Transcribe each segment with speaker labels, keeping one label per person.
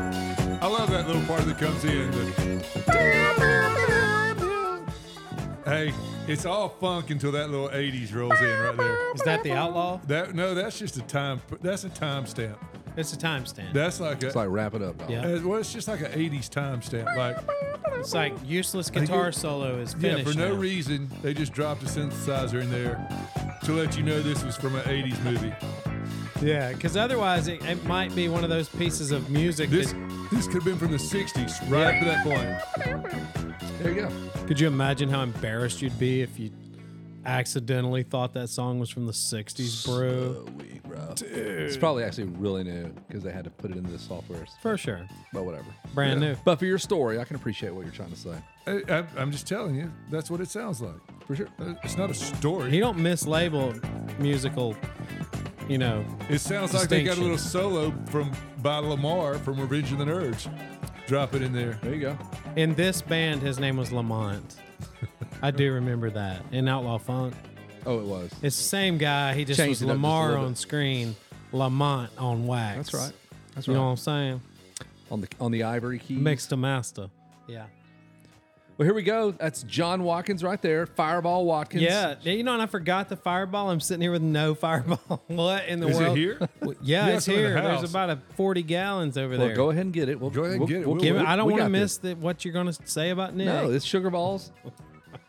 Speaker 1: I love that little part that comes in. Hey, it's all funk until that little '80s rolls in right there.
Speaker 2: Is that the outlaw?
Speaker 1: That no, that's just a time. That's a timestamp.
Speaker 2: It's a timestamp.
Speaker 1: That's like a
Speaker 3: It's like wrap it up. dog.
Speaker 2: Yeah.
Speaker 1: uh, well, it's just like an '80s timestamp. Like
Speaker 2: It's like useless
Speaker 1: think
Speaker 2: guitar
Speaker 1: it-
Speaker 2: solo is
Speaker 1: yeah,
Speaker 2: finished.
Speaker 1: for no
Speaker 2: now.
Speaker 1: reason they just dropped a synthesizer in there to let you know this was from an '80s movie.
Speaker 2: Yeah, because otherwise it, it might be one of those pieces of music.
Speaker 1: This
Speaker 2: that,
Speaker 1: this could have been from the '60s, right up to that point.
Speaker 3: There you go.
Speaker 2: could you imagine how embarrassed you'd be if you accidentally thought that song was from the '60s, bro?
Speaker 3: Sweet, bro. It's probably actually really new because they had to put it into the software.
Speaker 2: For sure,
Speaker 3: But whatever.
Speaker 2: brand
Speaker 1: Yeah.
Speaker 2: new.
Speaker 3: But for your story, I can appreciate what you're trying to say.
Speaker 1: I, I, I'm just telling you, that's what it sounds like.
Speaker 3: For sure.
Speaker 1: Uh, It's not a
Speaker 2: He
Speaker 1: story.
Speaker 2: don't mislabel musical, you know.
Speaker 1: It sounds like they got a
Speaker 2: Distinction.
Speaker 1: little solo from by Lamar from Revenge of the Nerds. Drop it in there.
Speaker 3: There you go.
Speaker 2: In this band, his name was Lamont. I do remember that in Outlaw Funk.
Speaker 3: Oh, it was.
Speaker 2: It's the same guy. He just
Speaker 3: Changed
Speaker 2: was
Speaker 3: it up just a little
Speaker 2: Lamar
Speaker 3: bit.
Speaker 2: on screen, Lamont on wax.
Speaker 3: That's right. That's
Speaker 2: you
Speaker 3: right.
Speaker 2: know what I'm saying?
Speaker 3: on the on the ivory key.
Speaker 2: Mixed a master. Yeah.
Speaker 3: Well, here we go. That's John Watkins right there. Fireball Watkins.
Speaker 2: Yeah. You know, and I forgot the fireball. I'm sitting here with no fireball. what in the
Speaker 1: Is
Speaker 2: world?
Speaker 1: it here?
Speaker 2: Well,
Speaker 1: Yeah,
Speaker 2: Yeah, it's
Speaker 1: it's in the
Speaker 2: here. There's
Speaker 1: house.
Speaker 2: about a 40 gallons over
Speaker 3: Well,
Speaker 2: there.
Speaker 3: go ahead and get it. We'll
Speaker 1: Go ahead and get it. We'll-
Speaker 2: Give it- I don't
Speaker 3: we
Speaker 2: want to
Speaker 3: got
Speaker 2: miss the, what you're going to say about Nick.
Speaker 3: this. No, it's sugar balls.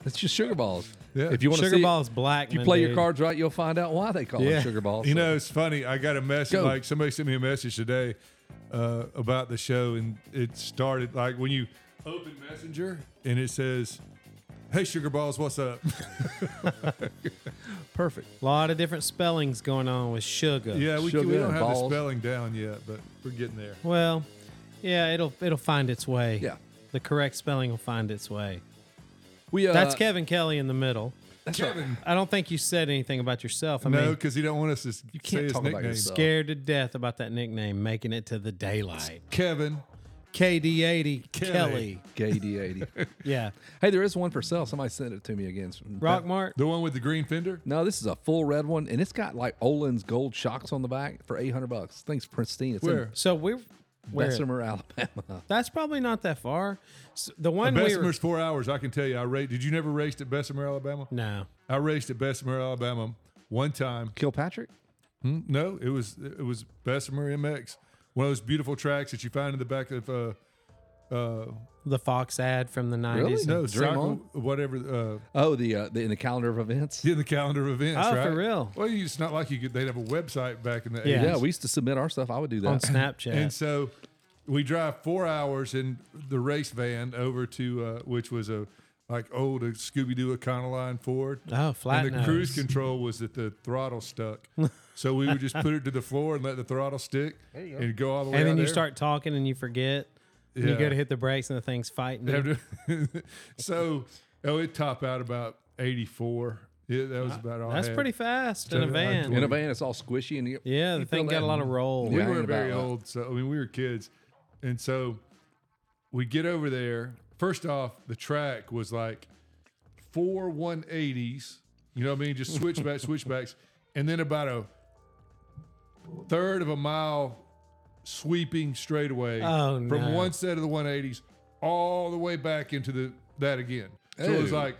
Speaker 3: It's just sugar balls.
Speaker 1: Yeah.
Speaker 3: If you want to
Speaker 2: Sugar
Speaker 3: see,
Speaker 2: Ball's black.
Speaker 3: if you play your
Speaker 2: dude.
Speaker 3: cards right, you'll find out why they call
Speaker 2: Yeah.
Speaker 3: it sugar balls.
Speaker 1: You know, it's funny. I got a message.
Speaker 3: Go.
Speaker 1: Like somebody sent me a message today uh, about the show, and it started like when you open Messenger, and it says, "Hey, sugar balls, what's up?"
Speaker 3: perfect.
Speaker 2: A lot of different spellings going on with sugar.
Speaker 1: yeah, we,
Speaker 3: Sugar
Speaker 1: we don't
Speaker 3: and
Speaker 1: have
Speaker 3: balls.
Speaker 1: the spelling down yet, but we're getting there.
Speaker 2: Well, yeah, it'll it'll find its way.
Speaker 3: Yeah.
Speaker 2: The correct spelling will find its way.
Speaker 3: We uh,
Speaker 2: That's Kevin Kelly in the middle.
Speaker 1: Kevin,
Speaker 2: I don't think you said anything about yourself. I
Speaker 1: no,
Speaker 2: mean,
Speaker 1: because he don't want us to you
Speaker 3: can't
Speaker 1: say his
Speaker 3: talk about
Speaker 1: nickname.
Speaker 3: yourself.
Speaker 2: scared to death about that nickname, making it to the daylight.
Speaker 1: Kevin,
Speaker 2: KD80 Kelly.
Speaker 1: Kelly.
Speaker 3: KD eighty.
Speaker 2: Yeah.
Speaker 3: hey, there is one for sale. Somebody sent it to me again.
Speaker 2: Rockmart.
Speaker 1: the one with the green fender.
Speaker 3: No, this is a full red one, and it's got like Olin's gold shocks on the back for eight hundred bucks. Thing's pristine. It's
Speaker 1: Where?
Speaker 2: So we're.
Speaker 3: in
Speaker 2: we're
Speaker 3: Bessemer, Alabama.
Speaker 2: that's probably not that far. S- The one we were.
Speaker 1: Bessemer's four hours. I can tell you. I raced. Did you never race at Bessemer, Alabama?
Speaker 2: No.
Speaker 1: I raced at Bessemer, Alabama, one time.
Speaker 3: Kilpatrick.
Speaker 1: Hmm? No, it was it was Bessemer MX, one of those beautiful tracks that you find in the back of uh, uh,
Speaker 2: The Fox ad from the 90s.
Speaker 3: Really?
Speaker 1: no
Speaker 3: Dream
Speaker 1: cycle,
Speaker 3: On?
Speaker 1: whatever uh,
Speaker 3: Oh, the, uh, the in the calendar of events.
Speaker 1: in the calendar of events.
Speaker 2: Oh,
Speaker 1: right?
Speaker 2: for real?
Speaker 1: Well, you- it's not like you could. They'd have a website back in the
Speaker 2: Yeah.
Speaker 1: 80s.
Speaker 3: Yeah, we used to submit our stuff. I would do that.
Speaker 2: On Snapchat.
Speaker 1: And so we drive four hours in the race van over to uh, which was a like old Scooby Doo Econoline Ford.
Speaker 2: Oh, flat
Speaker 1: And the
Speaker 2: nose.
Speaker 1: cruise control was that the throttle stuck, so we would just put it to the floor and let the throttle stick and go all the way.
Speaker 2: and then
Speaker 1: out
Speaker 2: you
Speaker 1: there.
Speaker 2: start talking and you forget. And you
Speaker 1: Yeah.
Speaker 2: go to hit the brakes and the thing's fighting. you.
Speaker 1: so oh, it top out about eighty four. Yeah, that was about all. I
Speaker 2: That's
Speaker 1: had.
Speaker 2: pretty fast in a
Speaker 1: Oh, So, like,
Speaker 2: van.
Speaker 3: in a van, it's all squishy and you,
Speaker 2: yeah,
Speaker 3: you
Speaker 2: the
Speaker 3: feel
Speaker 2: thing got
Speaker 3: that.
Speaker 2: a lot of roll.
Speaker 1: We
Speaker 3: Yeah, I
Speaker 1: were
Speaker 3: ain't
Speaker 1: very
Speaker 3: about that.
Speaker 1: old, so I mean we were kids, and so we get over there. First off, the track was like four one eighties. You know what I mean? Just switchbacks, switchbacks, and then about a third of a mile sweeping straightaway
Speaker 2: Oh,
Speaker 1: from
Speaker 2: no.
Speaker 1: one set of the 180s all the way back into the that again. So it was
Speaker 3: Ew.
Speaker 1: like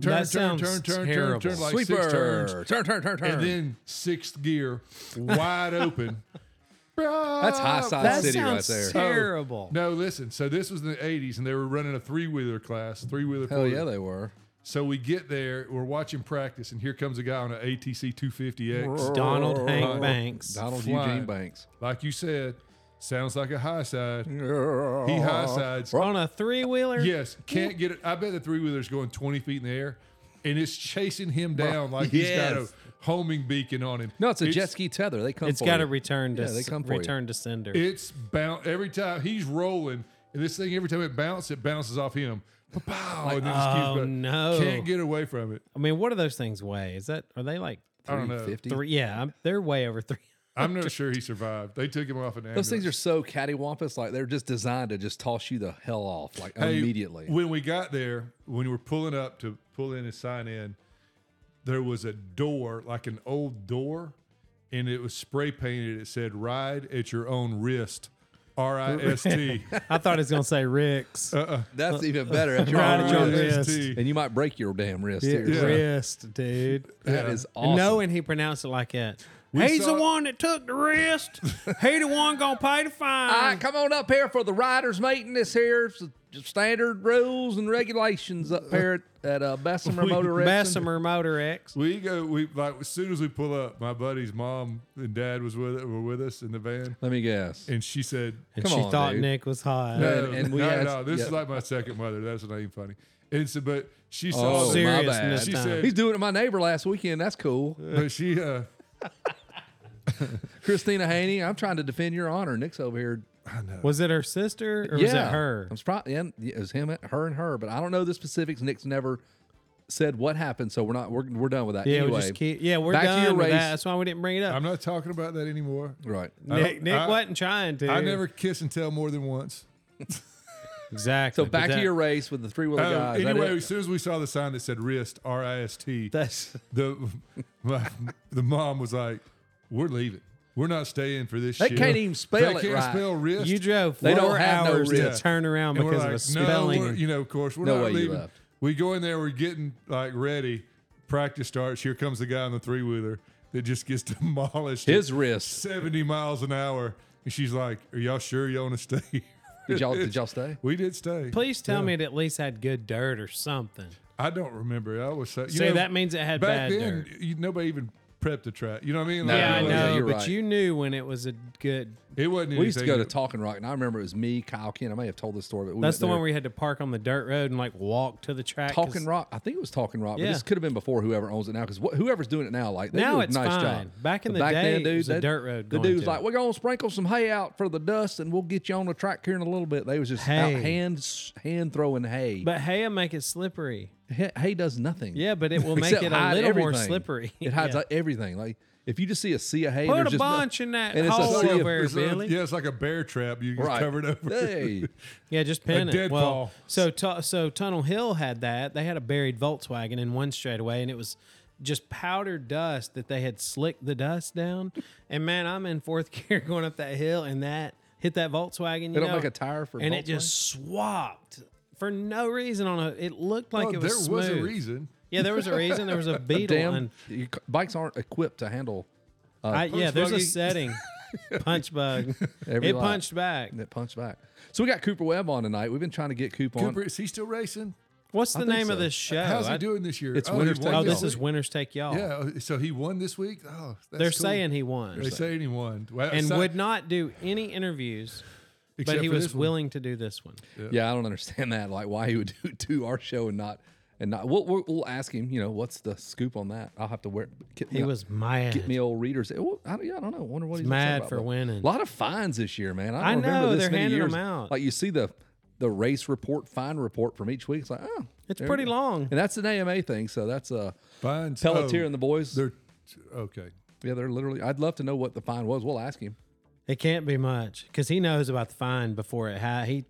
Speaker 1: turn,
Speaker 2: That
Speaker 1: turn, turn,
Speaker 2: sounds
Speaker 1: turn, turn,
Speaker 2: terrible.
Speaker 1: turn, like
Speaker 3: Sweeper.
Speaker 1: six turns,
Speaker 3: Turn, turn, turn, turn.
Speaker 1: and then sixth gear, wide open. That's
Speaker 3: that's high side
Speaker 2: That
Speaker 3: city right
Speaker 2: sounds
Speaker 3: there.
Speaker 2: sick. terrible.
Speaker 1: No, listen. So this was in the '80s, and they were running a three-wheeler class, three-wheeler.
Speaker 3: Hell yeah,
Speaker 1: four-wheeler.
Speaker 3: they were.
Speaker 1: So we get there, we're watching practice, and here comes a guy on an ATC 250X.
Speaker 2: Donald Hank Banks.
Speaker 3: Donald
Speaker 1: Flying.
Speaker 3: Eugene Banks.
Speaker 1: Like you said, sounds like a high side.
Speaker 3: He
Speaker 1: high sides.
Speaker 2: On a three wheeler?
Speaker 1: Yes, can't get it. I bet the three-wheeler's going 20 feet in the air, and it's chasing him down like he's
Speaker 3: Yes.
Speaker 1: got a homing beacon on him.
Speaker 3: No, it's a jet ski tether. They come.
Speaker 2: It's
Speaker 3: for
Speaker 2: got
Speaker 3: you.
Speaker 2: a return to
Speaker 3: Yeah, they come for you.
Speaker 2: return to sender.
Speaker 1: It's bounce every time he's rolling, and this thing every time it bounces, it bounces off him. Pow! and then just keeps
Speaker 2: oh,
Speaker 1: going.
Speaker 2: no.
Speaker 1: Can't get away from it.
Speaker 2: I mean, what do those things weigh? Is that are they like
Speaker 1: I don't know.
Speaker 3: 350.
Speaker 2: three? Yeah, I'm, they're way over three.
Speaker 1: I'm not sure he survived. They took him off an ambulance.
Speaker 3: Those things are so cattywampus. Like they're just designed to just toss you the hell off, like
Speaker 1: Hey,
Speaker 3: immediately.
Speaker 1: When we got there, when we were pulling up to pull in and sign in, there was a door, like an old door, and it was spray painted. It said "Ride at your own risk." R I S T.
Speaker 2: I thought it was gonna say Rick's.
Speaker 3: Uh, That's even better. That's your
Speaker 2: uh, Right
Speaker 3: own
Speaker 2: at your
Speaker 3: wrist.
Speaker 2: wrist.
Speaker 3: And you might break your damn wrist.
Speaker 2: Yeah,
Speaker 3: too.
Speaker 1: Yeah.
Speaker 2: wrist, dude.
Speaker 3: That
Speaker 1: Yeah.
Speaker 3: is
Speaker 2: And
Speaker 3: awesome.
Speaker 2: Knowing he pronounced it like that. He's
Speaker 1: saw-
Speaker 2: the one that took the wrist. he the one gonna pay the fine.
Speaker 3: All right, come on up here for the riders' meeting. This here's the standard rules and regulations up here at, at uh, Bessemer Motor Racing.
Speaker 2: Bessemer Motor X.
Speaker 1: We go. We like as soon as we pull up. My buddy's mom and dad was with were with us in the van,
Speaker 3: Let me guess.
Speaker 1: and she said,
Speaker 2: And
Speaker 3: Come
Speaker 2: she
Speaker 3: on,
Speaker 2: thought
Speaker 3: dude.
Speaker 2: Nick was hot.
Speaker 3: No,
Speaker 1: "No,
Speaker 3: And- and we
Speaker 1: no,
Speaker 3: had-
Speaker 1: no, this
Speaker 3: yeah.
Speaker 1: is like my second mother. That's not even funny." And so, but she saw.
Speaker 3: Oh,
Speaker 1: the-
Speaker 3: my
Speaker 2: Serious
Speaker 3: bad.
Speaker 2: this
Speaker 1: She
Speaker 2: time.
Speaker 1: said-
Speaker 3: He's doing it to my neighbor last weekend. That's cool.
Speaker 1: but she, uh,
Speaker 3: Christina Haney, I'm trying to defend your honor. Nick's over here.
Speaker 2: was it her sister or
Speaker 3: yeah,
Speaker 2: was it her?
Speaker 3: I'm surprised. And yeah, it was him, her, and her. But I don't know the specifics. Nick's never said what happened, so we're not. We're, we're done with that.
Speaker 2: Yeah,
Speaker 3: anyway,
Speaker 2: we just keep, yeah, we're
Speaker 3: back to
Speaker 2: done
Speaker 3: your
Speaker 2: with
Speaker 3: race.
Speaker 2: that. That's why we didn't bring it up.
Speaker 1: "I'm not talking about that anymore."
Speaker 3: right.
Speaker 1: I
Speaker 2: Nick,
Speaker 1: don't-
Speaker 2: Nick
Speaker 1: I-
Speaker 2: wasn't trying to.
Speaker 1: I never kiss and tell more than once.
Speaker 2: exactly.
Speaker 3: So back to your race with the three wheeler
Speaker 1: Oh,
Speaker 3: guys. That
Speaker 1: anyway,
Speaker 3: it?
Speaker 1: as soon as we saw the sign that said wrist, R I S T,
Speaker 2: That's
Speaker 1: the my, the mom was like, "We're leaving. We're not staying for this
Speaker 3: They
Speaker 1: shit."
Speaker 3: can't even spell
Speaker 1: they
Speaker 3: it
Speaker 1: can't
Speaker 3: right.
Speaker 1: spell wrist.
Speaker 2: you drove four
Speaker 3: They don't have no
Speaker 2: hours to
Speaker 1: wrist.
Speaker 2: turn around
Speaker 1: and we're
Speaker 2: because
Speaker 1: like,
Speaker 2: of a
Speaker 1: no,
Speaker 2: spelling.
Speaker 1: we're, you know, of course, we're
Speaker 3: No
Speaker 1: not
Speaker 3: way you
Speaker 1: leaving.
Speaker 3: left.
Speaker 1: We go in there, we're getting like ready. Practice starts. Here comes the guy on the three wheeler that just gets demolished. at
Speaker 3: His wrist.
Speaker 1: 70 miles an hour. And she's like, Are y'all sure y'all want to stay? here?"
Speaker 3: Did y'all did y'all stay?
Speaker 1: We did stay.
Speaker 2: Please tell me it at least had good dirt or something.
Speaker 1: I don't remember. I was so, you
Speaker 2: See,
Speaker 1: know,
Speaker 2: that means it had
Speaker 1: back
Speaker 2: bad
Speaker 1: then,
Speaker 2: dirt.
Speaker 1: you, nobody even prepped the track. You know what I mean?
Speaker 3: No,
Speaker 2: Yeah, I
Speaker 1: it
Speaker 2: know,
Speaker 1: wasn't-
Speaker 3: you're
Speaker 2: but
Speaker 3: right.
Speaker 2: you knew when it was a good.
Speaker 1: It wasn't.
Speaker 3: We used to
Speaker 1: anything
Speaker 3: go to
Speaker 1: that-
Speaker 3: Talking Rock, and I remember it was me, Kyle Ken. I may have told this story, but we went
Speaker 2: That's the
Speaker 3: there.
Speaker 2: one where you had to park on the dirt road and like walk to the track. 'cause
Speaker 3: Talking Rock. I think it was Talking Rock, but
Speaker 2: Yeah.
Speaker 3: this could have been before whoever owns it now, because wh- whoever's doing it now, like they
Speaker 2: Now
Speaker 3: do a
Speaker 2: it's
Speaker 3: nice job.
Speaker 2: fine. Back in
Speaker 3: But
Speaker 2: the day,
Speaker 3: then,
Speaker 2: it was a
Speaker 3: that-
Speaker 2: dirt road
Speaker 3: The
Speaker 2: going
Speaker 3: dude's
Speaker 2: to
Speaker 3: like,
Speaker 2: it.
Speaker 3: "We're gonna sprinkle some hay out for the dust, and we'll get you on the track here in a little bit." They was just out
Speaker 2: Hay.
Speaker 3: hand hand throwing hay.
Speaker 2: But hey, make it slippery.
Speaker 3: Hay, hay does nothing.
Speaker 2: Yeah, but it will make
Speaker 3: except
Speaker 2: it a
Speaker 3: hide
Speaker 2: little more
Speaker 3: everything.
Speaker 2: slippery.
Speaker 3: It hides
Speaker 2: Yeah.
Speaker 3: like, everything. Like if you just see a sea of hay,
Speaker 2: Put
Speaker 3: there's
Speaker 2: a
Speaker 3: just no-
Speaker 2: bunch in that
Speaker 3: and it's a
Speaker 2: hole
Speaker 3: sea of-
Speaker 2: over there,
Speaker 1: it's a-
Speaker 2: Billy.
Speaker 1: Yeah, it's like a bear trap. You just
Speaker 3: right.
Speaker 1: covered over.
Speaker 3: Hey,
Speaker 2: Yeah, just pin it.
Speaker 1: dead
Speaker 2: Well,
Speaker 1: ball.
Speaker 2: so tu- so Tunnel Hill had that. They had a buried Volkswagen in one straightaway, and it was just powdered dust that they had slicked the dust down. And man, I'm in fourth gear going up that hill, and that hit that Volkswagen. You
Speaker 3: They don't
Speaker 2: know,
Speaker 3: make a tire for
Speaker 2: and
Speaker 3: Volkswagen?
Speaker 2: it just swapped for no reason on a. It looked like
Speaker 1: Well,
Speaker 2: it
Speaker 1: Oh, there
Speaker 2: was
Speaker 1: was
Speaker 2: smooth.
Speaker 1: a reason.
Speaker 2: Yeah, there was a reason. There was a beetle.
Speaker 3: damn,
Speaker 2: and
Speaker 3: your c- bikes aren't equipped to handle
Speaker 2: I, yeah, there's a
Speaker 1: uh, buggy.
Speaker 2: setting. Punch bug.
Speaker 3: Every
Speaker 2: it
Speaker 3: lap.
Speaker 2: punched back.
Speaker 3: that punch back. So we got Cooper Webb on tonight. We've been trying to get Coop on.
Speaker 1: Cooper, is he still racing?
Speaker 2: What's the
Speaker 3: think
Speaker 2: name
Speaker 3: so.
Speaker 2: of this show?
Speaker 1: How's he
Speaker 2: Oh, I-
Speaker 1: doing this year?
Speaker 3: It's
Speaker 1: he
Speaker 3: winner's
Speaker 1: won
Speaker 3: take
Speaker 2: Oh,
Speaker 3: y'all?
Speaker 2: this is winners take y'all.
Speaker 1: Yeah, so he won this week. Oh, that's
Speaker 2: They're
Speaker 1: cool.
Speaker 2: saying he won
Speaker 1: They say he won. Well,
Speaker 2: and
Speaker 1: aside-
Speaker 2: would not do any interviews, but
Speaker 1: except
Speaker 2: he
Speaker 1: for
Speaker 2: was
Speaker 1: this one.
Speaker 2: willing to do this one.
Speaker 3: Yeah, I don't understand that. Like why he would do, do our show and not and not. We'll, we'll, we'll ask him. You know, what's the scoop on that? I'll have to wear. Get
Speaker 2: He
Speaker 3: me,
Speaker 2: was mad.
Speaker 3: Get me old readers. It- well, I, don't- yeah, I don't know. Wonder what he's upset
Speaker 2: mad
Speaker 3: about,
Speaker 2: for
Speaker 3: but
Speaker 2: winning.
Speaker 3: A lot of fines this year, man. I,
Speaker 2: I
Speaker 3: don't remember
Speaker 2: know,
Speaker 3: this
Speaker 2: they're
Speaker 3: many
Speaker 2: handing
Speaker 3: years.
Speaker 2: 'em out.
Speaker 3: Like you see the the race report fine report from each week. It's like oh,
Speaker 2: It's
Speaker 3: there
Speaker 2: pretty
Speaker 3: you go.
Speaker 2: long.
Speaker 3: And that's an AMA thing. So that's a uh,
Speaker 1: Fine.
Speaker 3: Pelletier
Speaker 1: Oh,
Speaker 3: and the boys.
Speaker 1: They're okay.
Speaker 3: yeah, they're literally. I'd love to know what the fine was. We'll ask him.
Speaker 2: It can't be much because he knows about the fine before it had. He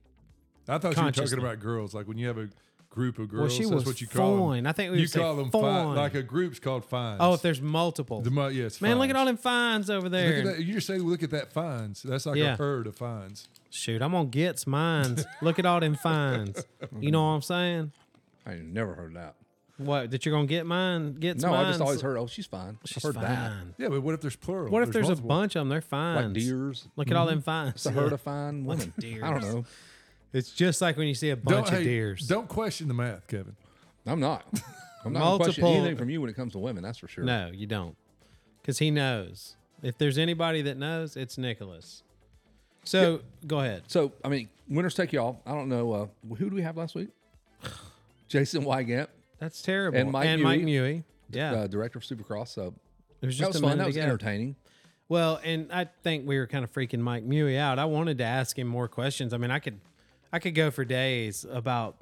Speaker 1: I thought you were
Speaker 2: Consciously.
Speaker 1: talking about girls. Like when you have a group of
Speaker 2: well,
Speaker 1: girls,
Speaker 2: she
Speaker 1: that's
Speaker 2: was
Speaker 1: what you call
Speaker 2: fine.
Speaker 1: them.
Speaker 2: I think we
Speaker 1: You
Speaker 2: would say
Speaker 1: call them
Speaker 2: fine.
Speaker 1: fine. Like a group's called fines.
Speaker 2: oh, if there's multiple,
Speaker 1: the mo- yes.
Speaker 2: man, look at all
Speaker 1: fines.
Speaker 2: them fines over
Speaker 1: Look
Speaker 2: there.
Speaker 1: at that. You just say, look at that fines. That's like
Speaker 2: Yeah.
Speaker 1: a herd of fines.
Speaker 2: Shoot, I'm gonna get mines. look at all them fines. You know what I'm saying?
Speaker 3: I ain't never heard that.
Speaker 2: What that you're gonna get mine? Get
Speaker 3: No, I
Speaker 2: mines.
Speaker 3: just always heard. Oh, she's fine.
Speaker 2: She's
Speaker 3: I've heard that.
Speaker 2: fine.
Speaker 1: Yeah, but what if there's plural?
Speaker 2: What if there's, a
Speaker 1: multiple?
Speaker 2: bunch of them? They're fines.
Speaker 3: Like deers.
Speaker 2: Look at all them fines.
Speaker 3: It's a herd of fine
Speaker 2: What's
Speaker 3: women. I don't
Speaker 2: deers?
Speaker 3: know.
Speaker 2: It's just like when you see a bunch of
Speaker 1: hey,
Speaker 2: deers.
Speaker 1: Don't question the math, Kevin.
Speaker 3: I'm not. I'm not questioning
Speaker 2: Multiple-
Speaker 3: anything from you when it comes to women. That's for sure.
Speaker 2: No, you don't. Because he knows. If there's anybody that knows, it's Nicholas. So go ahead.
Speaker 3: So I mean, winners take y'all. I don't know uh, who do we have last week. Jason Wygant,
Speaker 2: That's terrible.
Speaker 3: And Mike Newey.
Speaker 2: Newey. Yeah.
Speaker 3: uh, director of Supercross. So
Speaker 2: it was
Speaker 3: that
Speaker 2: just
Speaker 3: was
Speaker 2: a
Speaker 3: fun.
Speaker 2: minute
Speaker 3: That was
Speaker 2: ago.
Speaker 3: entertaining.
Speaker 2: Well, and I think we were kind of freaking Mike Mewey out. I wanted to ask him more questions. I mean, I could, I could go for days about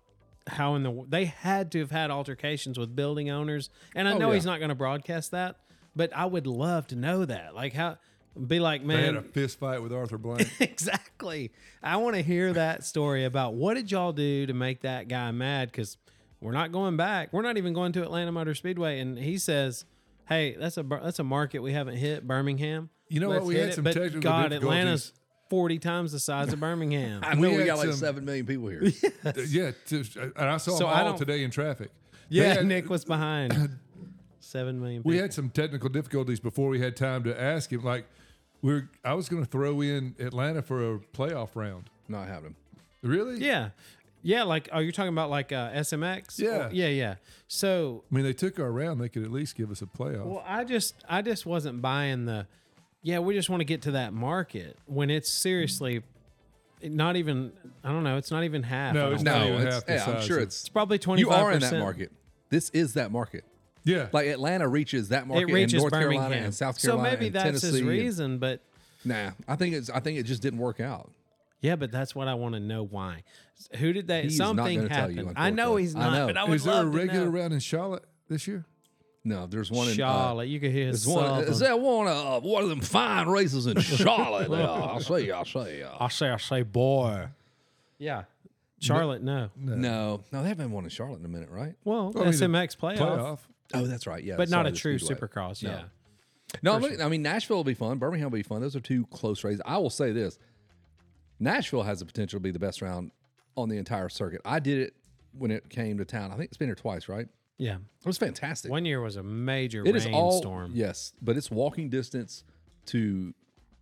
Speaker 2: how in the they had to have had altercations with building owners, and I
Speaker 3: Oh,
Speaker 2: know
Speaker 3: yeah.
Speaker 2: he's not going to broadcast that, but I would love to know that. Like how, be like,
Speaker 1: They had
Speaker 2: man,
Speaker 1: a fist fight with Arthur Blank.
Speaker 2: exactly. I want to hear that story about what did y'all do to make that guy mad? Because we're not going back. We're not even going to Atlanta Motor Speedway, and he says, "Hey, that's a that's a market we haven't hit, Birmingham."
Speaker 1: You know what?
Speaker 2: Let's
Speaker 1: We
Speaker 2: hit
Speaker 1: had
Speaker 2: it."
Speaker 1: some
Speaker 2: but
Speaker 1: technical
Speaker 2: God, Atlanta's
Speaker 1: difficulties.
Speaker 2: forty times the size of Birmingham.
Speaker 3: I know
Speaker 1: We
Speaker 3: we,
Speaker 1: had
Speaker 3: got like
Speaker 1: some-
Speaker 3: seven million people here.
Speaker 1: Uh, yeah, to, and I saw
Speaker 2: So
Speaker 1: them
Speaker 2: I
Speaker 1: all
Speaker 2: don't-
Speaker 1: today in traffic. They
Speaker 2: yeah,
Speaker 1: had-
Speaker 2: Nick was behind. Seven million.
Speaker 1: We
Speaker 2: people.
Speaker 1: had some technical difficulties before we had time to ask him. Like, we are I was going to throw in Atlanta for a playoff round.
Speaker 3: Not having them.
Speaker 1: Really?
Speaker 2: Yeah. Yeah, like oh, you're talking about like uh, SMX?
Speaker 1: Yeah.
Speaker 2: yeah, yeah. So,
Speaker 1: I mean, they took our round. They could at least give us a playoff.
Speaker 2: well, I just, I just wasn't buying the. Yeah, we just want to get to that market when it's seriously, not even. I don't know. It's not even half.
Speaker 1: No,
Speaker 2: I
Speaker 1: it's
Speaker 2: don't-
Speaker 1: not
Speaker 3: No,
Speaker 1: even
Speaker 3: it's-
Speaker 1: half the
Speaker 3: yeah, I'm
Speaker 1: size
Speaker 3: sure
Speaker 1: of-
Speaker 2: It's
Speaker 3: it's.
Speaker 2: probably twenty.
Speaker 3: You are in that market. This is that market.
Speaker 1: yeah.
Speaker 3: Like Atlanta reaches that market
Speaker 2: It reaches
Speaker 3: in North
Speaker 2: Birmingham
Speaker 3: Carolina and South Carolina.
Speaker 2: So maybe
Speaker 3: and
Speaker 2: that's
Speaker 3: Tennessee
Speaker 2: his
Speaker 3: and-
Speaker 2: reason, but
Speaker 3: Nah, I think it's. I think it just didn't work out.
Speaker 2: yeah, but that's what I want to know why. Who did that?
Speaker 3: He's not
Speaker 2: Something
Speaker 3: gonna tell
Speaker 2: happened.
Speaker 3: you,
Speaker 2: I know
Speaker 3: unfortunately.
Speaker 2: he's
Speaker 3: I
Speaker 2: not,
Speaker 3: know.
Speaker 2: but I would
Speaker 1: is there a
Speaker 2: love
Speaker 1: regular
Speaker 2: to know.
Speaker 1: round in Charlotte this year?
Speaker 3: No, there's one in uh,
Speaker 2: Charlotte, you could hear his
Speaker 3: There's one, is
Speaker 2: southern-
Speaker 3: that one of uh, one of them fine races in Charlotte? uh, I'll say, I'll say. Uh,
Speaker 2: I say, I say, boy. Yeah. Charlotte, no.
Speaker 3: no, no, they haven't had one in Charlotte in a minute, right?
Speaker 2: Well,
Speaker 1: I mean, the
Speaker 2: SMX playoff,
Speaker 1: Playoff.
Speaker 3: Oh, that's right. Yeah,
Speaker 2: but not
Speaker 3: sorry,
Speaker 2: a
Speaker 3: the
Speaker 2: true
Speaker 3: Speedway.
Speaker 2: supercross.
Speaker 3: No.
Speaker 2: Yeah.
Speaker 3: No, I'm looking- I mean Nashville will be fun. Birmingham will be fun. Those are two close races. I will say this: Nashville has the potential to be the best round on the entire circuit. I did it when it came to town. I think it's been here twice, right? It
Speaker 2: Yeah.
Speaker 3: was fantastic.
Speaker 2: One year was a major
Speaker 3: It is all
Speaker 2: rainstorm.
Speaker 3: yes, but it's walking distance to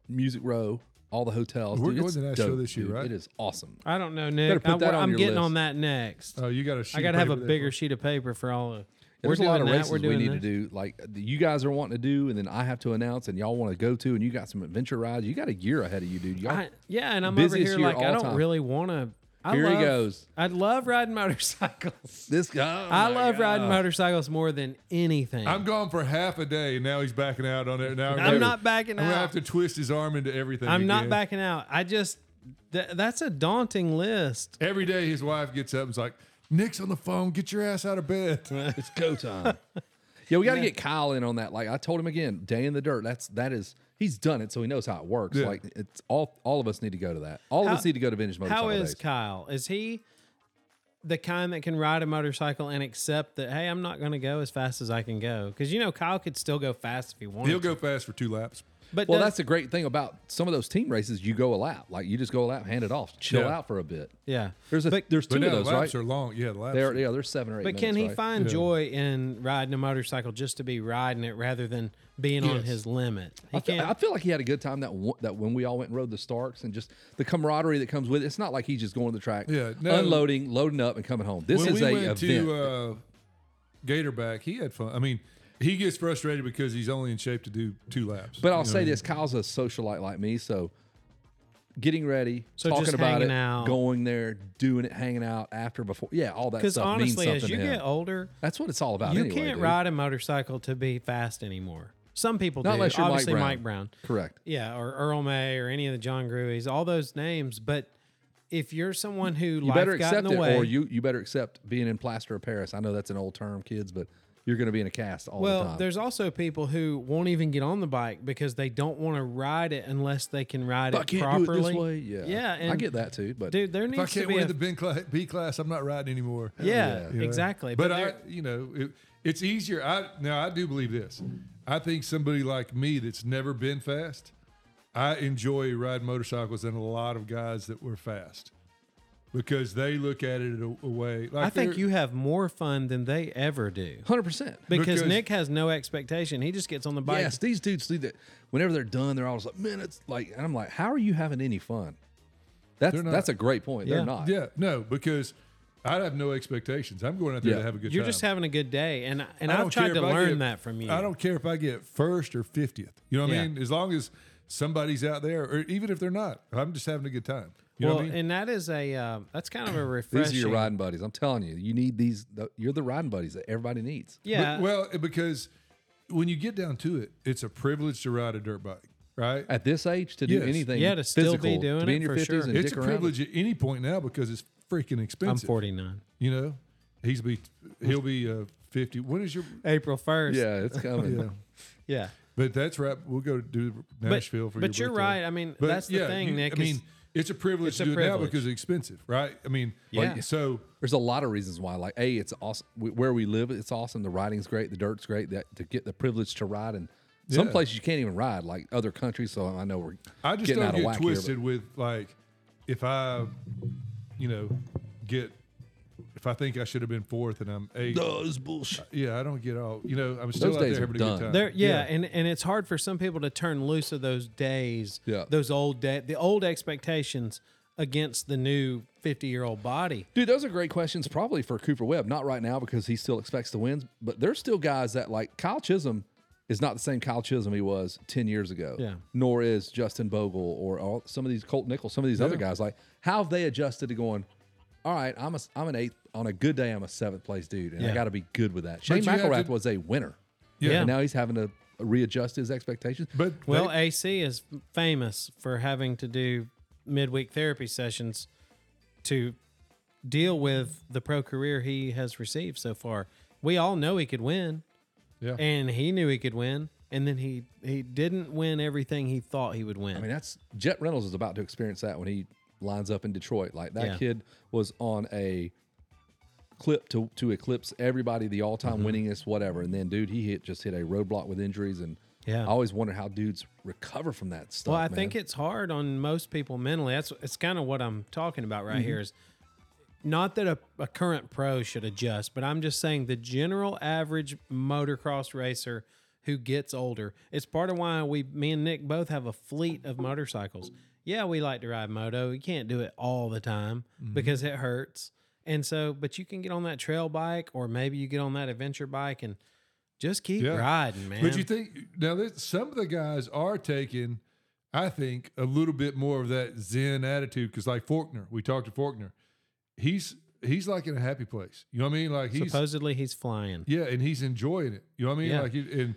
Speaker 3: Music Row, all the hotels.
Speaker 1: We're
Speaker 3: Dude,
Speaker 1: going
Speaker 3: it's
Speaker 1: to Nashville
Speaker 3: dope,
Speaker 1: this year,
Speaker 3: dude.
Speaker 1: right?
Speaker 3: It is awesome.
Speaker 2: I don't know,
Speaker 3: Better
Speaker 2: Nick.
Speaker 3: put
Speaker 2: I,
Speaker 3: that on
Speaker 2: am
Speaker 3: your
Speaker 2: getting
Speaker 3: list. Uh,
Speaker 2: on that next.
Speaker 1: Oh, you got
Speaker 2: I got to have a bigger sheet of paper for all of We're
Speaker 3: There's a
Speaker 2: doing
Speaker 3: lot of
Speaker 2: that.
Speaker 3: races
Speaker 2: we're
Speaker 3: we
Speaker 2: doing
Speaker 3: need to
Speaker 2: that.
Speaker 3: do. Like that you guys are wanting to do, and then I have to announce, and y'all want to go to, and you got some adventure rides. You got a year ahead of you, dude. Y'all,
Speaker 2: I, yeah, and I'm over
Speaker 3: Busiest
Speaker 2: here
Speaker 3: year
Speaker 2: like I
Speaker 3: all
Speaker 2: don't
Speaker 3: time.
Speaker 2: really want to. I
Speaker 3: Here he
Speaker 2: love,
Speaker 3: goes.
Speaker 2: I love riding motorcycles.
Speaker 3: this guy. oh
Speaker 2: I
Speaker 3: my
Speaker 2: love
Speaker 3: God.
Speaker 2: riding motorcycles more than anything.
Speaker 1: I'm gone for half a day. Now he's backing out on it. Now
Speaker 2: I'm not backing
Speaker 1: I'm gonna
Speaker 2: out.
Speaker 1: have to twist his arm into everything.
Speaker 2: I'm not
Speaker 1: again.
Speaker 2: backing out. I just th- that's a daunting list.
Speaker 1: Every day, his wife gets up and's like, "Nick's on the phone. Get your ass out of bed."
Speaker 3: It's go time. yeah, we got to get Kyle in on that. Like I told him again, day in the dirt. That's that is. He's done it, so he knows how it works.
Speaker 1: Yeah.
Speaker 3: Like it's all. All of us need to go to that. All of us need to go to vintage motorcycle
Speaker 2: How
Speaker 3: days.
Speaker 2: is Kyle? Is he the kind that can ride a motorcycle and accept that hey, I'm not going to go as fast as I can go because you know Kyle could still go fast if he wanted.
Speaker 1: He'll
Speaker 2: to.
Speaker 1: go fast for two laps.
Speaker 2: But
Speaker 3: Well,
Speaker 2: does-
Speaker 3: that's the great thing about some of those team races. You go a lap, like you just go a lap, hand it off, chill
Speaker 1: Yeah.
Speaker 3: out for a bit.
Speaker 2: yeah.
Speaker 3: There's a
Speaker 2: But-
Speaker 3: there's two
Speaker 1: But now
Speaker 3: of
Speaker 1: the
Speaker 3: those,
Speaker 1: laps
Speaker 3: right?
Speaker 1: are long. Yeah, the laps.
Speaker 3: There, yeah, there's seven or eight.
Speaker 2: But can
Speaker 3: minutes,
Speaker 2: he
Speaker 3: right?
Speaker 2: find
Speaker 1: Yeah.
Speaker 2: joy in riding a motorcycle just to be riding it rather than being on
Speaker 1: Yes.
Speaker 2: his limit? He
Speaker 3: I feel,
Speaker 2: can't.
Speaker 3: I feel like he had a good time that one, that when we all went and rode the Starks and just the camaraderie that comes with it. It's not like he's just going to the track,
Speaker 1: Yeah, no.
Speaker 3: unloading, loading up, and coming home. This
Speaker 1: when
Speaker 3: is
Speaker 1: we
Speaker 3: a
Speaker 1: went
Speaker 3: event.
Speaker 1: to uh, Gatorback, he had fun. I mean, he gets frustrated because he's only in shape to do two laps.
Speaker 3: but
Speaker 1: You
Speaker 3: I'll
Speaker 1: know what
Speaker 3: say
Speaker 1: I mean?
Speaker 3: this: Kyle's a socialite like me, so getting ready,
Speaker 2: So
Speaker 3: talking
Speaker 2: just
Speaker 3: about it,
Speaker 2: hanging out.
Speaker 3: going there, doing it, hanging out after, before, yeah, all that
Speaker 2: Because
Speaker 3: stuff
Speaker 2: honestly,
Speaker 3: means something
Speaker 2: as you
Speaker 3: to him.
Speaker 2: get older,
Speaker 3: That's what it's all about.
Speaker 2: you
Speaker 3: anyway,
Speaker 2: can't
Speaker 3: dude.
Speaker 2: ride a motorcycle to be fast anymore. Some people
Speaker 3: Not
Speaker 2: do.
Speaker 3: unless you're Mike
Speaker 2: Obviously,
Speaker 3: Brown.
Speaker 2: Mike Brown.
Speaker 3: Correct.
Speaker 2: Yeah, or Earl May or any of the John Grueys, all those names. But if you're someone who
Speaker 3: You
Speaker 2: life
Speaker 3: better
Speaker 2: got in
Speaker 3: accept
Speaker 2: the
Speaker 3: it,
Speaker 2: way,
Speaker 3: or you you better accept being in plaster of Paris. I know that's an old term, kids, but you're going to be in a cast all the
Speaker 2: well,
Speaker 3: time.
Speaker 2: there's also people who won't even get on the bike because they don't want to ride it unless they can ride
Speaker 3: I
Speaker 2: it
Speaker 3: can't
Speaker 2: properly.
Speaker 3: do it this way. Yeah,
Speaker 2: yeah, and
Speaker 3: I get that too. But
Speaker 2: dude. There
Speaker 1: If I
Speaker 2: needs to
Speaker 1: can't
Speaker 2: be
Speaker 1: win
Speaker 2: a
Speaker 1: the B class, B class, I'm not riding anymore.
Speaker 2: Yeah,
Speaker 1: You know?
Speaker 2: exactly.
Speaker 1: But,
Speaker 2: But,
Speaker 1: I,
Speaker 2: there-
Speaker 1: you know, it, it's easier. I now I do believe this. I think somebody like me that's never been fast, I enjoy riding motorcycles than a lot of guys that were fast because they look at it a, a way. Like
Speaker 2: I think
Speaker 1: they're-
Speaker 2: you have more fun than they ever do
Speaker 3: hundred percent.
Speaker 2: because,
Speaker 1: Because-
Speaker 2: Nick has no expectation. He just gets on the bike.
Speaker 3: Yes, these dudes do that. Whenever they're done, they're always like, "Man, it's like," and I'm like, "How are you having any fun?" That's
Speaker 1: They're not.
Speaker 3: that's a great point.
Speaker 2: Yeah.
Speaker 3: They're not.
Speaker 1: Yeah, no, because I have no expectations. I'm going out there
Speaker 3: Yeah.
Speaker 1: to have a good
Speaker 2: You're
Speaker 1: time.
Speaker 2: just having a good day, and and
Speaker 1: I
Speaker 2: I've
Speaker 1: don't
Speaker 2: tried
Speaker 1: care
Speaker 2: to
Speaker 1: if I
Speaker 2: learn
Speaker 1: get-
Speaker 2: that from you.
Speaker 1: I don't care if I get first or fiftieth. You know what
Speaker 2: Yeah.
Speaker 1: I mean? As long as somebody's out there, or even if they're not, I'm just having a good time. You
Speaker 2: well,
Speaker 1: know what I mean?
Speaker 2: and that is a uh, that's kind of a
Speaker 3: These
Speaker 2: refreshing.
Speaker 3: are your riding buddies. I'm telling you, you need these. th- You're the riding buddies that everybody needs.
Speaker 2: Yeah,
Speaker 1: But- well, eh, because when you get down to it, it's a privilege to ride a dirt bike, right?
Speaker 3: At this age, to do
Speaker 1: Yes.
Speaker 3: anything,
Speaker 2: Yeah, to still be
Speaker 3: physical,
Speaker 2: doing
Speaker 3: to be
Speaker 2: it
Speaker 3: in your
Speaker 2: for sure.
Speaker 3: and
Speaker 1: It's
Speaker 3: dick
Speaker 1: a
Speaker 3: around.
Speaker 1: privilege at any point now because it's freaking
Speaker 2: I'm
Speaker 1: expensive.
Speaker 2: 49.
Speaker 1: You know, he's be he'll be uh, fifty. When is your?
Speaker 2: April 1st.
Speaker 3: Yeah, it's coming.
Speaker 1: Yeah.
Speaker 2: yeah.
Speaker 1: But that's right. We'll go do
Speaker 2: But,
Speaker 1: Nashville for
Speaker 2: but
Speaker 1: your
Speaker 2: you're
Speaker 1: birthday.
Speaker 2: right. I mean, that's the thing,
Speaker 1: you-
Speaker 2: Nick.
Speaker 1: I
Speaker 2: is-
Speaker 1: mean, it's a privilege
Speaker 2: it's
Speaker 1: to
Speaker 2: a
Speaker 1: do it now
Speaker 2: privilege.
Speaker 1: because it's expensive, right? I mean,
Speaker 2: Yeah.
Speaker 1: like, so
Speaker 3: There's a lot of reasons why. Like, a, it's awesome wh- where we live. It's awesome. The riding's great. The dirt's great. That to get the privilege to ride and Some
Speaker 1: Yeah.
Speaker 3: places you can't even ride, like other countries. So I know we're
Speaker 1: I just
Speaker 3: getting
Speaker 1: don't
Speaker 3: out of
Speaker 1: get
Speaker 3: whack
Speaker 1: twisted
Speaker 3: here.
Speaker 1: with like if I, you know, get if I think I should have been fourth and I'm eighth.
Speaker 3: But, Duh, this is bullshit.
Speaker 1: Yeah, I don't get all. You know, I'm still
Speaker 3: Those
Speaker 1: out there
Speaker 3: days are
Speaker 1: having a
Speaker 3: done.
Speaker 1: good time.
Speaker 2: There, yeah, and and it's hard for some people to turn loose of those days,
Speaker 3: Yeah.
Speaker 2: those old day, the old expectations against the new fifty year old body.
Speaker 3: Dude, those are great questions probably for Cooper Webb. Not right now because he still expects to win, but there's still guys that like Kyle Chisholm is not the same Kyle Chisholm he was 10 years ago.
Speaker 2: Yeah.
Speaker 3: Nor is Justin Bogle or all, some of these Colt Nichols, some of these other guys. Like, how have they adjusted to going, all right, I'm, a, I'm an eighth. On a good day, I'm a seventh place dude, and I
Speaker 2: Yeah.
Speaker 3: got to be good with that. Shane
Speaker 1: you have
Speaker 3: McElrath
Speaker 1: to-
Speaker 3: was a winner.
Speaker 1: Yeah.
Speaker 3: And now he's having to readjust his expectations.
Speaker 1: but
Speaker 2: Well,
Speaker 1: they-
Speaker 2: AC is famous for having to do midweek therapy sessions to deal with the pro career he has received so far. We all know he could win,
Speaker 1: yeah,
Speaker 2: and he knew he could win, and then he he didn't win everything he thought he would win.
Speaker 3: I mean, that's Jet Reynolds is about to experience that when he lines up in Detroit. Like that
Speaker 2: Yeah.
Speaker 3: kid was on a clip to to eclipse everybody, the all
Speaker 2: Mm-hmm.
Speaker 3: time winningest, whatever. And then, dude, he hit just hit a roadblock with injuries, and
Speaker 2: Yeah.
Speaker 3: I always wonder how dudes recover from that stuff.
Speaker 2: Well, I
Speaker 3: man.
Speaker 2: think it's hard on most people mentally. That's it's kind of what I'm talking about
Speaker 1: Mm-hmm.
Speaker 2: right here is not that a, a current pro should adjust, but I'm just saying the general average motocross racer who gets older. It's part of why we me and Nick both have a fleet of motorcycles. Yeah, we like to ride moto. You can't do it all the time
Speaker 1: Mm-hmm.
Speaker 2: because it hurts. And so, but you can get on that trail bike or maybe you get on that adventure bike and just keep
Speaker 1: Yeah.
Speaker 2: riding, man.
Speaker 1: But you think now that some of the guys are taking, I think, a little bit more of that Zen attitude because, like Faulkner, we talked to Faulkner, he's he's like in a happy place. You know what I mean? Like he's
Speaker 2: Supposedly he's flying.
Speaker 1: yeah, and he's enjoying it. You know what I mean?
Speaker 2: Yeah.
Speaker 1: Like he, and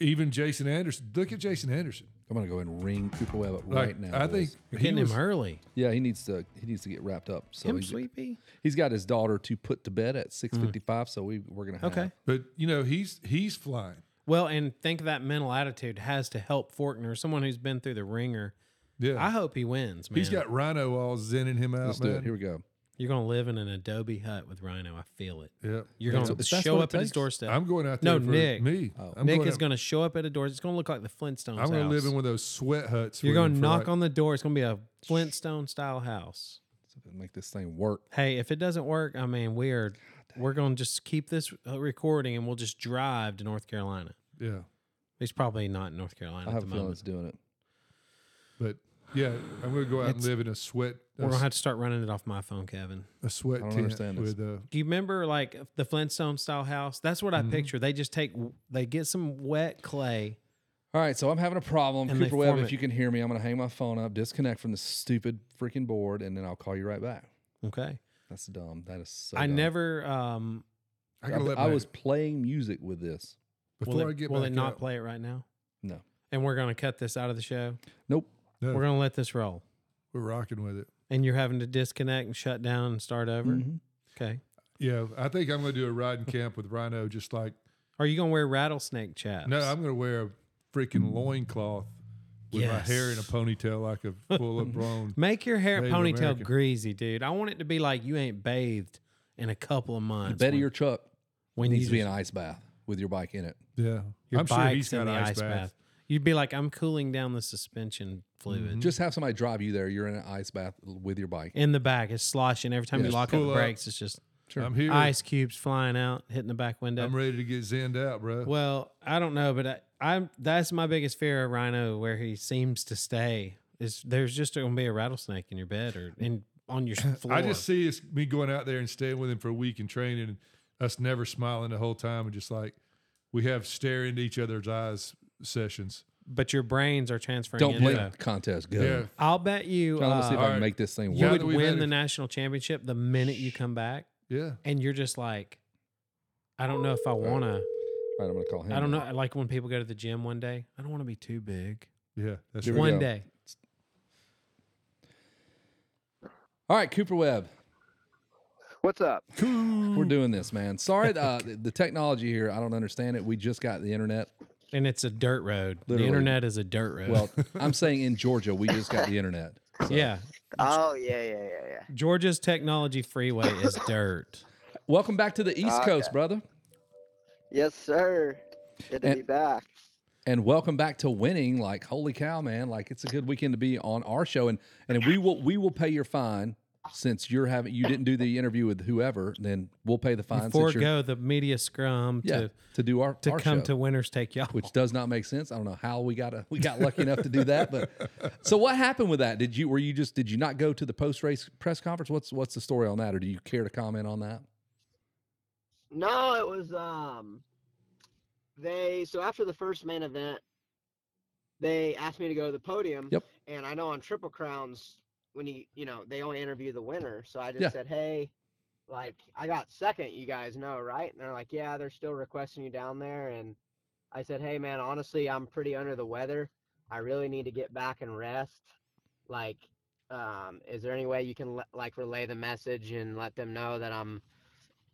Speaker 1: even Jason Anderson. Look at Jason Anderson.
Speaker 3: I'm gonna go and ring Cooper Webb up
Speaker 1: Like,
Speaker 3: right now.
Speaker 1: I
Speaker 3: boys.
Speaker 1: think
Speaker 2: You're
Speaker 1: he
Speaker 2: getting
Speaker 1: was,
Speaker 2: him early.
Speaker 3: yeah, he needs to he needs to get wrapped up. So
Speaker 2: Him
Speaker 3: he's-
Speaker 2: sleepy.
Speaker 3: he's got his daughter to put to bed at six fifty five. So we we're gonna have
Speaker 2: Okay.
Speaker 1: but you know he's he's flying.
Speaker 2: Well, and think that mental attitude has to help Fortner, someone who's been through the ringer.
Speaker 1: Yeah,
Speaker 2: I hope he wins, man.
Speaker 1: he's got Rhino all zenning him out,
Speaker 3: Let's do
Speaker 1: man.
Speaker 3: it. Here we go.
Speaker 2: You're gonna live in an adobe hut with Rhino. I feel it.
Speaker 1: yeah,
Speaker 2: You're
Speaker 3: That's
Speaker 2: gonna
Speaker 3: what- that's
Speaker 2: show
Speaker 3: what
Speaker 2: up
Speaker 3: it
Speaker 2: at his
Speaker 3: takes?
Speaker 2: doorstep.
Speaker 1: I'm going out there.
Speaker 2: No,
Speaker 1: for
Speaker 2: Nick.
Speaker 1: Me.
Speaker 3: Oh.
Speaker 1: I'm
Speaker 2: Nick
Speaker 1: going
Speaker 2: is
Speaker 1: out-
Speaker 2: gonna show up at a door. It's gonna look like the Flintstones.
Speaker 1: I'm going to
Speaker 2: house.
Speaker 1: live in one of those sweat huts.
Speaker 2: You're
Speaker 1: with
Speaker 2: gonna
Speaker 1: him for,
Speaker 2: knock
Speaker 1: like-
Speaker 2: on the door. It's gonna be a Flintstone style house.
Speaker 3: Make this thing work.
Speaker 2: Hey, if it doesn't work, I mean, we are we're gonna just keep this uh, recording and we'll just drive to North Carolina.
Speaker 1: Yeah.
Speaker 2: He's probably not in North
Speaker 3: I
Speaker 2: Carolina at
Speaker 3: have
Speaker 2: the
Speaker 3: a feeling
Speaker 2: moment.
Speaker 3: it's doing it.
Speaker 1: But yeah, I'm gonna go out and
Speaker 2: It's-
Speaker 1: live in a sweat
Speaker 2: We're
Speaker 1: a,
Speaker 2: gonna have to start running it off my phone, Kevin.
Speaker 1: a sweat
Speaker 3: I don't
Speaker 1: tent
Speaker 3: understand this.
Speaker 1: with uh,
Speaker 2: Do you remember like the Flintstone style house? That's what
Speaker 1: Mm-hmm.
Speaker 2: I picture. They just take, they get some wet clay.
Speaker 3: All right, so I'm having a problem.
Speaker 2: And they
Speaker 3: Cooper Webb,
Speaker 2: form
Speaker 3: if
Speaker 2: it.
Speaker 3: you can hear me, I'm going to hang my phone up, disconnect from the stupid freaking board, and then I'll call you right back.
Speaker 2: Okay.
Speaker 3: That's dumb. That is so
Speaker 2: I
Speaker 3: dumb.
Speaker 2: never, um,
Speaker 1: I gotta
Speaker 3: I,
Speaker 1: let
Speaker 3: I
Speaker 1: my-
Speaker 3: was playing music with this.
Speaker 1: before
Speaker 2: will
Speaker 1: I
Speaker 2: it,
Speaker 1: get
Speaker 2: will
Speaker 1: back
Speaker 2: it not
Speaker 1: out,
Speaker 2: play it right now?
Speaker 3: No.
Speaker 2: And we're going to cut this out of the show.
Speaker 3: Nope.
Speaker 1: no,
Speaker 2: We're
Speaker 1: we're,
Speaker 2: going to let this roll.
Speaker 1: rocking with it.
Speaker 2: And you're having to disconnect and shut down and start over.
Speaker 1: Mm-hmm.
Speaker 3: Mhm.
Speaker 2: Okay.
Speaker 1: Yeah, I think I'm gonna do a riding camp with Rhino. Just like
Speaker 2: Are you going to wear rattlesnake chaps?
Speaker 1: no, I'm gonna wear a freaking loincloth with my hair in a
Speaker 2: Yes.
Speaker 1: ponytail like a full blown.
Speaker 2: Make your hair
Speaker 1: Native
Speaker 2: ponytail
Speaker 1: American.
Speaker 2: greasy, dude. I want it to be like you ain't bathed in a couple of months.
Speaker 3: Betty,
Speaker 2: when-
Speaker 3: your truck
Speaker 2: when
Speaker 3: needs to be
Speaker 2: just-
Speaker 3: an ice bath with your bike in it.
Speaker 1: Yeah,
Speaker 2: your
Speaker 1: I'm sure he's
Speaker 2: bike's in
Speaker 1: got an
Speaker 2: the
Speaker 1: ice, bath.
Speaker 2: You'd be like, I'm cooling down the suspension fluid.
Speaker 3: Just have somebody drive you there. You're in an ice bath with your bike.
Speaker 2: in the back. It's sloshing every time
Speaker 3: Yeah.
Speaker 2: you lock up
Speaker 1: Pull
Speaker 2: the
Speaker 1: up.
Speaker 2: brakes. It's just
Speaker 1: I'm here.
Speaker 2: ice cubes flying out, hitting the back window.
Speaker 1: I'm ready to get zenned out, bro.
Speaker 2: well, I don't know, but I, I'm that's my biggest fear of Rhino, where he seems to stay. Is there's just going to be a rattlesnake in your bed or in on your floor?
Speaker 1: I just see us me going out there and staying with him for a week and training, and us never smiling the whole time, and just like we have stare into each other's eyes sessions.
Speaker 2: but your brains are transferring.
Speaker 3: Don't
Speaker 2: into
Speaker 3: blink
Speaker 2: that.
Speaker 3: contest. Go.
Speaker 1: Yeah,
Speaker 2: I'll bet you.
Speaker 3: Trying to see if
Speaker 2: Uh,
Speaker 3: I can
Speaker 1: Alright.
Speaker 3: make this thing
Speaker 2: you
Speaker 1: Yeah,
Speaker 3: work.
Speaker 2: would
Speaker 1: that we've
Speaker 2: win
Speaker 1: had
Speaker 2: the
Speaker 1: it.
Speaker 2: national championship the minute you come back,
Speaker 1: yeah.
Speaker 2: and you're just like, I don't know if I want to.
Speaker 3: All right, I'm going to call him.
Speaker 2: I don't know. Like when people go to the gym one day, I don't want to be too big.
Speaker 1: Yeah, that's
Speaker 3: Here we
Speaker 1: right.
Speaker 2: One
Speaker 3: go.
Speaker 2: day.
Speaker 3: All right, Cooper Webb.
Speaker 4: What's up?
Speaker 3: We're
Speaker 2: Hmm.
Speaker 3: doing this, man. Sorry, uh, the, the technology here, I don't understand it. We just got the internet.
Speaker 2: And it's a dirt road.
Speaker 3: Literally.
Speaker 2: The internet is a dirt road.
Speaker 3: Well, I'm saying in Georgia, we just got the internet. So-
Speaker 2: yeah.
Speaker 4: Oh yeah, yeah, yeah, yeah.
Speaker 2: Georgia's technology freeway is dirt.
Speaker 3: Welcome
Speaker 2: Ah,
Speaker 3: back to the East
Speaker 4: Okay.
Speaker 3: Coast, brother.
Speaker 4: Yes, sir. Good to
Speaker 3: And-
Speaker 4: be back.
Speaker 3: and welcome back to winning. Like, holy cow, man! Like, it's a good weekend to be on our show, and and we will we will pay your fine since you're having you didn't do the interview with whoever. Then we'll pay the fine. since you're-
Speaker 2: Forego the media scrum
Speaker 3: yeah,
Speaker 2: to
Speaker 3: to, do our
Speaker 2: to
Speaker 3: our
Speaker 2: come
Speaker 3: show,
Speaker 2: to winners take y'all.
Speaker 3: which does not make sense. I don't know how we got a, we got lucky enough to do that, but so what happened with that? Did you were you just did you not go to the post race press conference? What's what's the story on that, or do you care to comment on that?
Speaker 4: No, it was um they so after the first main event, they asked me to go to the podium.
Speaker 3: Yep.
Speaker 4: And I know on Triple Crowns when you you know, they only interview the winner. So I just
Speaker 3: Yeah.
Speaker 4: said, Hey, like I got second, you guys know, right? And they're like, Yeah, they're still requesting you down there and I said, Hey man, honestly I'm pretty under the weather. I really need to get back and rest. Like, um, is there any way you can le- like relay the message and let them know that I'm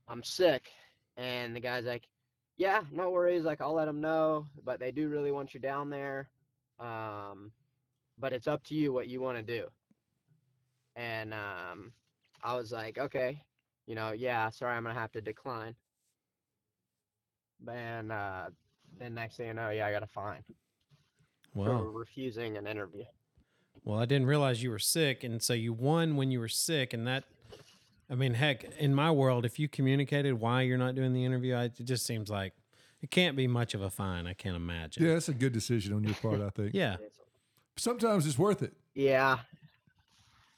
Speaker 4: I'm sick. And the guy's like, yeah, no worries. Like, I'll let them know, but they do really want you down there. Um, but it's up to you what you want to do. And um, I was like, okay, you know, yeah, sorry, I'm going to have to decline. And uh, then next thing you know, yeah, I got a fine for
Speaker 2: Wow.
Speaker 4: refusing an interview.
Speaker 2: Well, I didn't realize you were sick, and so you won when you were sick, and that. I mean, heck, in my world, if you communicated why you're not doing the interview, I, it just seems like it can't be much of a fine. I can't imagine.
Speaker 1: Yeah, that's a good decision on your part, I think.
Speaker 2: Yeah.
Speaker 1: Sometimes it's worth it.
Speaker 4: Yeah.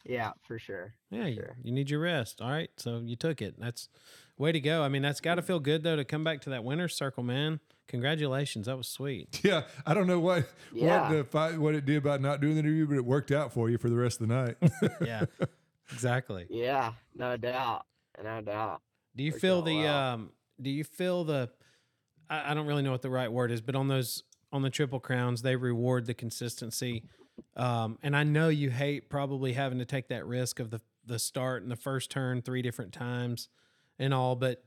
Speaker 4: Yeah, for sure.
Speaker 2: Yeah, you,
Speaker 4: Sure.
Speaker 2: you need your rest. All right, so you took it. That's way to go. I mean, that's got to feel good though to come back to that winner's circle, man. Congratulations, that was sweet.
Speaker 1: Yeah, I don't know what
Speaker 4: Yeah.
Speaker 1: what the fight, what it did by not doing the interview, but it worked out for you for the rest of the night.
Speaker 2: Yeah, exactly.
Speaker 4: Yeah, no doubt. No doubt.
Speaker 2: Do you
Speaker 4: Like,
Speaker 2: feel
Speaker 4: oh,
Speaker 2: the?
Speaker 4: wow.
Speaker 2: Um, do you feel the? I, I don't really know what the right word is, but on those on the triple crowns, they reward the consistency. Um, and I know you hate probably having to take that risk of the the start and the first turn three different times and all, but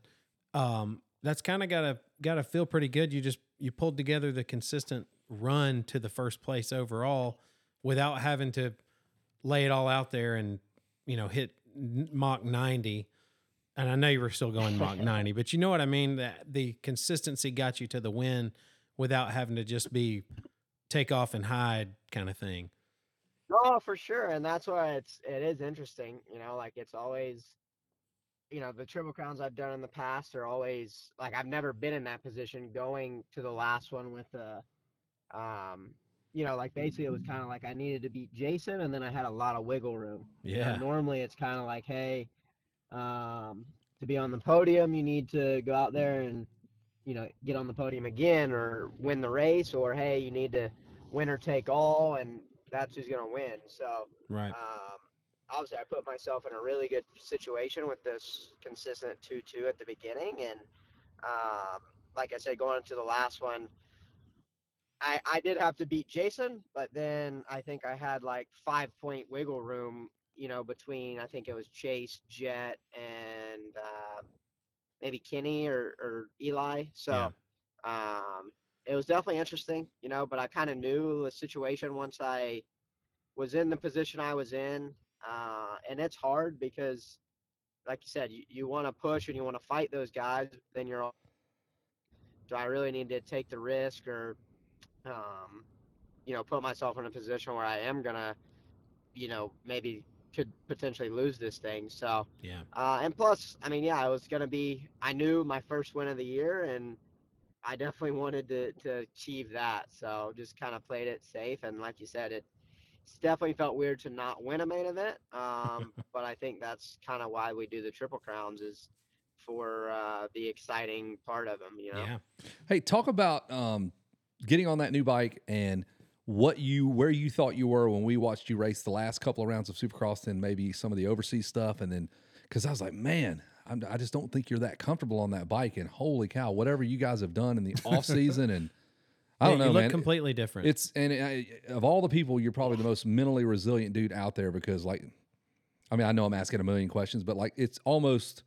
Speaker 2: um, that's kind of gotta gotta feel pretty good. You just you pulled together the consistent run to the first place overall without having to lay it all out there and you know hit n- Mach ninety. And I know you were still going Mach ninety, but you know what I mean. That the consistency got you to the win without having to just be take off and hide kind of thing.
Speaker 4: No, for sure, and that's why it's it is interesting. You know, like it's always, you know, the triple crowns I've done in the past are always like I've never been in that position. Going to the last one with the, um, you know, like basically it was kind of like I needed to beat Jason, and then I had a lot of wiggle room. You know,
Speaker 2: Yeah,
Speaker 4: normally it's kind of like, hey, um, to be on the podium, you need to go out there and, you know, get on the podium again or win the race, or hey, you need to win or take all, and that's who's going to win. So
Speaker 2: right.
Speaker 4: um, obviously, I put myself in a really good situation with this consistent 2 2 at the beginning. And um, like I said, going into the last one, I, I did have to beat Jason, but then I think I had like five point wiggle room, you know, between I think it was Chase, Jet, and uh, maybe Kenny or, or Eli. So um, it was definitely interesting, you know, but I kind of knew the situation once I was in the position I was in. Uh, and it's hard because, like you said, you, you want to push and you want to fight those guys, then you're all, do I really need to take the risk or, um, you know, put myself in a position where I am going to, you know, maybe could potentially lose this thing. So,
Speaker 2: Yeah,
Speaker 4: uh, and plus, I mean, yeah, it was going to be, I knew my first win of the year, and I definitely wanted to, to achieve that. So just kind of played it safe. And like you said, it it's definitely felt weird to not win a main event. Um, but I think that's kind of why we do the Triple Crowns is for uh, the exciting part of them, you know?
Speaker 2: yeah.
Speaker 3: Hey, talk about um, getting on that new bike and what you where you thought you were when we watched you race the last couple of rounds of Supercross, and maybe some of the overseas stuff, and then because I was like, man, I'm, I just don't think you're that comfortable on that bike, and holy cow, whatever you guys have done in the off season, and I
Speaker 2: Yeah,
Speaker 3: don't know,
Speaker 2: You look
Speaker 3: man.
Speaker 2: completely different.
Speaker 3: It's and I, of all the people, you're probably the most mentally resilient dude out there because, like, I mean, I know I'm asking a million questions, but like, it's almost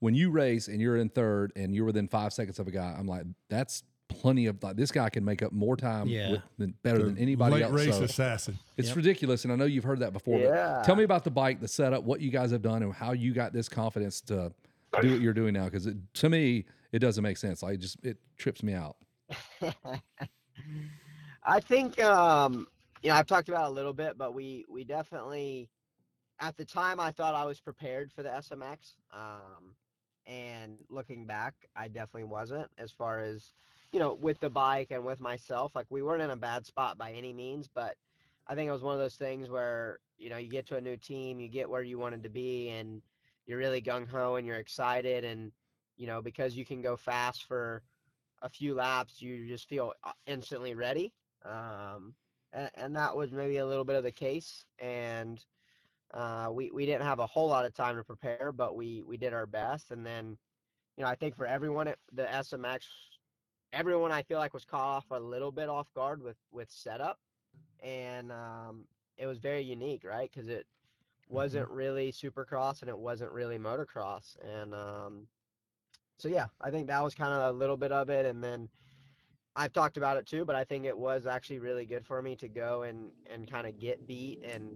Speaker 3: when you race and you're in third and you're within five seconds of a guy. I'm like, that's plenty of like this guy can make up more time,
Speaker 2: Yeah.
Speaker 3: with, than better than anybody
Speaker 1: Late
Speaker 3: else.
Speaker 1: race
Speaker 3: so
Speaker 1: assassin.
Speaker 3: it's
Speaker 2: Yep.
Speaker 3: ridiculous, and I know you've heard that before. but
Speaker 4: Yeah.
Speaker 3: tell me about the bike, the setup, what you guys have done, and how you got this confidence to do what you're doing now. Because to me, it doesn't make sense. Like, it just it trips me out.
Speaker 4: I think um, you know I've talked about it a little bit, but we we definitely at the time I thought I was prepared for the SMX, um, and looking back, I definitely wasn't as far as you know with the bike and with myself. Like we weren't in a bad spot by any means, but I think it was one of those things where you know you get to a new team, you get where you wanted to be, and you're really gung ho and you're excited, and you know because you can go fast for a few laps, you just feel uh, instantly ready. Um, and, and that was maybe a little bit of the case. And uh, we, we didn't have a whole lot of time to prepare, but we, we did our best. And then, you know, I think for everyone at the SMX, everyone I feel like was caught off a little bit off guard with, with setup. And um, it was very unique, right? Because it wasn't really supercross and it wasn't really motocross. And, um, so yeah, I think that was kind of a little bit of it, and then I've talked about it too, but I think it was actually really good for me to go and and kind of get beat and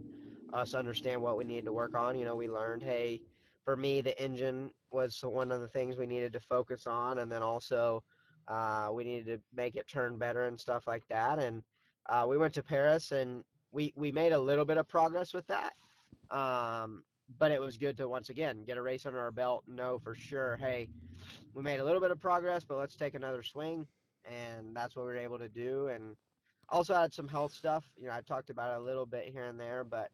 Speaker 4: us understand what we needed to work on. You know, we learned, hey, for me, the engine was one of the things we needed to focus on, and then also uh, we needed to make it turn better and stuff like that. And uh, we went to Paris, and we we made a little bit of progress with that. Um, but it was good to once again get a race under our belt, know for sure, hey, we made a little bit of progress, but let's take another swing. And that's what we were able to do. And also had some health stuff. You know, I talked about it a little bit here and there, but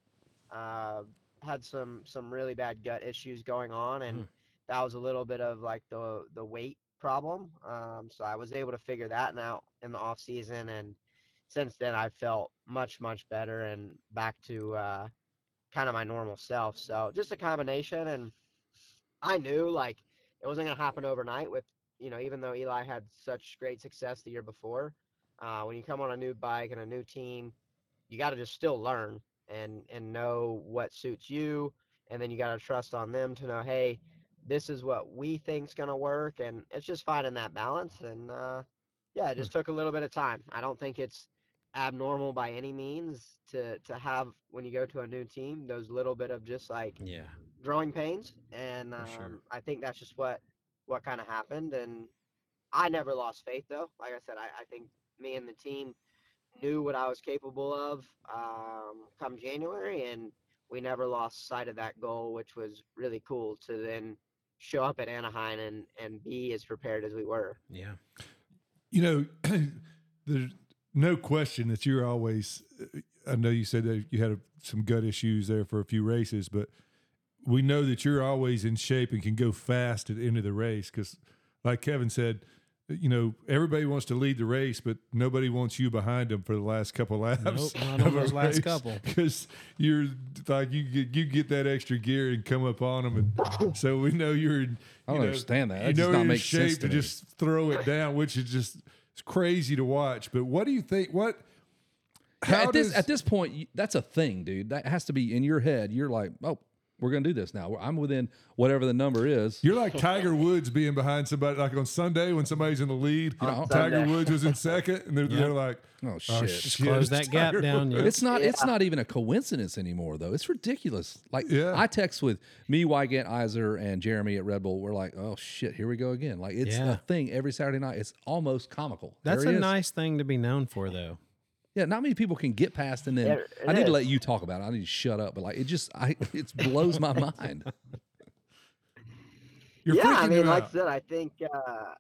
Speaker 4: uh, had some some really bad gut issues going on, and
Speaker 2: Hmm.
Speaker 4: that was a little bit of like the the weight problem. Um, so I was able to figure that out in the off season, and since then I felt much much better and back to uh, kind of my normal self. So just a combination, and I knew like it wasn't going to happen overnight with you know even though eli had such great success the year before uh, when you come on a new bike and a new team you got to just still learn and and know what suits you and then you got to trust on them to know hey this is what we think's going to work and it's just finding that balance and uh, yeah it just took a little bit of time i don't think it's abnormal by any means to to have when you go to a new team those little bit of just like
Speaker 2: Yeah.
Speaker 4: growing pains, and um,
Speaker 2: For sure.
Speaker 4: I think that's just what what kind of happened. And I never lost faith, though. Like I said, I, I think me and the team knew what I was capable of um, come January, and we never lost sight of that goal, which was really cool to then show up at Anaheim and and be as prepared as we were.
Speaker 2: Yeah.
Speaker 1: You know, there's no question that you're always. I know you said that you had a, some gut issues there for a few races, but we know that you're always in shape and can go fast at the end of the race because, like Kevin said, you know everybody wants to lead the race, but nobody wants you behind them for the last couple laps.
Speaker 2: Nope, not on those last couple.
Speaker 1: because you're like you get you get that extra gear and come up on them, and so we know you're. in-
Speaker 3: I don't
Speaker 1: you know,
Speaker 3: understand that. That
Speaker 1: you
Speaker 3: does
Speaker 1: know
Speaker 3: not
Speaker 1: you're
Speaker 3: make sense
Speaker 1: shaped
Speaker 3: to
Speaker 1: to
Speaker 3: me.
Speaker 1: just throw it down, which is just it's crazy to watch. But what do you think? What?
Speaker 3: Yeah,
Speaker 1: How
Speaker 3: at
Speaker 1: does
Speaker 3: this at this point, you- that's a thing, dude. That has to be in your head. You're like, oh, we're gonna do this now. I'm within whatever the number is.
Speaker 1: you're like Tiger Woods being behind somebody? Like on Sunday when somebody's in the lead,
Speaker 3: know,
Speaker 1: Tiger
Speaker 4: Sunday.
Speaker 1: Woods was in second, and they're, they're like,
Speaker 3: Oh shit!
Speaker 1: "Oh,
Speaker 2: Just
Speaker 1: shit, it's
Speaker 2: close that gap
Speaker 1: Tiger
Speaker 2: down.
Speaker 1: Woods."
Speaker 2: Yeah.
Speaker 3: It's not. It's not even a coincidence anymore, though. It's ridiculous. Like
Speaker 1: Yeah.
Speaker 3: I text with me, Wygant Iser, and Jeremy at Red Bull. We're like, oh shit, here we go again. Like it's
Speaker 2: Yeah.
Speaker 3: a thing every Saturday night. It's almost comical.
Speaker 2: That's
Speaker 3: There
Speaker 2: a
Speaker 3: it is.
Speaker 2: nice thing to be known for, though.
Speaker 3: Yeah, not many people can get past, and then
Speaker 4: It- it
Speaker 3: I need
Speaker 4: is.
Speaker 3: to let you talk about it. I need to shut up, but like it just, I it blows my mind.
Speaker 1: You're
Speaker 4: yeah, I
Speaker 1: freaking
Speaker 4: mean,
Speaker 1: him
Speaker 4: like I
Speaker 1: out.
Speaker 4: said, I think uh,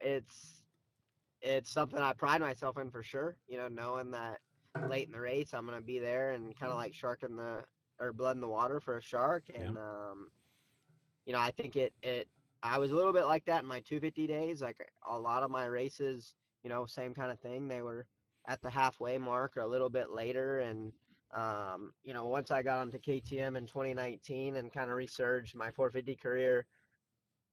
Speaker 4: it's it's something I pride myself in for sure. You know, knowing that late in the race I'm gonna be there and kind of like shark in the or blood in the water for a shark,
Speaker 2: Yeah.
Speaker 4: and um, you know, I think it it I was a little bit like that in my 250 days. Like a lot of my races, you know, same kind of thing. They were at the halfway mark or a little bit later, and um, you know, once I got onto KTM in 2019 and kind of resurged my 450 career,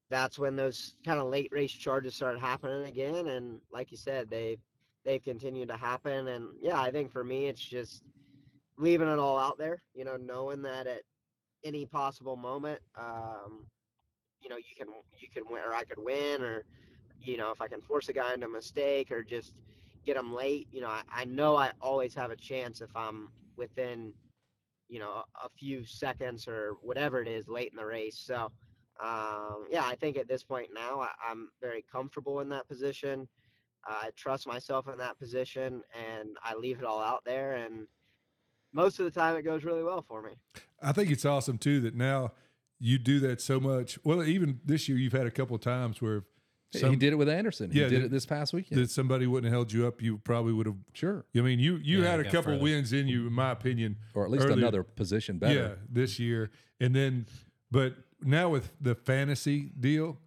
Speaker 4: that's when those kind of late race charges started happening again. And like you said, they they've continued to happen. And yeah, I think for me, it's just leaving it all out there. You know, knowing that at any possible moment, um, you know, you can you can win, or I could win, or you know, if I can force a guy into a mistake or just get him late. You know, I, I know I always have a chance if I'm within you know a few seconds or whatever it is late in the race. So um, yeah, I think at this point now I, I'm very comfortable in that position. I trust myself in that position, and I leave it all out there. And most of the time, it goes really well for me.
Speaker 1: I think it's awesome too that now you do that so much. Well, even this year you've had a couple of times where if
Speaker 3: he
Speaker 1: some,
Speaker 3: did it with Anderson. He
Speaker 1: Yeah,
Speaker 3: did
Speaker 1: the-
Speaker 3: it this past weekend.
Speaker 1: that somebody wouldn't have held you up, you probably would have.
Speaker 3: sure,
Speaker 1: I mean, you you
Speaker 2: Yeah,
Speaker 1: had
Speaker 2: it
Speaker 1: a
Speaker 2: got
Speaker 1: couple
Speaker 2: further.
Speaker 1: wins in you, in my opinion.
Speaker 3: or at least
Speaker 1: earlier-
Speaker 3: another position better.
Speaker 1: Yeah, this year. And then, but now with the fantasy deal,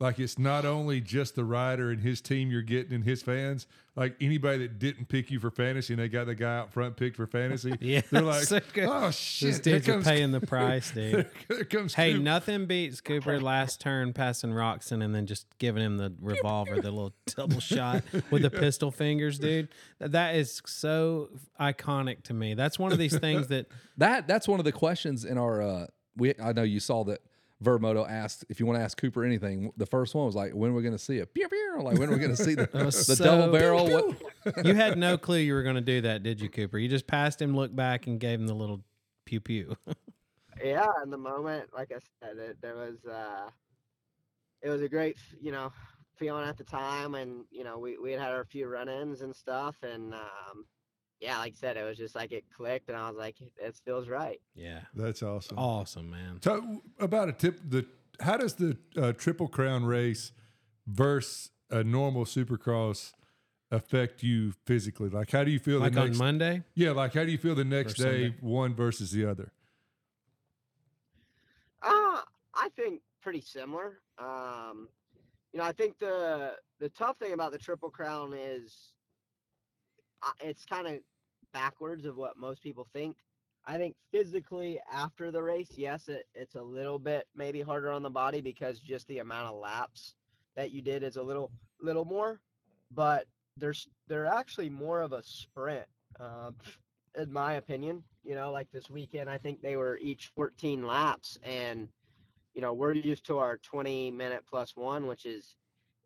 Speaker 1: like it's not only just the rider and his team you're getting and his fans, like anybody that didn't pick you for fantasy and they got the guy out front picked for fantasy.
Speaker 2: Yeah,
Speaker 1: They're like,
Speaker 2: so good.
Speaker 1: oh shit.
Speaker 2: These
Speaker 1: here
Speaker 2: dudes are
Speaker 1: comes-
Speaker 2: paying the price, dude.
Speaker 1: There comes
Speaker 2: Hey,
Speaker 1: Coop.
Speaker 2: nothing beats Cooper last turn passing Roxon and then just giving him the revolver, the little double shot with the pistol fingers, dude. Th- That is so iconic to me. That's one of these things that
Speaker 3: That that's one of the questions in our. Uh, we I know you saw that Vermoto asked if you want to ask Cooper anything. The first one was like, when are we going to see it? Pew, pew. Like when are we going to see the, the
Speaker 2: was so-
Speaker 3: double barrel? What,
Speaker 2: you had no clue you were going to do that, did you, Cooper? You just passed him, looked back, and gave him the little pew pew.
Speaker 4: Yeah, in the moment, like I said, it, there was uh, it was a great, f- you know, feeling at the time, and you know, we we had had our few run-ins and stuff, and um, yeah, like I said, it was just like it clicked, and I was like, it feels right.
Speaker 2: Yeah.
Speaker 1: That's awesome.
Speaker 2: Awesome, man.
Speaker 1: So about a tip, the how does the uh, Triple Crown race versus a normal Supercross affect you physically? Like, how do you feel?
Speaker 2: Like
Speaker 1: the
Speaker 2: on
Speaker 1: next,
Speaker 2: Monday?
Speaker 1: yeah, like how do you feel the next
Speaker 2: Or Sunday.
Speaker 1: day, one versus the other?
Speaker 4: Uh, I think pretty similar. Um, you know, I think the the tough thing about the Triple Crown is uh, it's kind of backwards of what most people think. I think physically after the race, yes, it, it's a little bit maybe harder on the body because just the amount of laps that you did is a little little more, but there's they're actually more of a sprint, um, in my opinion. You know, like this weekend, I think they were each 14 laps, and you know we're used to our 20 minute plus one, which is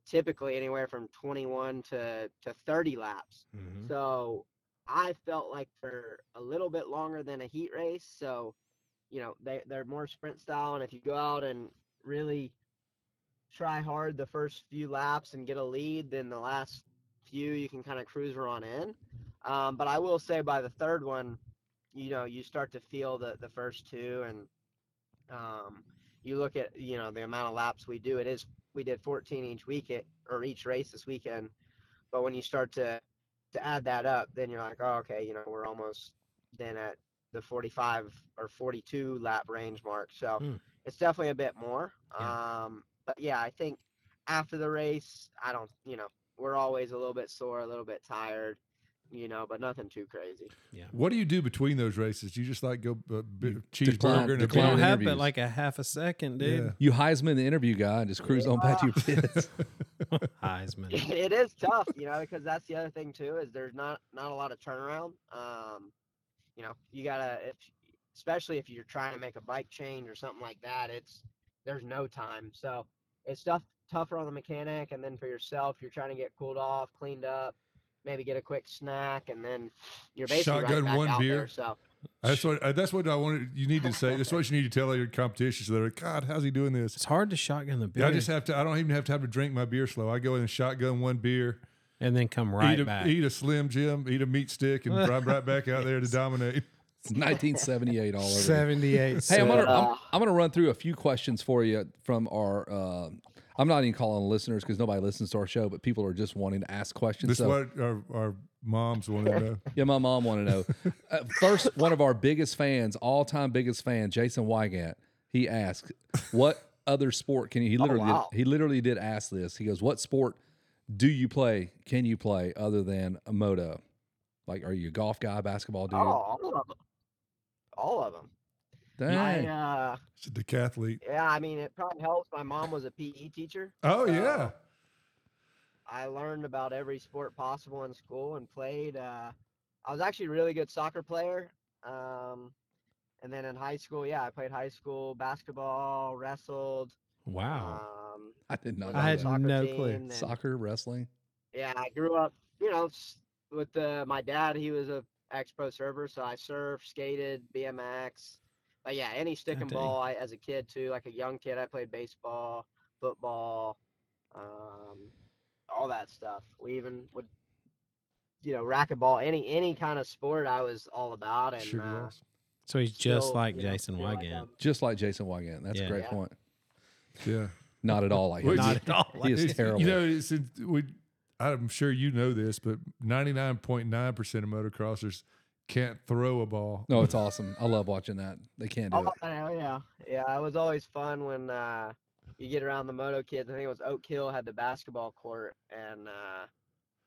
Speaker 4: typically anywhere from 21 to to 30 laps.
Speaker 3: Mm-hmm.
Speaker 2: Mm-hmm.
Speaker 4: So I felt like they're a little bit longer than a heat race. So, you know, they, they're more sprint style. And if you go out and really try hard the first few laps and get a lead, then the last few you can kind of cruise on in. Um, but I will say by the third one, you know, you start to feel the, the first two and um, you look at, you know, the amount of laps we do, it is, we did 14 each week at, or each race this weekend. But when you start to to add that up, then you're like, oh, okay, you know, we're almost then at the 45 or 42 lap range mark. So
Speaker 2: Hmm.
Speaker 4: it's definitely a bit more. Um, but yeah, I think after the race, I don't, you know, we're always a little bit sore, a little bit tired, you know, but nothing too crazy.
Speaker 1: What do you do between those races? Do you just like go uh, bit of
Speaker 3: Decline-
Speaker 1: cheeseburger and
Speaker 2: You
Speaker 3: decline
Speaker 1: a
Speaker 2: don't
Speaker 1: beer?
Speaker 2: have but
Speaker 3: interviews.
Speaker 2: like a half a second, dude.
Speaker 3: you Heisman, the interview guy, and just cruise on back to your pits.
Speaker 2: Heisman.
Speaker 4: it is tough, you know, because that's the other thing too is there's not not a lot of turnaround. Um, you know, you gotta, if, especially if you're trying to make a bike change or something like that, it's there's no time. So it's tough, tougher on the mechanic, and then for yourself, you're trying to get cooled off, cleaned up, maybe get a quick snack, and then you're basically right
Speaker 1: Shotgun
Speaker 4: back
Speaker 1: one
Speaker 4: out
Speaker 1: beer.
Speaker 4: there. So
Speaker 1: That's what uh, that's what I wanted. You need to say. That's what you need to tell your competition. So they're like, God, how's he doing this?
Speaker 2: It's hard to shotgun the beer
Speaker 1: I just have to. I don't even have time to drink my beer slow. I go in and shotgun one beer.
Speaker 2: and then come right
Speaker 1: eat, a,
Speaker 2: back.
Speaker 1: eat a Slim Jim, eat a meat stick, and drive right back out there to dominate.
Speaker 3: It's 1978 all over. again.
Speaker 2: 78.
Speaker 3: Hey, I'm
Speaker 2: cents.
Speaker 3: gonna I'm,
Speaker 4: Uh,
Speaker 3: I'm gonna run through a few questions for you from our. Uh, I'm not even calling listeners because nobody listens to our show, but people are just wanting to ask questions.
Speaker 1: This is
Speaker 3: so,
Speaker 1: what our, our moms want to know.
Speaker 3: yeah, my mom want to know. Uh, first, one of our biggest fans, all time biggest fan, Jason Wygant. He asked, "What other sport can you?" He literally
Speaker 4: Oh, wow.
Speaker 3: did, he literally did ask this. He goes, "What sport do you play? Can you play other than a moto? Like, are you a golf guy, basketball dude?
Speaker 4: oh, all of them, all of them. I,
Speaker 3: Dang.
Speaker 4: uh,
Speaker 1: It's a decathlete.
Speaker 4: yeah, I mean, it probably helps. My mom was a PE teacher.
Speaker 1: Oh yeah,
Speaker 4: I learned about every sport possible in school and played. Uh, I was actually a really good soccer player. Um, and then in high school, yeah, I played high school basketball, wrestled.
Speaker 2: wow.
Speaker 4: Um,
Speaker 3: I did not.
Speaker 4: was
Speaker 3: know
Speaker 2: I
Speaker 4: on the
Speaker 2: had
Speaker 3: that.
Speaker 2: Oh, no
Speaker 4: soccer
Speaker 2: clue.
Speaker 4: team, and
Speaker 3: soccer, wrestling.
Speaker 4: Yeah, I grew up, you know, s- with uh my dad. He was a ex pro server, so I surfed, skated, BMX. But yeah, any stick
Speaker 2: God
Speaker 4: and
Speaker 2: Oh, dang.
Speaker 4: ball. I, as a kid too, like a young kid, I played baseball, football. Um, all that stuff. We even would, you know, racquetball, any any kind of sport. I was all about,
Speaker 2: Oh,
Speaker 4: and
Speaker 1: Sugar
Speaker 4: uh,
Speaker 1: loss.
Speaker 2: So he's just
Speaker 4: still,
Speaker 2: like
Speaker 4: you know,
Speaker 2: Jason
Speaker 4: feel like
Speaker 2: Wygant.
Speaker 4: I'm-
Speaker 3: Just like Jason Wygant. That's
Speaker 2: Yeah.
Speaker 3: a great
Speaker 4: Yeah.
Speaker 3: point.
Speaker 1: Yeah.
Speaker 3: Not at all like him.
Speaker 1: Which-
Speaker 2: Not at all.
Speaker 3: He is
Speaker 1: It's-
Speaker 3: terrible.
Speaker 1: You know, it's, it, we, I'm sure you know this, but 99.9% of motocrossers can't throw a ball.
Speaker 3: no, it's awesome. I love watching that. They can't do
Speaker 4: Oh,
Speaker 3: it.
Speaker 4: hell yeah. Yeah, it was always fun when uh, you get around the moto kids. I think it was Oak Hill had the basketball court, and uh,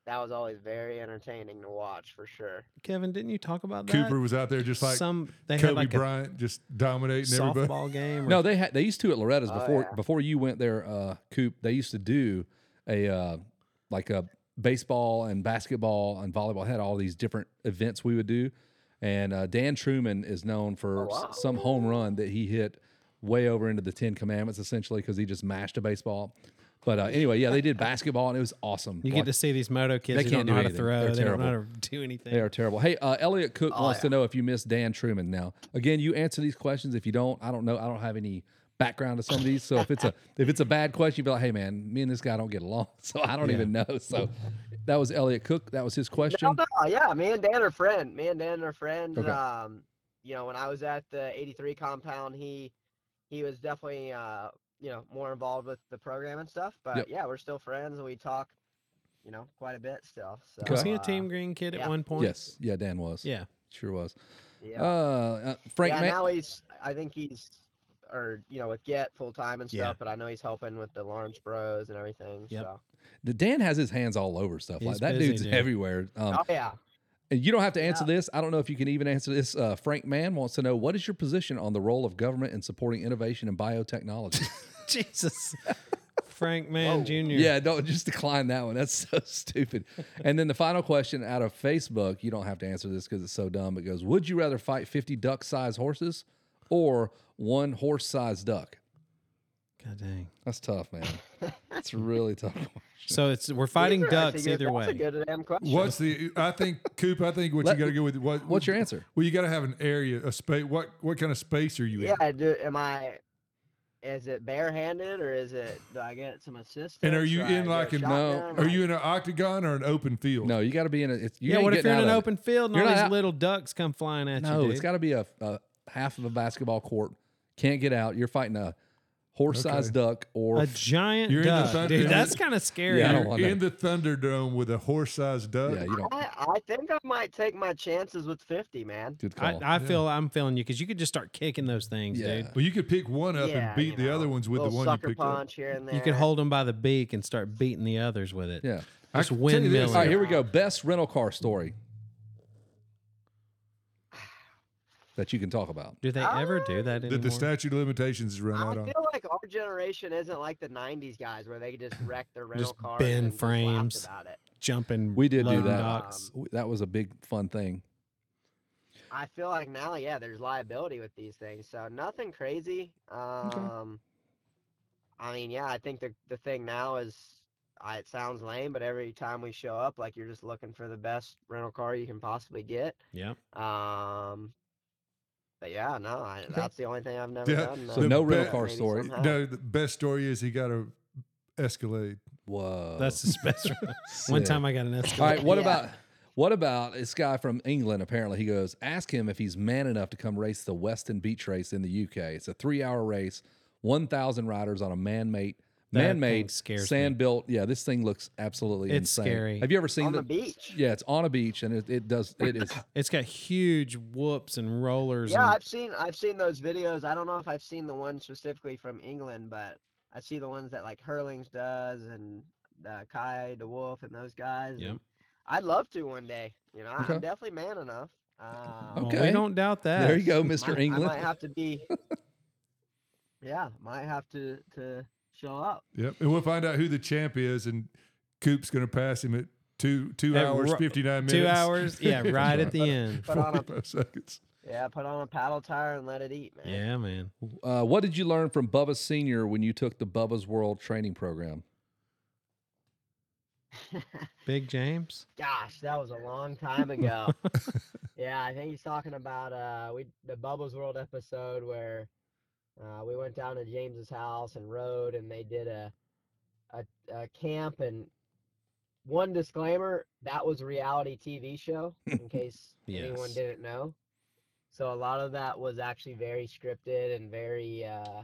Speaker 4: that was always very entertaining to watch for sure.
Speaker 2: Kevin, didn't you talk about that?
Speaker 1: Cooper was out there just like
Speaker 2: some they
Speaker 1: Kobe
Speaker 2: had like a
Speaker 1: Bryant, just dominating everybody.
Speaker 2: softball game. Or,
Speaker 3: No, they had they used to at Loretta's
Speaker 4: Oh,
Speaker 3: before
Speaker 4: yeah.
Speaker 3: before you went there, uh, Coop. They used to do a uh, like a baseball and basketball and volleyball. Had all these different events we would do, and uh, Dan Truman is known for
Speaker 4: Oh,
Speaker 3: s-
Speaker 4: wow.
Speaker 3: some home run that he hit way over into the Ten Commandments, essentially because he just mashed a baseball. But uh, anyway, yeah, they did basketball and it was awesome.
Speaker 2: you
Speaker 3: Like,
Speaker 2: get to see these moto kids.
Speaker 3: They
Speaker 2: who
Speaker 3: can't
Speaker 2: don't know
Speaker 3: do
Speaker 2: how to
Speaker 3: anything.
Speaker 2: throw.
Speaker 3: They're
Speaker 2: they don't know how
Speaker 3: terrible.
Speaker 2: to do anything.
Speaker 3: They are terrible. Hey, uh, Elliot Cook
Speaker 4: Oh,
Speaker 3: wants
Speaker 4: yeah.
Speaker 3: to know if you miss Dan Truman. Now, again, you answer these questions. If you don't, I don't know. I don't have any background to some of these. So if it's a if it's a bad question, you'd be like, "Hey, man, me and this guy don't get along, so I don't even know." So that was Elliot Cook. That was his
Speaker 4: No,
Speaker 3: question.
Speaker 4: no, yeah, me and Dan are friend. Me and Dan are friends.
Speaker 3: Okay.
Speaker 4: Um, you know, when I was at the '83 compound, he he was definitely uh, you know more involved with the program and stuff. But
Speaker 3: Yep.
Speaker 4: yeah, we're still friends, and we talk, you know, quite a bit still. So,
Speaker 2: Was he a
Speaker 4: uh,
Speaker 2: Team Green kid at
Speaker 4: yeah.
Speaker 2: one point?
Speaker 3: Yes, yeah, Dan was.
Speaker 2: Yeah.
Speaker 3: sure was.
Speaker 4: Yeah.
Speaker 3: Uh, uh, Frank,
Speaker 4: yeah,
Speaker 3: Ma-
Speaker 4: now he's. I think he's, or you know, with Get full time and stuff.
Speaker 2: Yeah.
Speaker 4: But I know he's helping with the Lawrence Bros and everything.
Speaker 2: Yep.
Speaker 4: So.
Speaker 3: the Dan has his hands all over stuff.
Speaker 2: He's
Speaker 3: Like that
Speaker 2: busy,
Speaker 3: dude's
Speaker 2: dude.
Speaker 3: everywhere. Um,
Speaker 4: Oh yeah.
Speaker 3: And you don't have to answer this. I don't know if you can even answer this. Uh, Frank Mann wants to know what is your position on the role of government in supporting innovation and biotechnology?
Speaker 2: Jesus. Frank Mann
Speaker 4: Whoa.
Speaker 2: Jr.
Speaker 3: yeah, don't just decline that one. That's so stupid. And then the final question out of Facebook, you don't have to answer this because it's so dumb. It goes, Would you rather fight 50 duck sized horses or one horse sized duck?
Speaker 2: God dang.
Speaker 3: That's tough, man. That's a really tough. one.
Speaker 2: So it's we're fighting
Speaker 4: These are actually
Speaker 2: ducks
Speaker 4: good-
Speaker 2: either
Speaker 4: that's
Speaker 2: way.
Speaker 4: A good damn question.
Speaker 1: What's the? I think Coop. I think what
Speaker 3: Let-
Speaker 1: you got to go with. What,
Speaker 3: What's your answer?
Speaker 1: Well, you got to have an area, a space. What what kind of space are you
Speaker 4: Yeah.
Speaker 1: in?
Speaker 4: I Do am I? Is it barehanded or is it? Do I get some assistance?
Speaker 1: you
Speaker 4: Do I
Speaker 1: in
Speaker 4: get a
Speaker 1: like an-
Speaker 3: No.
Speaker 4: shotgun?
Speaker 1: Are
Speaker 4: Like-
Speaker 1: you in an octagon or an open field?
Speaker 3: No, you got to be in a. It's, you
Speaker 2: yeah,
Speaker 3: ain't
Speaker 2: what if
Speaker 3: getting
Speaker 2: you're
Speaker 3: out
Speaker 2: in an
Speaker 3: of it.
Speaker 2: open field and
Speaker 3: You're
Speaker 2: all
Speaker 3: not
Speaker 2: these
Speaker 3: out-
Speaker 2: little ducks come flying at you?
Speaker 3: No, it's
Speaker 2: dude?
Speaker 3: got to be a, a half of a basketball court. Can't get out. You're fighting a horse-sized duck or
Speaker 2: a giant
Speaker 1: You're in the
Speaker 2: duck,
Speaker 1: thunder-
Speaker 2: dude. That's kind of scary.
Speaker 3: Yeah, I don't
Speaker 1: You're
Speaker 3: want that.
Speaker 1: in the Thunderdome with a horse-sized duck.
Speaker 3: yeah. You don't.
Speaker 4: I, I think I might take my chances with 50, man.
Speaker 3: Good
Speaker 2: I,
Speaker 3: call.
Speaker 2: I feel I'm feeling you because you could just start kicking those things,
Speaker 3: yeah.
Speaker 2: dude.
Speaker 1: Well, you could pick one up
Speaker 4: Yeah,
Speaker 1: and beat
Speaker 4: you
Speaker 1: the
Speaker 4: know,
Speaker 1: other ones with the
Speaker 4: Little
Speaker 1: one you
Speaker 4: sucker
Speaker 1: picked up.
Speaker 4: punch here and there.
Speaker 2: You could hold them by the beak and start beating the others with it.
Speaker 3: Yeah.
Speaker 1: I
Speaker 2: Just
Speaker 1: can tell you this,
Speaker 2: windmilling.
Speaker 3: All right, here we go. Best rental car story that you can talk about.
Speaker 2: Do they ever do that anymore?
Speaker 1: That the statute of limitations is run
Speaker 4: I
Speaker 1: out on.
Speaker 4: feel like our generation isn't like the '90s guys where they could just wreck their rental
Speaker 2: Just
Speaker 4: cars
Speaker 2: bend
Speaker 4: and just laughed
Speaker 2: frames.
Speaker 4: about it.
Speaker 2: Jumping.
Speaker 3: We did do
Speaker 2: loading
Speaker 3: that.
Speaker 2: Docks.
Speaker 3: W- That was a big fun thing.
Speaker 4: I feel like now, yeah, there's liability with these things. So nothing crazy. Um, I mean, yeah, I think the the thing now is, I, it sounds lame, but every time we show up, like you're just looking for the best rental car you can possibly get.
Speaker 2: Yeah.
Speaker 4: Um, but yeah, no, I, that's the only thing I've never
Speaker 1: Yeah,
Speaker 4: done.
Speaker 3: So
Speaker 1: The
Speaker 4: though.
Speaker 3: no
Speaker 1: be-
Speaker 3: rental car
Speaker 4: Maybe
Speaker 3: story.
Speaker 4: somehow.
Speaker 1: No, the best story is he got a Escalade.
Speaker 3: Whoa.
Speaker 2: That's the special. One
Speaker 3: uh, Sick.
Speaker 2: time I got an
Speaker 3: All
Speaker 2: escalator.
Speaker 3: right. What
Speaker 4: Yeah.
Speaker 3: about what about this guy from England? Apparently, he goes. Ask him if he's man enough to come race the Weston Beach race in the UK. It's a three-hour race, one thousand riders on a man-made,
Speaker 2: That thing
Speaker 3: man-made,
Speaker 2: scares me.
Speaker 3: sand-built. Yeah, this thing looks absolutely
Speaker 2: It's
Speaker 3: insane.
Speaker 2: scary.
Speaker 3: Have you ever seen
Speaker 4: on the
Speaker 3: the?
Speaker 4: beach.
Speaker 3: Yeah, it's on a beach, and it, it does. It is.
Speaker 2: It's got huge whoops and rollers.
Speaker 4: Yeah,
Speaker 2: and-
Speaker 4: I've seen I've seen those videos. I don't know if I've seen the one specifically from England, but I see the ones that like Hurlings does and uh, Kai the Wolf and those guys.
Speaker 2: Yep.
Speaker 4: and I'd love to one day. You know, I-
Speaker 3: Okay.
Speaker 4: I'm definitely man enough. Um,
Speaker 2: Well,
Speaker 3: Okay.
Speaker 2: we don't doubt that.
Speaker 3: There you go,
Speaker 4: might-
Speaker 3: Mister
Speaker 4: I
Speaker 3: England.
Speaker 4: might have to be. yeah, might have to to show up.
Speaker 1: Yep, and we'll find out who the champ is, and Coop's going to pass him at two two
Speaker 2: At
Speaker 1: hours
Speaker 2: ro-
Speaker 1: fifty nine minutes.
Speaker 2: Two hours. Yeah, right at the end.
Speaker 4: Put on a
Speaker 1: Five seconds.
Speaker 4: yeah, put on a paddle tire and let it eat, man.
Speaker 2: Yeah, man.
Speaker 3: Uh, what did you learn from Bubba Senior when you took the Bubba's World training program?
Speaker 2: Big James.
Speaker 4: Gosh, that was a long time ago. yeah, I think he's talking about uh we the Bubbles World episode where uh, we went down to James's house and rode and they did a a, a camp and one disclaimer that was a reality TV show, in case anyone
Speaker 2: Yes.
Speaker 4: didn't know. So a lot of that was actually very scripted and very, uh,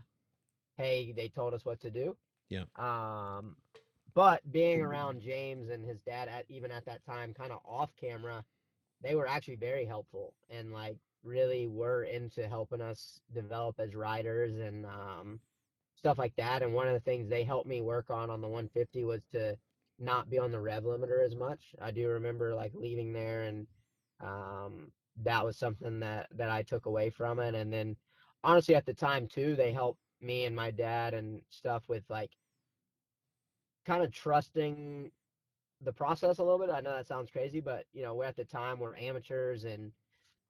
Speaker 4: hey, they told us what to do.
Speaker 2: Yeah. Mm-hmm.
Speaker 4: Um, but being around James and his dad, at, even at that time, kind of off camera, they were actually very helpful and like really were into helping us develop as riders and um, stuff like that. And one of the things they helped me work on on the 150 was to not be on the rev limiter as much. I do remember like leaving there and um that was something that that I took away from it and then honestly at the time too they helped me and my dad and stuff with like kind of trusting the process a little bit. I know that sounds crazy, but you know, we're at the time we're amateurs and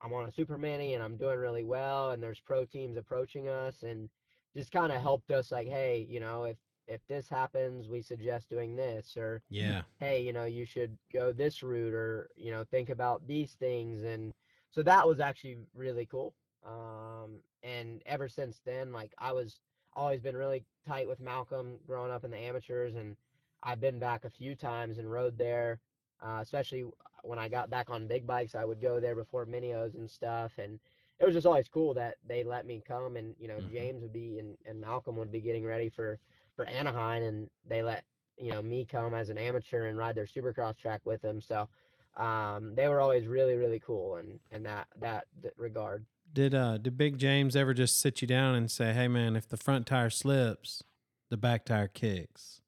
Speaker 4: I'm on a super mini and I'm doing really well and there's pro teams approaching us and just kind of helped us like, hey, you know, if if this happens, we suggest doing this or
Speaker 2: Yeah.
Speaker 4: hey, you know, you should go this route or, you know, think about these things. And so that was actually really cool. Um, and ever since then, like I was always been really tight with Malcolm growing up in the amateurs and I've been back a few times and rode there. Uh, especially w- when I got back on big bikes, I would go there before minios and stuff. And it was just always cool that they let me come and, you know,
Speaker 2: Mhm.
Speaker 4: James would be and, and Malcolm would be getting ready for, for Anaheim and they let you know me come as an amateur and ride their supercross track with them so um, they were always really really cool and in that that th- regard
Speaker 2: Did uh did Big James ever just sit you down and say, "Hey man, if the front tire slips, the back tire kicks."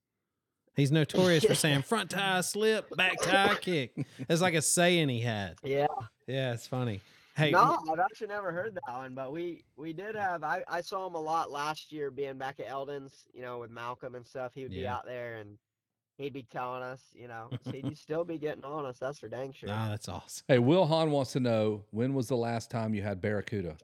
Speaker 2: He's notorious for saying front tire slip, back tire kick. It's like a saying he had.
Speaker 4: yeah
Speaker 2: Yeah, it's funny. Hey,
Speaker 4: no i've actually never heard that one but we we did have i i saw him a lot last year being back at eldon's you know with malcolm and stuff he would be
Speaker 2: Yeah.
Speaker 4: out there and he'd be telling us you know so he'd still be getting on us that's for dang sure
Speaker 2: nah, that's awesome.
Speaker 3: Hey, Will Hahn wants to know when was the last time you had Barracuda?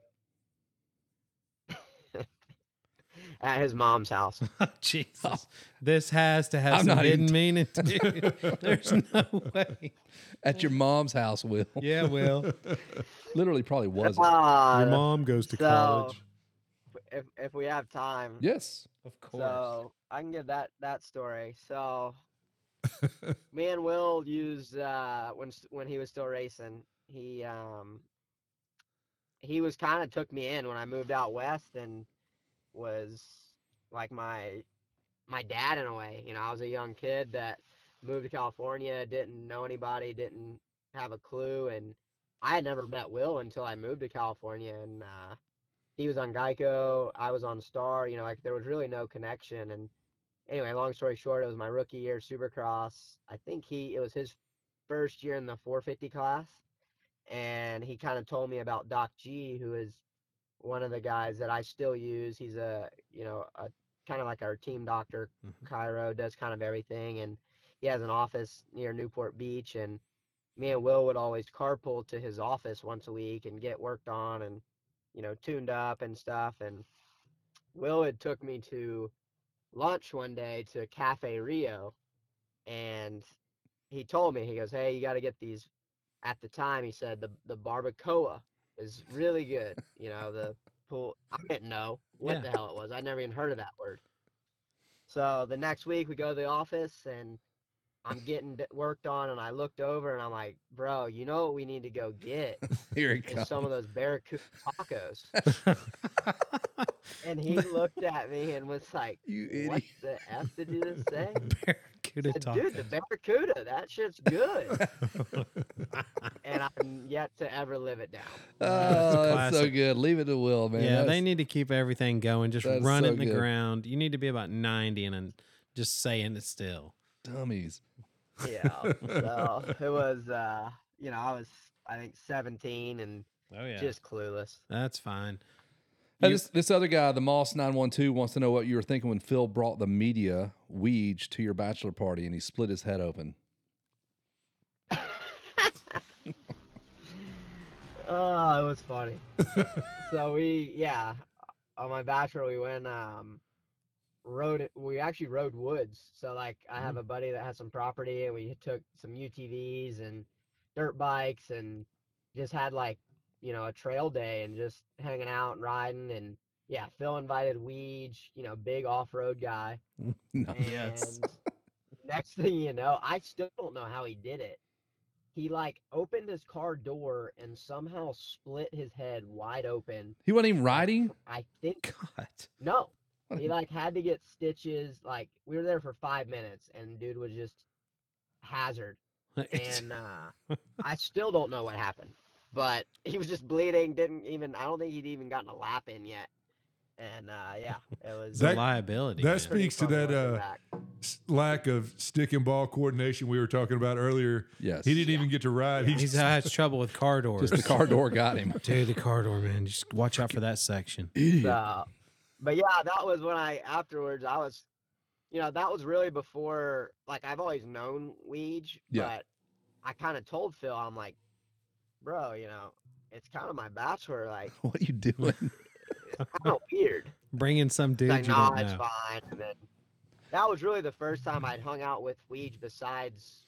Speaker 4: at his mom's house
Speaker 2: Oh, Jesus, this has to have
Speaker 3: I'm
Speaker 2: some
Speaker 3: not
Speaker 2: hidden
Speaker 3: even-
Speaker 2: meaning to it. There's no way.
Speaker 3: At your mom's house, Will.
Speaker 2: Yeah, Will.
Speaker 3: Literally probably wasn't.
Speaker 4: Ah,
Speaker 5: Your mom goes to
Speaker 4: so-
Speaker 5: college.
Speaker 4: if if we have time
Speaker 3: Yes.
Speaker 2: Of course.
Speaker 4: So I can give that that story. So me and Will used uh, when s- when he was still racing. He um he was kind of took me in when I moved out west and was like my my dad in a way. You know, I was a young kid that moved to California, didn't know anybody, didn't have a clue, and I had never met Will until I moved to California, and uh, he was on Geico, I was on Star. You know, like there was really no connection. And anyway, long story short, it was my rookie year Supercross. I think he it was his first year in the 450 class, and he kind of told me about Doc G, who is one of the guys that I still use. He's a you know a kind of like our team doctor.
Speaker 2: Mhm.
Speaker 4: Cairo does kind of everything, and he has an office near Newport Beach, and me and Will would always carpool to his office once a week and get worked on and you know tuned up and stuff. And Will had took me to lunch one day to Cafe Rio, and he told me he goes, "Hey, you got to get these." At the time, he said the the barbacoa is really good. You know the pool. I didn't know what
Speaker 2: Yeah.
Speaker 4: the hell it was. I never even heard of that word. So the next week we go to the office and I'm getting d- worked on and I looked over and I'm like, bro, you know what we need to go get
Speaker 3: Here it
Speaker 4: is
Speaker 3: comes.
Speaker 4: some of those barracuda tacos. And he looked at me and was like,
Speaker 3: you
Speaker 4: what
Speaker 3: idiot.
Speaker 4: the f did you just say?
Speaker 2: Barracuda
Speaker 4: Said, Dude, the barracuda, that shit's good. and I'm yet to ever live it down.
Speaker 3: Oh, that's so
Speaker 2: classic.
Speaker 3: good. Leave it to Will, man.
Speaker 2: yeah, they
Speaker 3: That's-
Speaker 2: need to keep everything going. Just
Speaker 3: that's
Speaker 2: run
Speaker 3: so
Speaker 2: it in the
Speaker 3: good.
Speaker 2: ground. You need to be about 90 and then just saying it still.
Speaker 3: dummies.
Speaker 4: Yeah. So it was, uh, you know, I was, I think, 17 and
Speaker 2: Oh, yeah.
Speaker 4: just clueless.
Speaker 2: That's fine.
Speaker 3: Hey,
Speaker 2: You-
Speaker 3: this, this other guy, the Moss nine one two, wants to know what you were thinking when Phil brought the media weege to your bachelor party and he split his head open.
Speaker 4: Oh, it was funny. so we, yeah, on my bachelor, we went, um, rode, we actually rode woods. So, like, I have a buddy that has some property, and we took some UTVs and dirt bikes and just had, like, you know, a trail day and just hanging out and riding. And yeah, Phil invited Weege, you know, big off road guy.
Speaker 3: No.
Speaker 4: And
Speaker 2: Yes.
Speaker 4: next thing you know, I still don't know how he did it. He like opened his car door and somehow split his head wide open.
Speaker 3: He wasn't even
Speaker 1: Oh
Speaker 3: riding.
Speaker 4: I think
Speaker 2: God.
Speaker 4: no.
Speaker 3: What
Speaker 4: He like had to get stitches. Like we were there for five minutes and dude was just hazard.
Speaker 2: It's-
Speaker 4: And uh I still don't know what happened. But he was just bleeding, didn't even I don't think he'd even gotten a lap in yet. And uh yeah, it was
Speaker 2: it's a
Speaker 1: That-
Speaker 2: liability.
Speaker 1: that's
Speaker 2: man.
Speaker 1: been- speaks to that, uh, S- Lack of stick and ball coordination we were talking about earlier.
Speaker 3: Yes.
Speaker 1: He didn't even get to ride. He
Speaker 2: He's
Speaker 1: just,
Speaker 2: had trouble with car doors.
Speaker 3: Just the car door got him.
Speaker 2: Dude, the car door, man. Just watch out for that section.
Speaker 4: So, but yeah, that was when I afterwards I was, you know, that was really before. Like I've always known Weege,
Speaker 3: Yeah.
Speaker 4: but I kind of told Phil, I'm like, bro, you know, it's kind of my bachelor. Like,
Speaker 3: What you doing?
Speaker 4: kind of weird.
Speaker 2: Bring in some dude
Speaker 4: He's
Speaker 2: you
Speaker 4: like, nah,
Speaker 2: don't
Speaker 4: it's
Speaker 2: know.
Speaker 4: fine. And then that was really the first time I'd hung out with Weege besides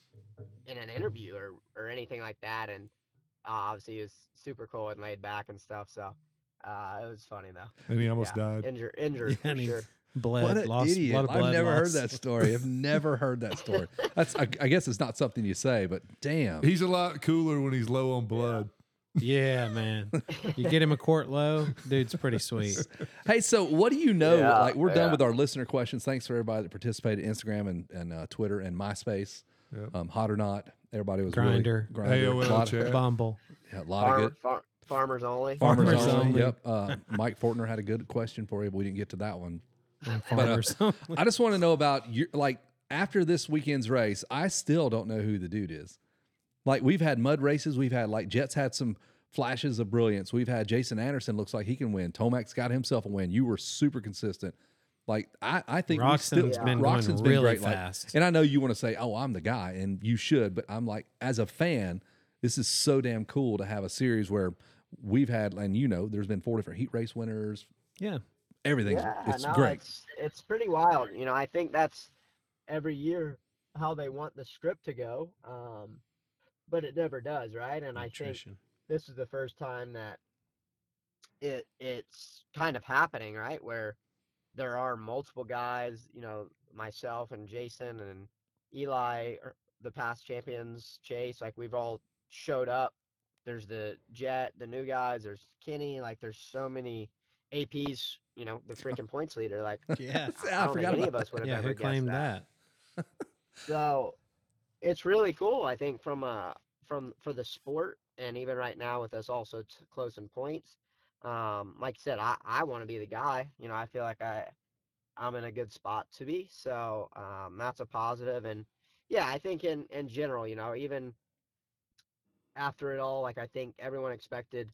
Speaker 4: in an interview or or anything like that. And uh, obviously, he was super cool and laid back and stuff. So. Uh, it was funny though.
Speaker 1: and he almost
Speaker 4: yeah.
Speaker 1: died.
Speaker 4: Injured, injured
Speaker 2: Yeah,
Speaker 4: for
Speaker 2: and he-
Speaker 4: sure.
Speaker 2: Bled,
Speaker 3: what an
Speaker 2: lost,
Speaker 3: idiot!
Speaker 2: lot of blood
Speaker 3: I've never
Speaker 2: loss.
Speaker 3: heard that story. I've never heard that story. That's. I, I guess it's not something you say, but damn.
Speaker 1: He's a lot cooler when he's low on blood.
Speaker 2: Yeah, man. You get him a quart low, dude's pretty sweet.
Speaker 3: Hey, so what do you know?
Speaker 4: Yeah,
Speaker 3: like we're done
Speaker 4: yeah.
Speaker 3: with our listener questions. Thanks for everybody that participated, Instagram and, and uh, Twitter and MySpace.
Speaker 1: Yep.
Speaker 3: Um, hot or not, everybody was Really,
Speaker 2: Grindr.
Speaker 3: grinder.
Speaker 1: AOL
Speaker 3: a lot, of,
Speaker 1: chat.
Speaker 2: Bumble.
Speaker 3: yeah, a lot of
Speaker 4: Farmer,
Speaker 3: good
Speaker 4: far, farmers only.
Speaker 3: farmers,
Speaker 2: Farmers
Speaker 3: only.
Speaker 2: only.
Speaker 3: Yep. Uh, Mike Fortner had a good question for you, but we didn't get to that one.
Speaker 2: and
Speaker 3: uh,
Speaker 2: farmers.
Speaker 3: I just want to know about your like after this weekend's race. I still don't know who the dude is. Like we've had mud races, we've had like Jets had some flashes of brilliance. We've had Jason Anderson looks like he can win. Tomac's got himself a win. You were super consistent. Like I, I think we
Speaker 2: Roxanne's
Speaker 3: still,
Speaker 2: been
Speaker 3: Roxanne's
Speaker 2: going
Speaker 3: been
Speaker 2: really
Speaker 3: great, like-
Speaker 2: fast.
Speaker 3: and I know you want to say, "Oh, I'm the guy," and you should, but I'm like, as a fan, this is so damn cool to have a series where we've had, and you know, there's been four different heat race winners.
Speaker 2: yeah.
Speaker 3: Everything's it's great.
Speaker 4: It's, it's pretty wild. You know, I think that's every year how they want the script to go, um, but it never does, right? And I think
Speaker 2: Nutrition.
Speaker 4: this is the first time that it it's kind of happening, right? Where there are multiple guys, you know, myself and Jason and Eli, or the past champions, Chase, like we've all showed up. There's the Jet, the new guys, there's Kenny, like there's so many APs, you know, the freaking points leader. Like
Speaker 2: Yeah.
Speaker 4: I
Speaker 3: Ah, I
Speaker 4: don't think
Speaker 3: forgot
Speaker 4: any
Speaker 3: about
Speaker 4: of us would have
Speaker 2: Yeah,
Speaker 4: ever
Speaker 2: who
Speaker 4: guessed
Speaker 2: claimed
Speaker 4: that
Speaker 2: that?
Speaker 4: so it's really cool i think from uh from for the sport and even right now with us also t- close in points um like you said i i want to be the guy you know i feel like i i'm in a good spot to be so um that's a positive and yeah i think in in general you know even after it all like i think everyone expected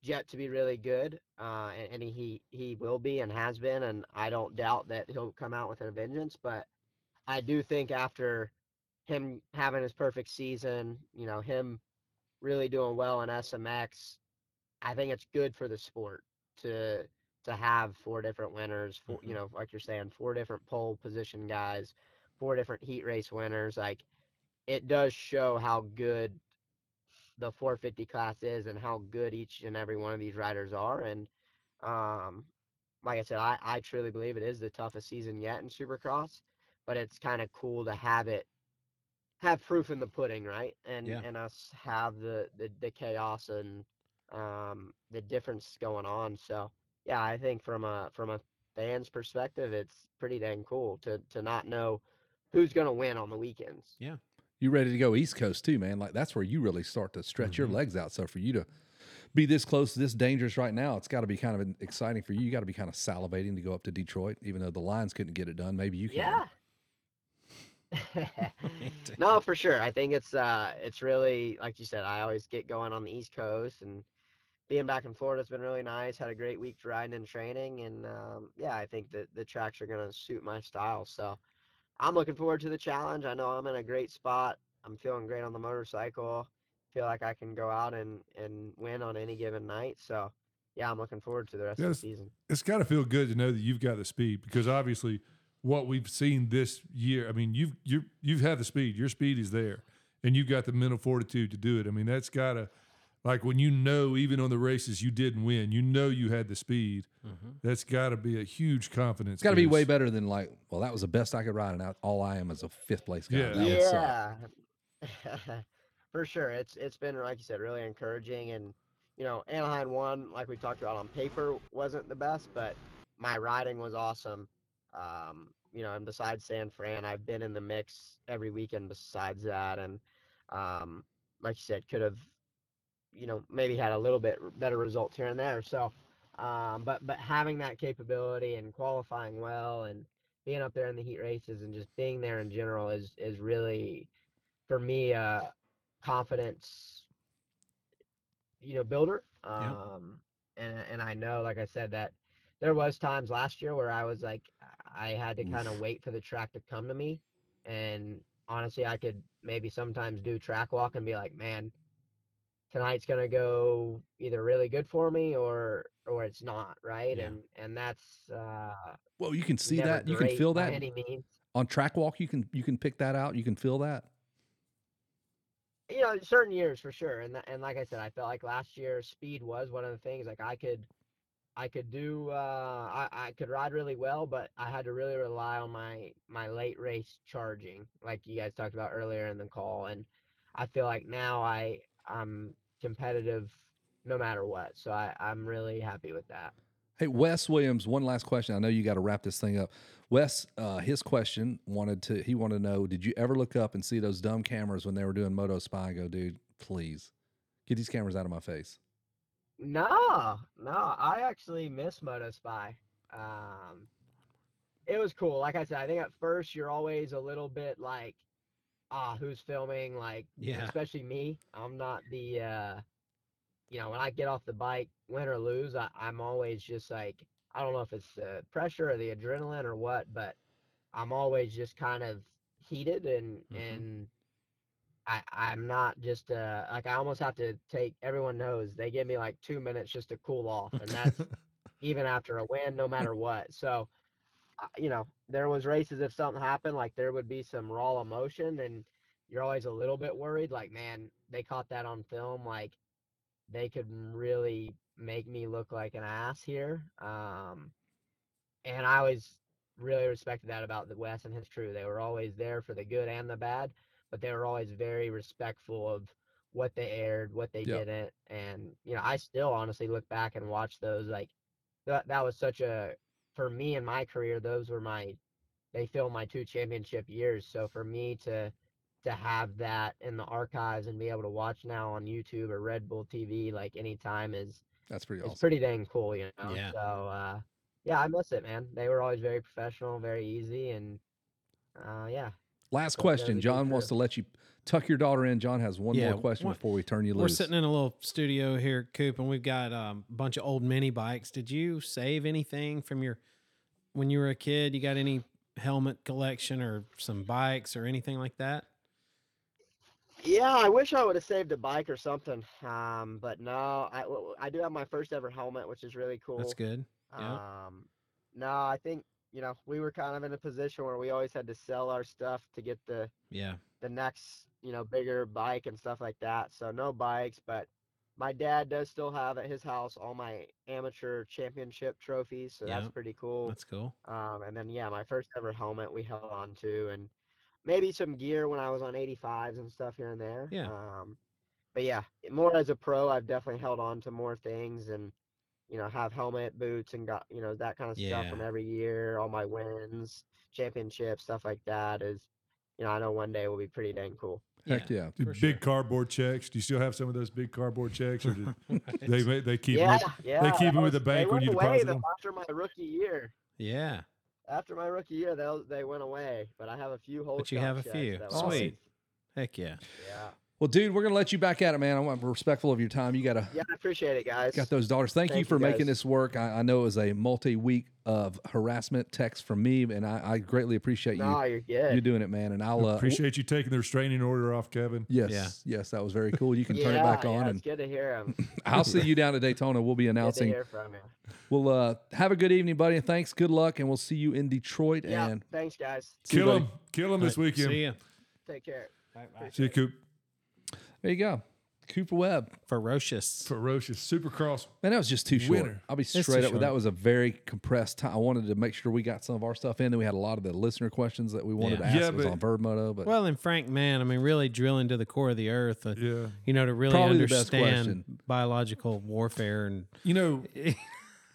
Speaker 4: jet to be really good uh and, and he he will be and has been and i don't doubt that he'll come out with a vengeance but I do think after him having his perfect season, you know, him really doing well in SMX, I think it's good for the sport to to have four different winners, four, you know, like you're saying, four different pole position guys, four different heat race winners. Like it does show how good the 450 class is and how good each and every one of these riders are and um like I said, I, I truly believe it is the toughest season yet in Supercross but it's kind of cool to have it have proof in the pudding right and
Speaker 2: Yeah.
Speaker 4: and us have the, the the chaos and um the difference going on so yeah i think from a from a fan's perspective it's pretty dang cool to to not know who's going to win on the weekends
Speaker 3: you ready to go East Coast too, man. Like that's where you really start to stretch your
Speaker 2: Mhm.
Speaker 3: legs out. So for you to be this close, this dangerous right now, it's got to be kind of exciting for you. You got to be kind of salivating to go up to Detroit, even though the Lions couldn't get it done. Maybe you can.
Speaker 4: yeah no for sure i think it's uh it's really like you said i always get going on the east coast and being back in florida has been really nice had a great week riding and training and um, yeah i think that the tracks are going to suit my style so i'm looking forward to the challenge i know i'm in a great spot i'm feeling great on the motorcycle feel like i can go out and and win on any given night so yeah i'm looking forward to the rest of the
Speaker 1: Yes.
Speaker 4: season
Speaker 1: It's got to feel good to know that you've got the speed because obviously what we've seen this year. I mean, you've you you've had the speed. Your speed is there, and you've got the mental fortitude to do it. I mean, that's gotta Like when you know, even on the races you didn't win, you know you had the speed.
Speaker 3: Mm-hmm.
Speaker 2: Mhm.
Speaker 1: That's got to be a huge confidence.
Speaker 3: It's got to be
Speaker 1: boost.
Speaker 3: way better than like, well, that was the best I could ride, and I, all I am is a fifth place guy.
Speaker 1: Yeah.
Speaker 3: That would suck.
Speaker 4: yeah. For sure. It's it's been like you said, really encouraging and you know, Anaheim one, like we talked about on paper, wasn't the best, but my riding was awesome. Um, you know, and besides San Fran, I've been in the mix every weekend besides that and um like you said, could have you know, maybe had a little bit r- better results here and there. So um but but having that capability and qualifying well and being up there in the heat races and just being there in general is is really for me a confidence you know builder um and and I know like I said that there was times last year where I was like I had to kind of wait for the track to come to me and honestly I could maybe sometimes do track walk and be like man tonight's going to go either really good for me or or it's not right
Speaker 2: Yeah.
Speaker 4: and and that's uh
Speaker 3: Well, you can see
Speaker 4: never
Speaker 3: that. You can
Speaker 4: great
Speaker 3: feel
Speaker 4: by
Speaker 3: that
Speaker 4: any means.
Speaker 3: on track walk. You can you can pick that out. You can feel that.
Speaker 4: You know, certain years for sure, and tha- and like I said, I felt like last year speed was one of the things. Like I could, I could do, uh, I I could ride really well, but I had to really rely on my my late race charging, like you guys talked about earlier in the call, and I feel like now I I'm competitive no matter what, so I I'm really happy with that.
Speaker 3: Hey, Wes Williams, one last question. I know you got to wrap this thing up. Wes, uh, his question wanted to, he wanted to know, did you ever look up and see those dumb cameras when they were doing Moto Spy? I go, dude, please get these cameras out of my face.
Speaker 4: No, no, I actually miss Moto Spy. Um, it was cool. Like I said, I think at first you're always a little bit like, ah, who's filming? Like,
Speaker 2: Yeah.
Speaker 4: especially me. I'm not the, uh, you know, when I get off the bike, win or lose, I, I'm always just like, I don't know if it's the pressure or the adrenaline or what, but I'm always just kind of heated and
Speaker 2: Mhm.
Speaker 4: and I I'm not just uh like I almost have to take everyone knows they give me like two minutes just to cool off and that's even after a win no matter what so uh, you know there was races if something happened like there would be some raw emotion and you're always a little bit worried like man they caught that on film like they could really make me look like an ass here um and I always really respected that about the Wes and his crew. They were always there for the good and the bad, but they were always very respectful of what they aired, what they
Speaker 3: Yep.
Speaker 4: didn't, and you know, I still honestly look back and watch those like that. That was such a for me in my career. Those were my they filled my two championship years. So for me to to have that in the archives and be able to watch now on YouTube or Red Bull TV like anytime is
Speaker 3: That's pretty
Speaker 4: it's
Speaker 3: awesome.
Speaker 4: pretty dang cool, you know.
Speaker 2: Yeah.
Speaker 4: So uh, yeah, I miss it, man. They were always very professional, very easy, and uh, yeah.
Speaker 3: Last
Speaker 4: Don't know
Speaker 3: question.
Speaker 4: the
Speaker 3: John wants to
Speaker 4: detail.
Speaker 3: let you tuck your daughter in. John has one
Speaker 2: Yeah,
Speaker 3: more question
Speaker 2: what-
Speaker 3: before we turn you
Speaker 2: We're
Speaker 3: loose.
Speaker 2: sitting in a little studio here, Coop, and we've got um, a bunch of old mini bikes. Did you save anything from your when you were a kid? You got any helmet collection or some bikes or anything like that?
Speaker 4: Yeah, I wish I would have saved a bike or something, um, but no, I w- I do have my first ever helmet, which is really cool.
Speaker 2: That's good. yeah.
Speaker 4: Um, no, I think you know we were kind of in a position where we always had to sell our stuff to get the
Speaker 2: Yeah.
Speaker 4: the next you know bigger bike and stuff like that so no bikes but my dad does still have at his house all my amateur championship trophies so
Speaker 2: Yeah.
Speaker 4: that's pretty cool
Speaker 2: That's cool.
Speaker 4: um, and then yeah my first ever helmet we held on to and maybe some gear when i was on 85s and stuff here and there
Speaker 2: Yeah.
Speaker 4: um, but yeah more as a pro i've definitely held on to more things and you know have helmet boots and got you know that kind of stuff from
Speaker 2: Yeah.
Speaker 4: every year all my wins championships stuff like that is you know i know one day will be pretty dang cool
Speaker 3: Heck yeah.
Speaker 1: Do
Speaker 2: For
Speaker 1: big
Speaker 2: sure.
Speaker 1: cardboard checks. Do you still have some of those big cardboard checks, or did they ma- they keep?
Speaker 4: yeah,
Speaker 1: Them?
Speaker 4: yeah.
Speaker 1: keep 'em
Speaker 4: that
Speaker 1: with the
Speaker 4: was-
Speaker 1: bank
Speaker 4: they
Speaker 1: when
Speaker 4: went
Speaker 1: you
Speaker 4: away
Speaker 1: deposit
Speaker 4: though,
Speaker 1: them?
Speaker 4: After my rookie year,
Speaker 2: Yeah.
Speaker 4: after my rookie year, they they went away. But I have a few whole.
Speaker 2: But you have a few. Sweet. Heck yeah.
Speaker 4: Yeah,
Speaker 3: Well, dude, we're going to let you back at it, man. I want respectful of your time. You got to
Speaker 4: yeah. I appreciate it, guys.
Speaker 3: Got those daughters. Thank, you
Speaker 4: Thank you,
Speaker 3: for making
Speaker 4: guys.
Speaker 3: this work. I, I know it was a multi week of harassment text from me, and I, I greatly appreciate
Speaker 4: no,
Speaker 3: you
Speaker 4: you're good.
Speaker 3: you doing it, man. And I'll uh,
Speaker 1: Appreciate you taking the restraining order off, Kevin.
Speaker 3: Yes,
Speaker 2: Yeah.
Speaker 3: yes, that was very cool. You can
Speaker 4: yeah,
Speaker 3: turn it back on,
Speaker 4: yeah,
Speaker 3: and
Speaker 4: it's good to hear 'em. Good
Speaker 3: I'll see you down at Daytona. We'll be
Speaker 4: to
Speaker 3: announcing.
Speaker 4: hear from you.
Speaker 3: We'll uh, have a good evening, buddy. And thanks. Good luck, and we'll see you in Detroit.
Speaker 4: Yeah,
Speaker 3: And
Speaker 4: thanks, guys.
Speaker 3: See you,
Speaker 1: Kill
Speaker 3: buddy.
Speaker 1: him, kill him this
Speaker 2: All right,
Speaker 1: weekend.
Speaker 2: See ya.
Speaker 4: Take care.
Speaker 1: See you, Coop.
Speaker 3: there you go. Cooper Webb.
Speaker 2: Ferocious.
Speaker 1: Ferocious Supercross.
Speaker 3: Man, that was just too short.
Speaker 1: Winner.
Speaker 3: I'll be
Speaker 2: too
Speaker 3: straight up. with
Speaker 2: short.
Speaker 3: That was a very compressed time. I wanted to make sure we got some of our stuff in. Then we had a lot of the listener questions that we wanted to
Speaker 2: Yeah.
Speaker 3: ask.
Speaker 1: Yeah,
Speaker 3: it was
Speaker 1: but-
Speaker 3: on Verb Moto, but
Speaker 2: Well, and Frank Mann, I mean, really drilling to the core of the earth. uh,
Speaker 1: Yeah.
Speaker 2: You know, to really
Speaker 3: Probably the best
Speaker 2: understand
Speaker 3: question.
Speaker 2: biological warfare. And
Speaker 1: You know,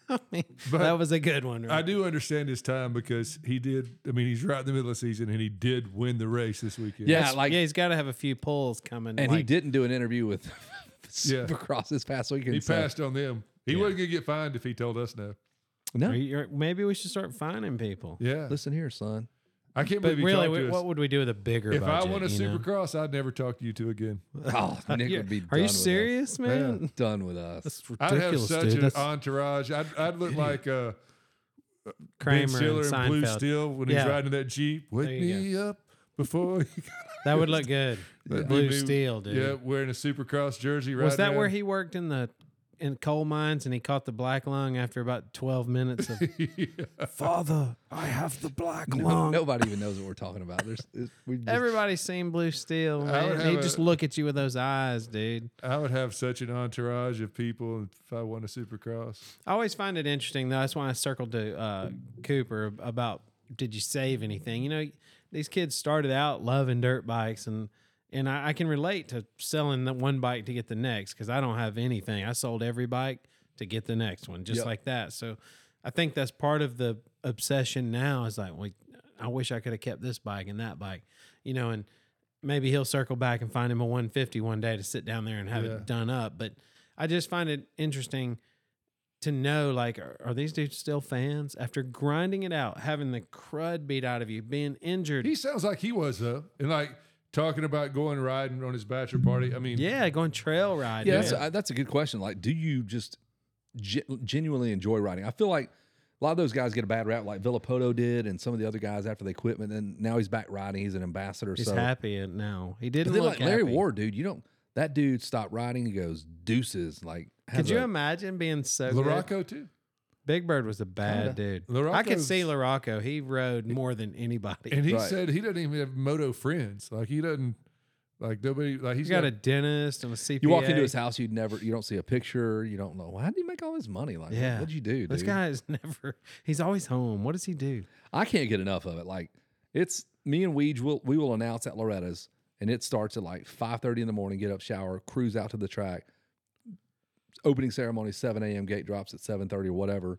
Speaker 2: I mean,
Speaker 1: But
Speaker 2: that was a good one.
Speaker 1: I
Speaker 2: Right?
Speaker 1: do understand his time because he did. I mean, he's right in the middle of the season and he did win the race this weekend.
Speaker 3: yeah, like
Speaker 2: yeah, he's got to have a few pulls coming.
Speaker 3: and he
Speaker 2: like-
Speaker 3: didn't do an interview with Supercross this past weekend.
Speaker 1: He
Speaker 3: so-
Speaker 1: passed on them. He wasn't going to get fined if he told us no.
Speaker 3: No,
Speaker 2: Or you- or Maybe we should start finding people.
Speaker 1: Yeah.
Speaker 3: listen here, son.
Speaker 1: I can't
Speaker 2: But
Speaker 1: believe he
Speaker 2: really,
Speaker 1: talked to
Speaker 2: we,
Speaker 1: us.
Speaker 2: what would we do with a bigger
Speaker 1: If I
Speaker 2: budget?
Speaker 1: won a
Speaker 2: you know?
Speaker 1: Supercross, I'd never talk to you two again.
Speaker 3: Oh, Nick
Speaker 2: Yeah.
Speaker 3: would be.
Speaker 2: Are
Speaker 3: done
Speaker 2: you
Speaker 3: with us.
Speaker 2: serious, man?
Speaker 3: Done with us.
Speaker 2: That's
Speaker 1: I'd have
Speaker 2: ridiculous,
Speaker 1: such
Speaker 2: dude.
Speaker 1: an
Speaker 2: That's
Speaker 1: entourage. I'd, I'd look like uh, Ben
Speaker 2: Kramer
Speaker 1: Stiller
Speaker 2: and
Speaker 1: in Blue
Speaker 2: Seinfeld.
Speaker 1: Steel when he's
Speaker 2: Yeah.
Speaker 1: riding that Jeep. Wake
Speaker 2: There you
Speaker 1: me up before.
Speaker 2: That would look good.
Speaker 1: That'd be
Speaker 2: Blue
Speaker 1: me.
Speaker 2: Steel, dude.
Speaker 1: Yeah, wearing a Supercross jersey. Right
Speaker 2: Was that
Speaker 1: now.
Speaker 2: where he worked in the in coal mines and he caught the black lung after about twelve minutes of Father, I have the black lung.
Speaker 3: Nobody even knows what we're talking about. There's it- we just,
Speaker 2: Everybody's seen Blue Steel,
Speaker 1: I would
Speaker 2: man. He
Speaker 1: have
Speaker 2: just
Speaker 1: a-
Speaker 2: look at you with those eyes, dude.
Speaker 1: I would have such an entourage of people if I won a Supercross.
Speaker 2: I always find it interesting though. That's why I circled to uh, Cooper ab- about did you save anything? You know, these kids started out loving dirt bikes, and and I, I can relate to selling the one bike to get the next because I don't have anything. I sold every bike to get the next one, just
Speaker 3: Yep.
Speaker 2: like that. So I think that's part of the obsession now. Is like, well, I wish I could have kept this bike and that bike, you know, and maybe he'll circle back and find him a 150 one day to sit down there and have
Speaker 1: Yeah.
Speaker 2: it done up. But I just find it interesting to know like are, are these dudes still fans after grinding it out having the crud beat out of you being injured
Speaker 1: He sounds like he was though, and like talking about going riding on his bachelor party. I mean,
Speaker 2: yeah going trail riding
Speaker 3: yeah, that's, uh, that's a good question. Like, do you just ge- genuinely enjoy riding? I feel like a lot of those guys get a bad rap, like Villapoto did, and some of the other guys after they quit. And then now he's back riding. He's an ambassador.
Speaker 2: he's
Speaker 3: so,
Speaker 2: happy now he
Speaker 3: but
Speaker 2: didn't
Speaker 3: then like
Speaker 2: look
Speaker 3: Larry
Speaker 2: happy.
Speaker 3: Ward, dude, you don't. That dude stopped riding. He goes deuces. Like,
Speaker 2: could
Speaker 3: has
Speaker 2: you
Speaker 3: a-
Speaker 2: imagine being so good?
Speaker 1: Larocco too.
Speaker 2: Big Bird was a bad dude. I could
Speaker 1: Larocco's-
Speaker 2: see Larocco. He rode more than anybody.
Speaker 1: And he
Speaker 3: Right.
Speaker 1: said he doesn't even have moto friends. Like he doesn't like nobody like
Speaker 2: he's
Speaker 1: he's
Speaker 2: got a dentist and a CPA.
Speaker 3: You walk into his house, you'd never, you don't see a picture. You don't know. Well, how did he make all his money? Like,
Speaker 2: Yeah.
Speaker 3: what'd you do, dude?
Speaker 2: This guy is never. He's always home. What does he do?
Speaker 3: I can't get enough of it. Like it's me and Weege will we will announce at Loretta's and it starts at like five thirty in the morning, get up, shower, cruise out to the track. Opening ceremony, seven AM gate drops at seven thirty or whatever.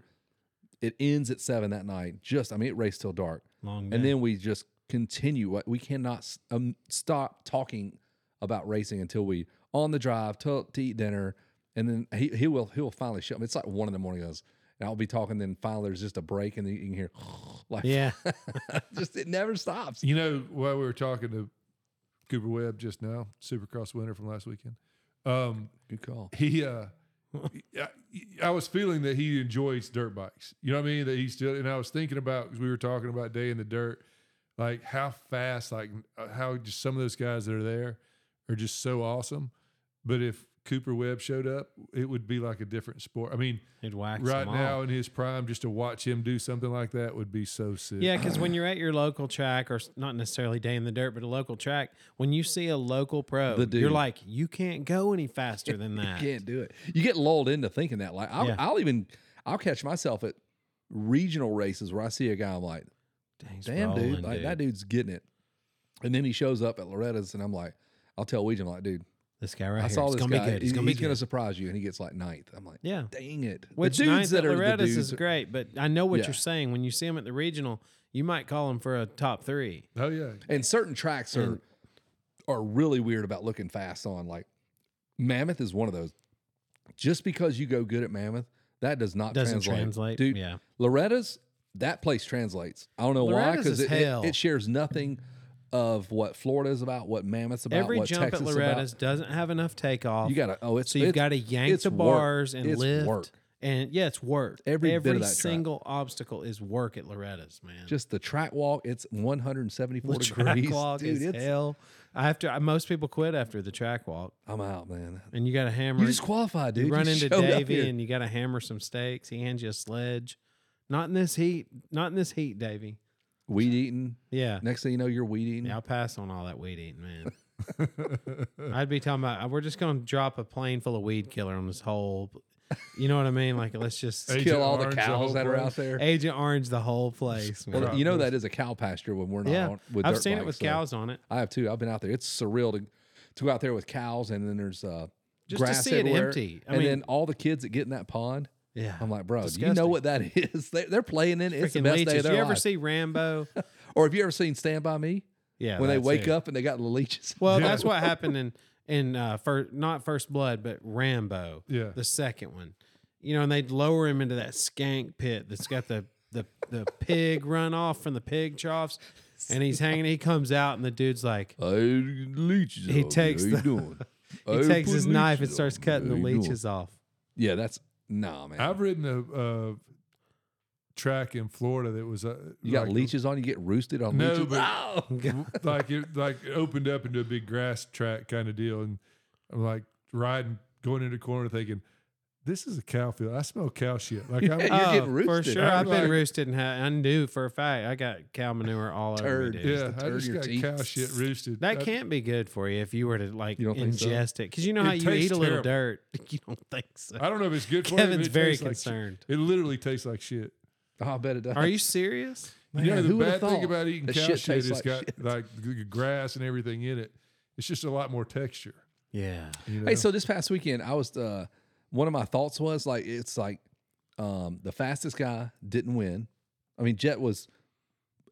Speaker 3: It ends at seven that night. Just I mean it raced till dark.
Speaker 2: Long
Speaker 3: And
Speaker 2: day.
Speaker 3: then we just continue. Like, We cannot s- um, stop talking about racing until we on the drive to, to eat dinner, and then he he will he will finally show. It's like one in the morning. Goes and I'll be talking. Then finally there's just a break, and then you can hear like
Speaker 2: yeah,
Speaker 3: just it never stops.
Speaker 1: You know, while we were talking to Cooper Webb just now, Supercross winner from last weekend, um,
Speaker 3: Good call.
Speaker 1: he, uh, I, I was feeling that he enjoys dirt bikes. You know what I mean? That he still, and I was thinking about, because we were talking about Day in the Dirt, like how fast, like uh, how just some of those guys that are there are just so awesome. But if Cooper Webb showed up, it would be like a different sport. I mean,
Speaker 2: he'd wax
Speaker 1: right
Speaker 2: them all.
Speaker 1: now in his prime, just to watch him do something like that would be so sick.
Speaker 2: Yeah, because when you're at your local track, or s- not necessarily day in the dirt, but a local track, when you see a local pro,
Speaker 3: The dude.
Speaker 2: you're like, you can't go any faster than
Speaker 3: You
Speaker 2: that.
Speaker 3: can't do it. You get lulled into thinking that. Like I'll,
Speaker 2: Yeah.
Speaker 3: I'll even I'll catch myself at regional races where I see a guy. I'm like,
Speaker 2: Dang, he's
Speaker 3: damn dude,
Speaker 2: rolling,
Speaker 3: like that dude's getting it. And then he shows up at Loretta's, and I'm like, I'll tell Ouija, I'm like, dude,
Speaker 2: This guy right
Speaker 3: I
Speaker 2: here.
Speaker 3: saw
Speaker 2: it's
Speaker 3: this
Speaker 2: gonna
Speaker 3: guy.
Speaker 2: be good. It's
Speaker 3: He-
Speaker 2: gonna be
Speaker 3: he's
Speaker 2: good.
Speaker 3: gonna surprise you, and he gets like ninth. I'm like,
Speaker 2: yeah.
Speaker 3: dang it. The
Speaker 2: Which
Speaker 3: dudes
Speaker 2: ninth
Speaker 3: that
Speaker 2: at
Speaker 3: are the
Speaker 2: Loretta's
Speaker 3: dudes-
Speaker 2: is great, but I know what
Speaker 3: Yeah.
Speaker 2: you're saying. When you see him at the regional, you might call him for a top three.
Speaker 1: Oh, yeah.
Speaker 3: And certain tracks are are really weird about looking fast on. Like Mammoth is one of those. Just because you go good at Mammoth, that does not
Speaker 2: Doesn't
Speaker 3: translate.
Speaker 2: translate.
Speaker 3: dude.
Speaker 2: Yeah.
Speaker 3: Loretta's that place translates. I don't know why
Speaker 2: Loretta's
Speaker 3: because
Speaker 2: is
Speaker 3: it, it-
Speaker 2: hell.
Speaker 3: it shares nothing of what Florida's about, what Mammoth's about,
Speaker 2: Every
Speaker 3: what
Speaker 2: jump
Speaker 3: Texas
Speaker 2: at
Speaker 3: is
Speaker 2: Loretta's
Speaker 3: about.
Speaker 2: doesn't have enough takeoff.
Speaker 3: You gotta oh it's
Speaker 2: so you've
Speaker 3: it's-
Speaker 2: got to yank
Speaker 3: it's
Speaker 2: the
Speaker 3: work.
Speaker 2: bars and
Speaker 3: It's
Speaker 2: lift.
Speaker 3: work.
Speaker 2: And yeah, it's work.
Speaker 3: Every bit of that track.
Speaker 2: single obstacle is work at Loretta's, man.
Speaker 3: Just the track walk, it's 174
Speaker 2: the track
Speaker 3: degrees.
Speaker 2: walk
Speaker 3: Dude,
Speaker 2: is
Speaker 3: it's
Speaker 2: hell. I have to. I, most people quit after the track walk,
Speaker 3: I'm out, man.
Speaker 2: and you got to hammer.
Speaker 3: You just qualified, dude.
Speaker 2: you run
Speaker 3: You
Speaker 2: into
Speaker 3: showed up
Speaker 2: Davy,
Speaker 3: here.
Speaker 2: and you got to hammer some stakes. He hands you a sledge. Not in this heat. Not in this heat, Davy.
Speaker 3: weed eating.
Speaker 2: Yeah.
Speaker 3: Mm-hmm. Next thing you know, you're weed eating.
Speaker 2: Yeah, I'll pass on all that weed eating, man. I'd be talking about we're just gonna drop a plane full of weed killer on this whole. You know what I mean? Like let's just
Speaker 1: Hey.
Speaker 3: Kill all the
Speaker 1: Orange, the whole
Speaker 3: cows that are
Speaker 1: place.
Speaker 3: out there.
Speaker 2: Agent Orange the whole place. man.
Speaker 3: Well, you know that is a cow pasture when we're not
Speaker 2: yeah,
Speaker 3: on, with
Speaker 2: I've
Speaker 3: dirt
Speaker 2: seen it
Speaker 3: bikes,
Speaker 2: with
Speaker 3: so.
Speaker 2: cows on it.
Speaker 3: I have too. I've been out there. It's surreal to to go out there with cows and then there's uh
Speaker 2: Just to
Speaker 3: grass
Speaker 2: see it
Speaker 3: everywhere.
Speaker 2: empty. I
Speaker 3: and
Speaker 2: mean-
Speaker 3: then all the kids that get in that pond.
Speaker 2: Yeah,
Speaker 3: I'm like, bro, do you know
Speaker 2: Disgusting.
Speaker 3: what that is? They, they're playing in. it. It's the
Speaker 2: freaking
Speaker 3: best day
Speaker 2: leeches.
Speaker 3: of
Speaker 2: You
Speaker 3: their
Speaker 2: ever
Speaker 3: life.
Speaker 2: see Rambo?
Speaker 3: or have you ever seen Stand by Me?
Speaker 2: Yeah,
Speaker 3: when they
Speaker 2: that's
Speaker 3: wake
Speaker 2: it.
Speaker 3: up and they got the leeches.
Speaker 2: Well,
Speaker 1: Yeah.
Speaker 2: that's what happened in in uh, first not First Blood, but Rambo,
Speaker 1: Yeah.
Speaker 2: the second one. You know, and they'd lower him into that skank pit that's got the the the pig runoff from the pig troughs, and he's hanging. He comes out, and the dude's like,
Speaker 3: I leeches.
Speaker 2: He takes
Speaker 3: How
Speaker 2: the-
Speaker 3: doing?
Speaker 2: he takes his knife and starts cutting the leeches off.
Speaker 3: Yeah, that's nah, man.
Speaker 1: I've ridden a uh, track in Florida that was uh,
Speaker 3: you got
Speaker 1: like-
Speaker 3: leeches on. You get roosted on
Speaker 1: No,
Speaker 3: leeches.
Speaker 1: but-
Speaker 3: Ow!
Speaker 1: like it like it opened up into a big grass track kind of deal and I'm like riding going into the corner thinking this is a cow field I smell cow shit like I'm
Speaker 3: Yeah, You're getting
Speaker 2: Oh, for
Speaker 3: roosted.
Speaker 2: sure.
Speaker 1: I'm
Speaker 2: I've been
Speaker 1: like-
Speaker 2: roosted and ha- I knew for a fact I got cow manure all over me.
Speaker 3: Turd.
Speaker 2: Dude.
Speaker 1: yeah
Speaker 3: Just to
Speaker 1: I
Speaker 3: turn
Speaker 1: just
Speaker 3: your
Speaker 1: got
Speaker 3: teeth.
Speaker 1: cow shit roosted
Speaker 2: That
Speaker 1: I-
Speaker 2: can't be good for you if you were to like
Speaker 3: You don't think so?
Speaker 2: ingest it because you know how
Speaker 1: It
Speaker 2: you eat
Speaker 1: tastes
Speaker 2: a little
Speaker 1: terrible.
Speaker 2: dirt. You don't think so.
Speaker 1: I don't know if it's good for you, but
Speaker 2: Kevin's
Speaker 1: it
Speaker 2: very
Speaker 1: tastes like shit.
Speaker 2: concerned.
Speaker 1: it literally tastes like shit
Speaker 3: Oh, I bet it does.
Speaker 2: Are you serious?
Speaker 1: you know
Speaker 3: Man, who
Speaker 1: the
Speaker 3: would've
Speaker 1: bad thing
Speaker 3: thought
Speaker 1: about eating
Speaker 3: that
Speaker 1: cow
Speaker 3: shit
Speaker 1: shit,
Speaker 3: tastes
Speaker 1: it's
Speaker 3: like
Speaker 1: got
Speaker 3: shit?
Speaker 1: like g- g- grass and everything in it it's just a lot more texture
Speaker 2: Yeah.
Speaker 1: you know?
Speaker 3: Hey, so this past weekend, I was uh, one of my thoughts was like it's like um, the fastest guy didn't win. I mean, Jet was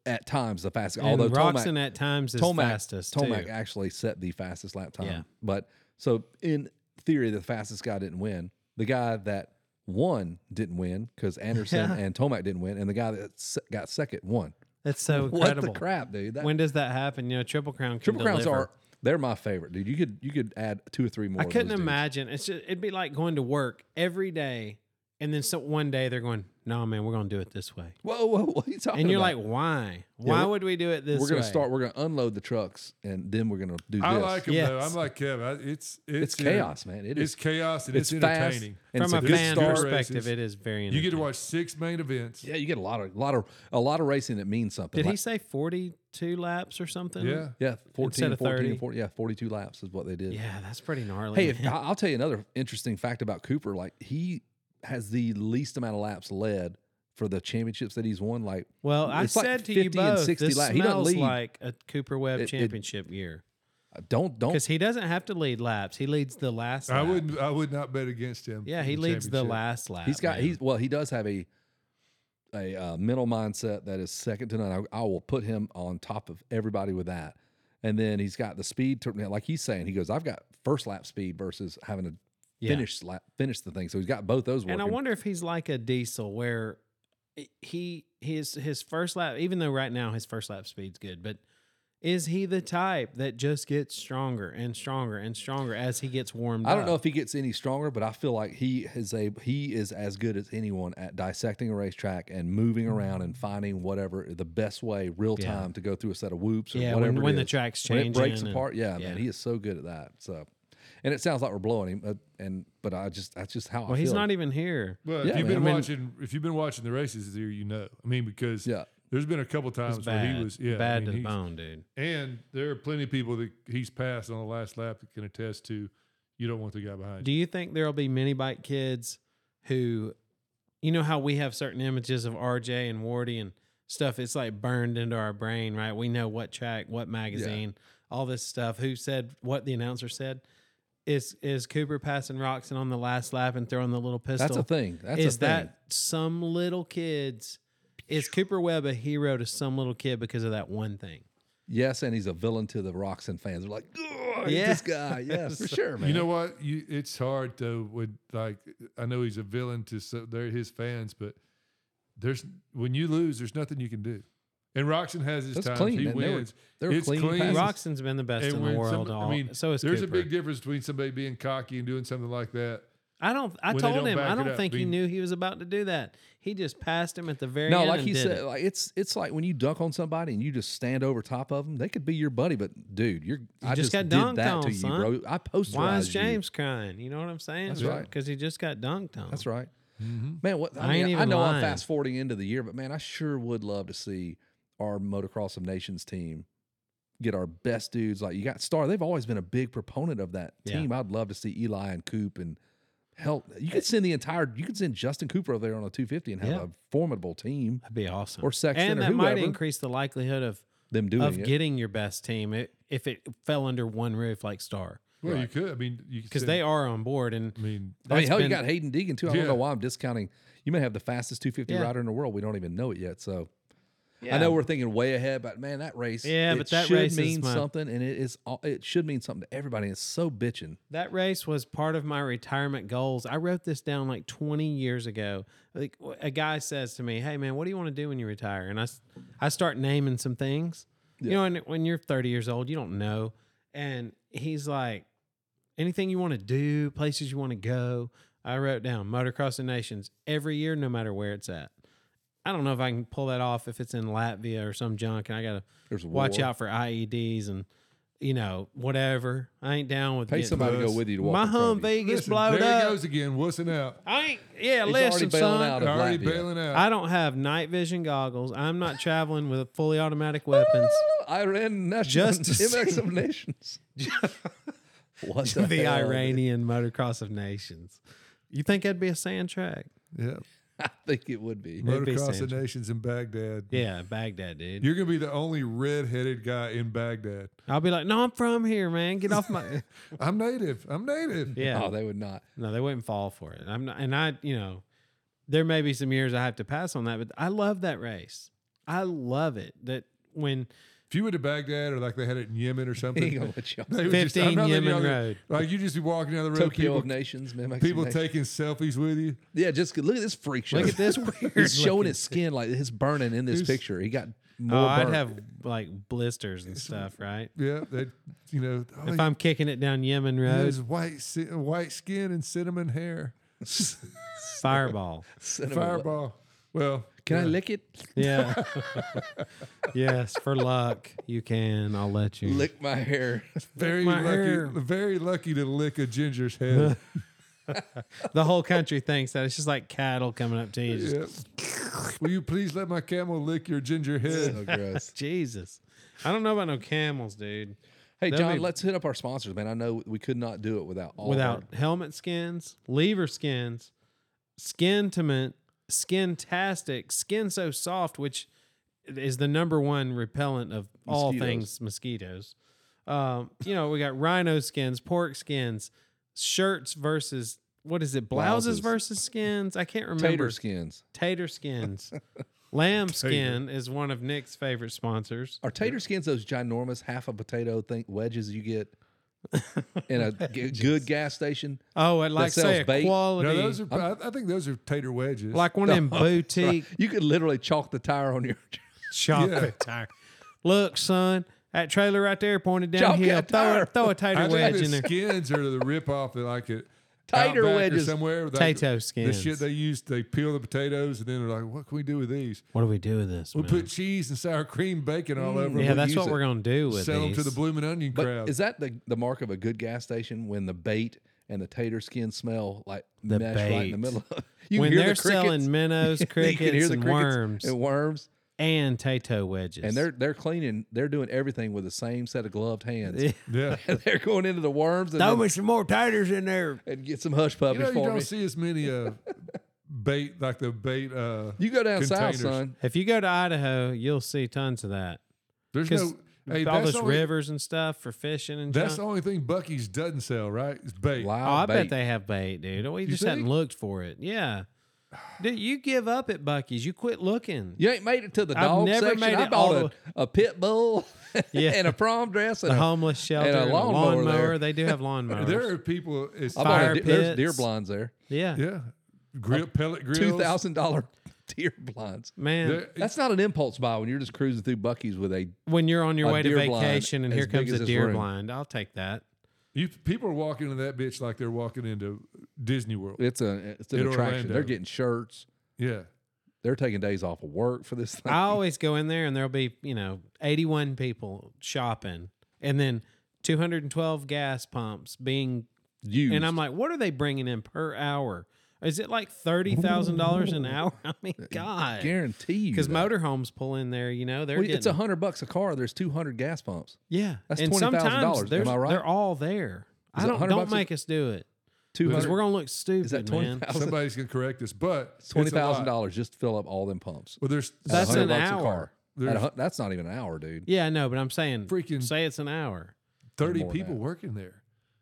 Speaker 3: at times the fastest, although
Speaker 2: and
Speaker 3: Tomac,
Speaker 2: Roxon at times is
Speaker 3: Tomac,
Speaker 2: fastest
Speaker 3: Tomac
Speaker 2: too.
Speaker 3: actually set the fastest lap time.
Speaker 2: Yeah.
Speaker 3: But so in theory, the fastest guy didn't win. The guy that won didn't win because Anderson
Speaker 2: Yeah.
Speaker 3: and Tomac didn't win, and the guy that se- got second won.
Speaker 2: That's so
Speaker 3: What
Speaker 2: incredible.
Speaker 3: the crap, dude? That,
Speaker 2: When does that happen? You know, Triple Crown. Can
Speaker 3: Triple Crowns
Speaker 2: deliver.
Speaker 3: are they're my favorite, dude. You could you could add two or three more.
Speaker 2: I
Speaker 3: of
Speaker 2: couldn't
Speaker 3: those dudes.
Speaker 2: imagine. It's just, it'd be like going to work every day, and then so, one day they're going, "No, man, we're going to do it this way."
Speaker 3: Whoa, whoa, what are you talking
Speaker 2: And you're
Speaker 3: about?
Speaker 2: like, "Why? Why
Speaker 3: we're-
Speaker 2: would we do it this
Speaker 3: we're gonna
Speaker 2: way?"
Speaker 3: start. We're gonna unload the trucks, and then we're gonna do this.
Speaker 1: I like him though
Speaker 2: Yes.
Speaker 1: I'm like Kevin I, it's, it's uh,
Speaker 3: it's chaos, man. It
Speaker 1: it's
Speaker 3: is.
Speaker 1: chaos and
Speaker 3: It's,
Speaker 1: it's,
Speaker 3: fast.
Speaker 1: entertaining
Speaker 3: And it's
Speaker 2: from a
Speaker 3: a good
Speaker 2: fan
Speaker 3: start.
Speaker 2: perspective.
Speaker 1: races.
Speaker 2: It is very.
Speaker 1: you get to
Speaker 2: entertaining.
Speaker 1: watch six main events
Speaker 3: Yeah, you get a lot of lot of a lot of racing that means something.
Speaker 2: Did he
Speaker 3: Like-
Speaker 2: say 42 laps or something?
Speaker 1: yeah
Speaker 3: Yeah, 14,
Speaker 2: Instead of
Speaker 3: 14,
Speaker 2: 30.
Speaker 3: 40 yeah, 42 laps is what they did.
Speaker 2: Yeah, that's pretty gnarly.
Speaker 3: Hey, if,
Speaker 2: man.
Speaker 3: I- I'll tell you another interesting fact about Cooper. Like he has the least amount of laps led for the championships that he's won. Like
Speaker 2: well, I
Speaker 3: it's like
Speaker 2: said
Speaker 3: 50
Speaker 2: to you
Speaker 3: and
Speaker 2: both,
Speaker 3: 60
Speaker 2: this
Speaker 3: lap. He doesn't
Speaker 2: smells
Speaker 3: lead.
Speaker 2: like a Cooper Webb
Speaker 3: It- Oh. it-
Speaker 2: championship year
Speaker 3: don't don't
Speaker 2: because he doesn't have to lead laps. He leads the last.
Speaker 1: I
Speaker 2: lap.
Speaker 1: wouldn't. I would not bet against him.
Speaker 2: Yeah,
Speaker 1: in
Speaker 2: he leads the
Speaker 1: championship.
Speaker 2: last lap.
Speaker 3: He's got
Speaker 2: man.
Speaker 3: he's well, he does have a a uh, mental mindset that is second to none. I, I will put him on top of everybody with that. And then he's got the speed to like he's saying. He goes, I've got first lap speed versus having to
Speaker 2: Yeah.
Speaker 3: finish lap, finish the thing. So he's got both those. Working.
Speaker 2: And I wonder if he's like a diesel where he his his first lap, even though right now his first lap speed's good, but is he the type that just gets stronger and stronger and stronger as he gets warmed
Speaker 3: I don't
Speaker 2: up?
Speaker 3: know if he gets any stronger, but I feel like he is a he is as good as anyone at dissecting a racetrack and moving around and finding whatever the best way, real
Speaker 2: Mm-hmm. Yeah.
Speaker 3: time, to go through a set of whoops or
Speaker 2: yeah,
Speaker 3: whatever.
Speaker 2: when,
Speaker 3: it
Speaker 2: when the
Speaker 3: is.
Speaker 2: track's
Speaker 3: when
Speaker 2: changing,
Speaker 3: it breaks
Speaker 2: and-
Speaker 3: apart. Yeah, man,
Speaker 2: yeah.
Speaker 3: he is so good at that. So, and it sounds like we're blowing him, uh, and but I just that's just how I
Speaker 2: Well,
Speaker 3: feel.
Speaker 2: he's not even here.
Speaker 1: Well,
Speaker 3: Yeah,
Speaker 1: if you've
Speaker 3: man.
Speaker 1: been
Speaker 3: I mean-
Speaker 1: watching, if you've been watching the races this year, you know. I mean, because
Speaker 3: Yeah.
Speaker 1: there's been a couple
Speaker 2: It's
Speaker 1: times where
Speaker 2: bad.
Speaker 1: he was yeah, I
Speaker 2: bad
Speaker 1: mean,
Speaker 2: to the
Speaker 1: he's-
Speaker 2: bone, dude.
Speaker 1: And there are plenty of people that he's passed on the last lap that can attest to. You don't want the guy behind
Speaker 2: Do you think there'll be mini bike kids who, you know, how we have certain images of RJ and Wardy and stuff? It's like burned into our brain, right? We know what track, what magazine, all this stuff. Who said what? The announcer said. Is is Cooper passing Roxon on the last lap and throwing the little pistol?
Speaker 3: that's a thing. That's
Speaker 2: is
Speaker 3: a thing.
Speaker 2: that some little kids? Is Cooper Webb a hero to some little kid because of that one thing?
Speaker 3: yes, and he's a villain to the Roxon fans. They're like, "Ugh,
Speaker 2: Yeah.
Speaker 3: this guy, yes, for sure,
Speaker 1: you.
Speaker 3: man.
Speaker 1: You know what? You it's hard though. With like, I know he's a villain to so they're his fans, but there's when you lose, there's nothing you can do. And Roxon has his
Speaker 3: That's
Speaker 1: times.
Speaker 3: clean,
Speaker 1: he
Speaker 3: man. They were-
Speaker 1: wins.
Speaker 3: they're
Speaker 1: it's
Speaker 3: clean
Speaker 1: clean.
Speaker 3: passes.
Speaker 2: Roxon's been the best in the
Speaker 1: when
Speaker 2: world.
Speaker 1: some-
Speaker 2: all, so is
Speaker 1: there's
Speaker 2: Cooper.
Speaker 1: a big difference between somebody being cocky and doing something like that.
Speaker 2: I don't. I
Speaker 1: when they
Speaker 2: told
Speaker 1: don't
Speaker 2: him.
Speaker 1: back
Speaker 2: I
Speaker 1: it
Speaker 2: don't
Speaker 1: up,
Speaker 2: think he
Speaker 1: being-
Speaker 2: knew he was about to do that. He just passed him at the very
Speaker 3: no,
Speaker 2: end.
Speaker 3: like he
Speaker 2: and did
Speaker 3: said,
Speaker 2: it.
Speaker 3: like it's it's like when you dunk on somebody and you just stand over top of them. They could be your buddy, but dude, you're I
Speaker 2: just
Speaker 3: just,
Speaker 2: got dunked
Speaker 3: did that
Speaker 2: on,
Speaker 3: to you,
Speaker 2: son.
Speaker 3: bro. I posterized
Speaker 2: Why is
Speaker 3: you.
Speaker 2: James crying? You know what I'm saying?
Speaker 3: That's right.
Speaker 2: Because he just got dunked on.
Speaker 3: That's right.
Speaker 2: Mm-hmm.
Speaker 3: Man, what I,
Speaker 2: I ain't
Speaker 3: mean, I
Speaker 2: even
Speaker 3: know I'm
Speaker 2: lying.
Speaker 3: fast forwarding into the year, but man, I sure would love to see our motocross of nations team get our best dudes. Like you got Star. They've always been a big proponent of that
Speaker 2: Yeah.
Speaker 3: team. I'd love to see Eli and Coop and help. You could send the entire. You could send Justin Cooper over there on a 250 and have
Speaker 2: Yeah.
Speaker 3: a formidable team.
Speaker 2: That'd be awesome.
Speaker 3: Or Sexton
Speaker 2: and
Speaker 3: or
Speaker 2: that might
Speaker 3: whoever.
Speaker 2: increase the likelihood of
Speaker 3: Them doing
Speaker 2: of
Speaker 3: it.
Speaker 2: getting your best team i- if it fell under one roof like Star
Speaker 1: Well, you
Speaker 3: Right.
Speaker 1: could. I mean, you could
Speaker 2: because
Speaker 1: say-
Speaker 2: they are on board and
Speaker 1: I mean,
Speaker 3: I mean,
Speaker 2: that's
Speaker 3: hell, you
Speaker 2: been-
Speaker 3: got Hayden Deegan too. I
Speaker 1: Yeah.
Speaker 3: don't know why I'm discounting. You may have the fastest 250
Speaker 2: Yeah.
Speaker 3: rider in the world. We don't even know it yet. So
Speaker 4: Yeah.
Speaker 3: I know we're thinking way ahead, but man, that race.
Speaker 2: Yeah,
Speaker 3: it
Speaker 2: but that
Speaker 3: should
Speaker 2: race is
Speaker 3: mean
Speaker 2: my-
Speaker 3: something, and it is. all- It should mean something to everybody. It's so bitching.
Speaker 2: That race was part of my retirement goals. I wrote this down like 20 years ago. Like w- a guy says to me, "Hey man, what do you want to do when you retire?" And I s- I start naming some things. You
Speaker 3: Yeah.
Speaker 2: know, and when you're 30 years old, you don't know. And he's like, "Anything you want to do, places you want to go." I wrote down motocross the nations every year, no matter where it's at. I don't know if I can pull that off if it's in Latvia or some junk, and I gotta
Speaker 3: There's
Speaker 2: watch
Speaker 3: war.
Speaker 2: out for IEDs and you know whatever. I ain't down with
Speaker 3: Pay
Speaker 2: getting
Speaker 3: somebody to go
Speaker 2: buzzed.
Speaker 3: with you to walk
Speaker 2: My
Speaker 3: in front
Speaker 2: home
Speaker 3: of you.
Speaker 2: Vegas
Speaker 1: listen,
Speaker 2: blowed
Speaker 1: there he
Speaker 2: up.
Speaker 1: goes again, wussing out.
Speaker 2: I ain't. Yeah,
Speaker 3: He's already
Speaker 2: listen,
Speaker 3: bailing
Speaker 2: son.
Speaker 3: out of
Speaker 1: Already
Speaker 3: Latvia.
Speaker 1: bailing out.
Speaker 2: I don't have night vision goggles. I'm not traveling with fully automatic weapons.
Speaker 3: Iran national
Speaker 2: Just to see-
Speaker 3: MX of nations. what the,
Speaker 2: the
Speaker 3: hell?
Speaker 2: Iranian motocross of nations. You think that'd be a sand track?
Speaker 1: yeah.
Speaker 3: I think it would be.
Speaker 2: It'd be
Speaker 1: Motocross
Speaker 2: Sanjay.
Speaker 1: the Nations in Baghdad.
Speaker 2: Yeah, Baghdad, dude.
Speaker 1: You're gonna be the only red-headed guy in Baghdad.
Speaker 2: I'll be like, no, I'm from here, man. Get off my.
Speaker 1: I'm native. I'm native.
Speaker 2: Yeah.
Speaker 3: Oh, they would not.
Speaker 2: No, they wouldn't fall for it. I'm not, and I, you know, there may be some years I have to pass on that, but I love that race. I love it. That when
Speaker 1: If you went to Baghdad or like they had it in Yemen or
Speaker 3: He ain't
Speaker 1: something,
Speaker 3: gonna let y'all.
Speaker 1: they would just- I'm
Speaker 2: 15
Speaker 1: not letting
Speaker 2: Yemen
Speaker 1: y'all-
Speaker 2: Road.
Speaker 1: Like you just be walking down the road,
Speaker 3: Tokyo
Speaker 1: people,
Speaker 3: of nations, MX. of
Speaker 1: people
Speaker 3: nations.
Speaker 1: taking selfies with you.
Speaker 3: Yeah, just look at this freak show.
Speaker 2: Look at this weird.
Speaker 3: He's showing
Speaker 2: looking-
Speaker 3: his skin like his burning in this
Speaker 1: He's-
Speaker 3: picture. He got more.
Speaker 2: Oh, I'd
Speaker 3: burnt.
Speaker 2: have like blisters and stuff, right?
Speaker 1: Yeah, they, you know, oh,
Speaker 2: If I'm kicking it down Yemen
Speaker 1: he
Speaker 2: Road,
Speaker 1: has white ci- white skin and cinnamon hair,
Speaker 2: fireball.
Speaker 3: Cinnamon roll.
Speaker 1: fireball. Well,
Speaker 3: Can I
Speaker 1: yeah.
Speaker 3: lick it?
Speaker 2: Yeah. yes, for luck, you can. I'll let you.
Speaker 3: Lick my hair.
Speaker 1: Very
Speaker 2: my
Speaker 1: lucky,
Speaker 2: hair?
Speaker 1: very lucky to lick a ginger's head.
Speaker 2: The whole country thinks that it's just like cattle coming up to you. Just,
Speaker 1: yeah. Will you please let my camel lick your ginger head?
Speaker 3: so gross.
Speaker 2: Jesus, I don't know about no camels, dude.
Speaker 3: Hey
Speaker 2: That'd
Speaker 3: John,
Speaker 2: be-
Speaker 3: let's hit up our sponsors, man. I know we could not do it without all of our-
Speaker 2: without helmet skins, lever skins, skin to mint, skin tastic, skin so soft, which is the number one repellent of all
Speaker 3: Mosquitoes.
Speaker 2: things mosquitoes. Um, you know, we got rhino skins, pork skins, shirts versus what is it?
Speaker 3: Blouses.
Speaker 2: Blouses, versus skins. I can't remember.
Speaker 3: tater skins.
Speaker 2: Tater skins. Lamb skin is one of Nick's favorite sponsors.
Speaker 3: Are tater skins those ginormous half a potato thing wedges you get in a g- good gas station?
Speaker 2: Oh, I'd like to
Speaker 3: sells
Speaker 2: say a
Speaker 3: bait? No,
Speaker 2: quality,
Speaker 1: No, those are. I, I think those are tater wedges.
Speaker 2: like one in boutique
Speaker 3: You could literally chalk the tire on your
Speaker 2: Chocolate tire. Look, son, that trailer right there pointed
Speaker 3: Chocolate
Speaker 2: downhill. Throw,
Speaker 3: tire.
Speaker 2: a- throw a
Speaker 1: I
Speaker 2: tater
Speaker 1: think
Speaker 2: wedge
Speaker 1: the
Speaker 2: in there.
Speaker 1: Skins are the rip off that like it.
Speaker 3: Tater
Speaker 1: Outback or
Speaker 3: wedges.
Speaker 1: somewhere. like,
Speaker 2: Potato
Speaker 1: The
Speaker 2: skins.
Speaker 1: shit they use, they peel the potatoes and then they're like, "What can we do with these?
Speaker 2: What do we do with this?
Speaker 1: We
Speaker 2: man?
Speaker 1: put cheese and sour cream, bacon all over 'em.
Speaker 2: Mm. yeah,
Speaker 3: we'll
Speaker 2: that's
Speaker 3: use
Speaker 2: what
Speaker 3: it.
Speaker 2: we're gonna do with
Speaker 1: Sell them to
Speaker 2: these.
Speaker 1: the blooming onion
Speaker 3: But
Speaker 1: crowd.
Speaker 3: is that the, the mark of a good gas station when the bait and the tater skin smell like
Speaker 2: The
Speaker 3: mesh right in the
Speaker 2: bait.
Speaker 3: middle of you can
Speaker 2: when
Speaker 3: hear
Speaker 2: they're
Speaker 3: the crickets.
Speaker 2: selling minnows,
Speaker 3: You can
Speaker 2: crickets,
Speaker 3: hear the
Speaker 2: and
Speaker 3: crickets
Speaker 2: worms,
Speaker 3: and worms
Speaker 2: and tato wedges,
Speaker 3: and they're they're cleaning they're doing everything with the same set of gloved hands
Speaker 1: yeah.
Speaker 3: and they're going into the worms and,
Speaker 2: throw
Speaker 3: then-
Speaker 2: me some more taters in there.
Speaker 3: and get some hush
Speaker 1: You
Speaker 3: puppies
Speaker 1: know, you
Speaker 3: for me
Speaker 1: don't see as many uh, bait like the bait. Uh,
Speaker 3: you go down south
Speaker 1: containers.
Speaker 3: son
Speaker 2: If you go to Idaho, you'll see tons of that.
Speaker 1: there's
Speaker 2: 'Cause
Speaker 1: no hey,
Speaker 2: all
Speaker 1: that's
Speaker 2: those
Speaker 1: only,
Speaker 2: rivers and stuff for fishing and
Speaker 1: That's the
Speaker 2: junk.
Speaker 1: only thing Bucky's doesn't sell, right? It's bait.
Speaker 2: Oh, I
Speaker 3: live
Speaker 2: bet
Speaker 3: bait
Speaker 2: they have bait, dude. We just
Speaker 1: think?
Speaker 2: hadn't looked for it. Yeah, dude, you give up at Bucky's. You quit looking.
Speaker 3: you ain't made it to the
Speaker 2: I've
Speaker 3: dog
Speaker 2: never
Speaker 3: section
Speaker 2: made
Speaker 3: i
Speaker 2: it all
Speaker 3: bought a, a pit bull
Speaker 2: Yeah.
Speaker 3: and a prom dress and
Speaker 2: the
Speaker 3: a,
Speaker 2: homeless shelter,
Speaker 3: and a
Speaker 2: and a
Speaker 3: lawnmower
Speaker 2: lawnmower.
Speaker 3: there.
Speaker 2: They do have lawnmowers.
Speaker 1: There are people. It's
Speaker 3: I bought a
Speaker 2: fire
Speaker 3: de- there's
Speaker 2: pits.
Speaker 3: deer blinds there
Speaker 2: yeah.
Speaker 1: yeah, grill pellet grills.
Speaker 3: two thousand dollar deer blinds
Speaker 2: man.
Speaker 1: There-
Speaker 3: That's not an impulse buy when you're just cruising through Bucky's with a.
Speaker 2: when you're on your
Speaker 3: a
Speaker 2: way to
Speaker 3: deer blind
Speaker 2: vacation and
Speaker 3: as
Speaker 2: here
Speaker 3: big
Speaker 2: comes
Speaker 3: as
Speaker 2: a
Speaker 3: this
Speaker 2: deer
Speaker 3: room.
Speaker 2: blind, I'll take that.
Speaker 1: You people are walking into that bitch like they're walking into Disney World.
Speaker 3: It's a it's an
Speaker 1: In
Speaker 3: attraction.
Speaker 1: Orlando.
Speaker 3: They're getting shirts.
Speaker 1: Yeah,
Speaker 3: They're taking days off of work for this thing.
Speaker 2: I always go in there and there'll be you know 81 people shopping, and then 212 gas pumps being.
Speaker 3: Used.
Speaker 2: And I'm like, what are they bringing in per hour? Is it like thirty thousand dollars an hour? I mean, God,
Speaker 3: Guarantee you.
Speaker 2: because
Speaker 3: that.
Speaker 2: motorhomes pull in there. You know, they're
Speaker 3: Well,
Speaker 2: getting,
Speaker 3: it's a hundred bucks a car. There's two hundred gas pumps.
Speaker 2: yeah,
Speaker 3: that's
Speaker 2: and
Speaker 3: $20,000,
Speaker 2: sometimes
Speaker 3: am
Speaker 2: there's-
Speaker 3: I right?
Speaker 2: They're all there.
Speaker 3: Is
Speaker 2: I
Speaker 3: it
Speaker 2: don't
Speaker 3: 100
Speaker 2: don't
Speaker 3: bucks a-
Speaker 2: make us do it
Speaker 3: Two
Speaker 2: because we're
Speaker 3: hundred.
Speaker 2: gonna look stupid,
Speaker 3: Is that
Speaker 2: man.
Speaker 3: twenty thousand?
Speaker 1: Somebody's gonna correct us, but it's a lot.
Speaker 3: Twenty thousand dollars just to fill up all them pumps.
Speaker 1: Well, there's
Speaker 3: At
Speaker 2: That's
Speaker 3: $100
Speaker 2: an
Speaker 3: bucks a
Speaker 2: hour.
Speaker 3: car. At
Speaker 1: there's
Speaker 3: a hun- that's not even an hour, dude.
Speaker 2: Yeah, I know, but I'm saying
Speaker 1: Freaking-
Speaker 2: say it's an hour.
Speaker 1: thirty
Speaker 3: more than
Speaker 1: people
Speaker 3: that.
Speaker 1: working there.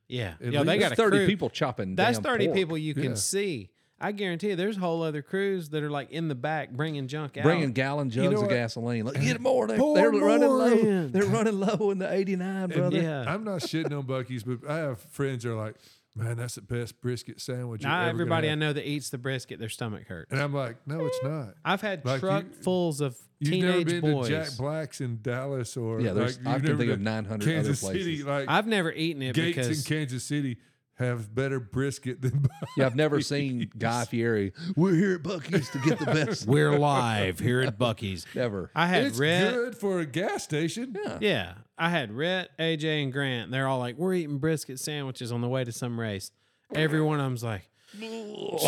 Speaker 2: Yeah,
Speaker 1: At
Speaker 2: yeah, they
Speaker 1: least
Speaker 2: got a
Speaker 3: That's thirty
Speaker 2: crew.
Speaker 3: people chopping.
Speaker 2: That's
Speaker 3: damn
Speaker 2: 30
Speaker 3: pork.
Speaker 2: people you can
Speaker 1: Yeah.
Speaker 2: see. I guarantee you, there's whole other crews that are like in the back bringing junk out.
Speaker 3: Bringing gallon jugs
Speaker 1: know
Speaker 3: of
Speaker 1: what?
Speaker 3: gasoline. Like, get more. They,
Speaker 2: Uh, Pour
Speaker 3: they're running
Speaker 2: more
Speaker 3: low.
Speaker 2: in.
Speaker 3: They're running low in the eighty nine, brother.
Speaker 2: yeah.
Speaker 1: I'm not shitting on Bucky's, but I have friends that are like, man, that's the best brisket sandwich. you're
Speaker 2: Now,
Speaker 1: ever
Speaker 2: everybody
Speaker 1: gonna
Speaker 2: I
Speaker 1: have."
Speaker 2: know that eats the brisket, their stomach hurts.
Speaker 1: And I'm like, no, it's not.
Speaker 2: I've had
Speaker 1: Like, you-
Speaker 2: truckfuls of
Speaker 1: You've never
Speaker 2: teenage
Speaker 1: been
Speaker 2: boys.
Speaker 1: to Jack Black's in Dallas or
Speaker 3: Yeah, there's-
Speaker 1: like,
Speaker 3: I
Speaker 1: you've
Speaker 3: can
Speaker 1: never
Speaker 3: think of
Speaker 1: been-
Speaker 3: 900 other
Speaker 1: Kansas City,
Speaker 3: places.
Speaker 1: like
Speaker 2: I've never eaten it
Speaker 1: Gates in
Speaker 2: because
Speaker 1: Kansas City have better brisket than.
Speaker 3: Yeah, I've never seen Guy Fieri. We're here at Bucky's to get the best.
Speaker 2: we're live here at Bucky's.
Speaker 3: Never.
Speaker 2: I had
Speaker 1: It's
Speaker 2: Rhett.
Speaker 1: good for a gas station.
Speaker 3: Yeah.
Speaker 2: Yeah, I had Rhett, AJ, and Grant. They're all like, we're eating brisket sandwiches on the way to some race. Every one of them's like, you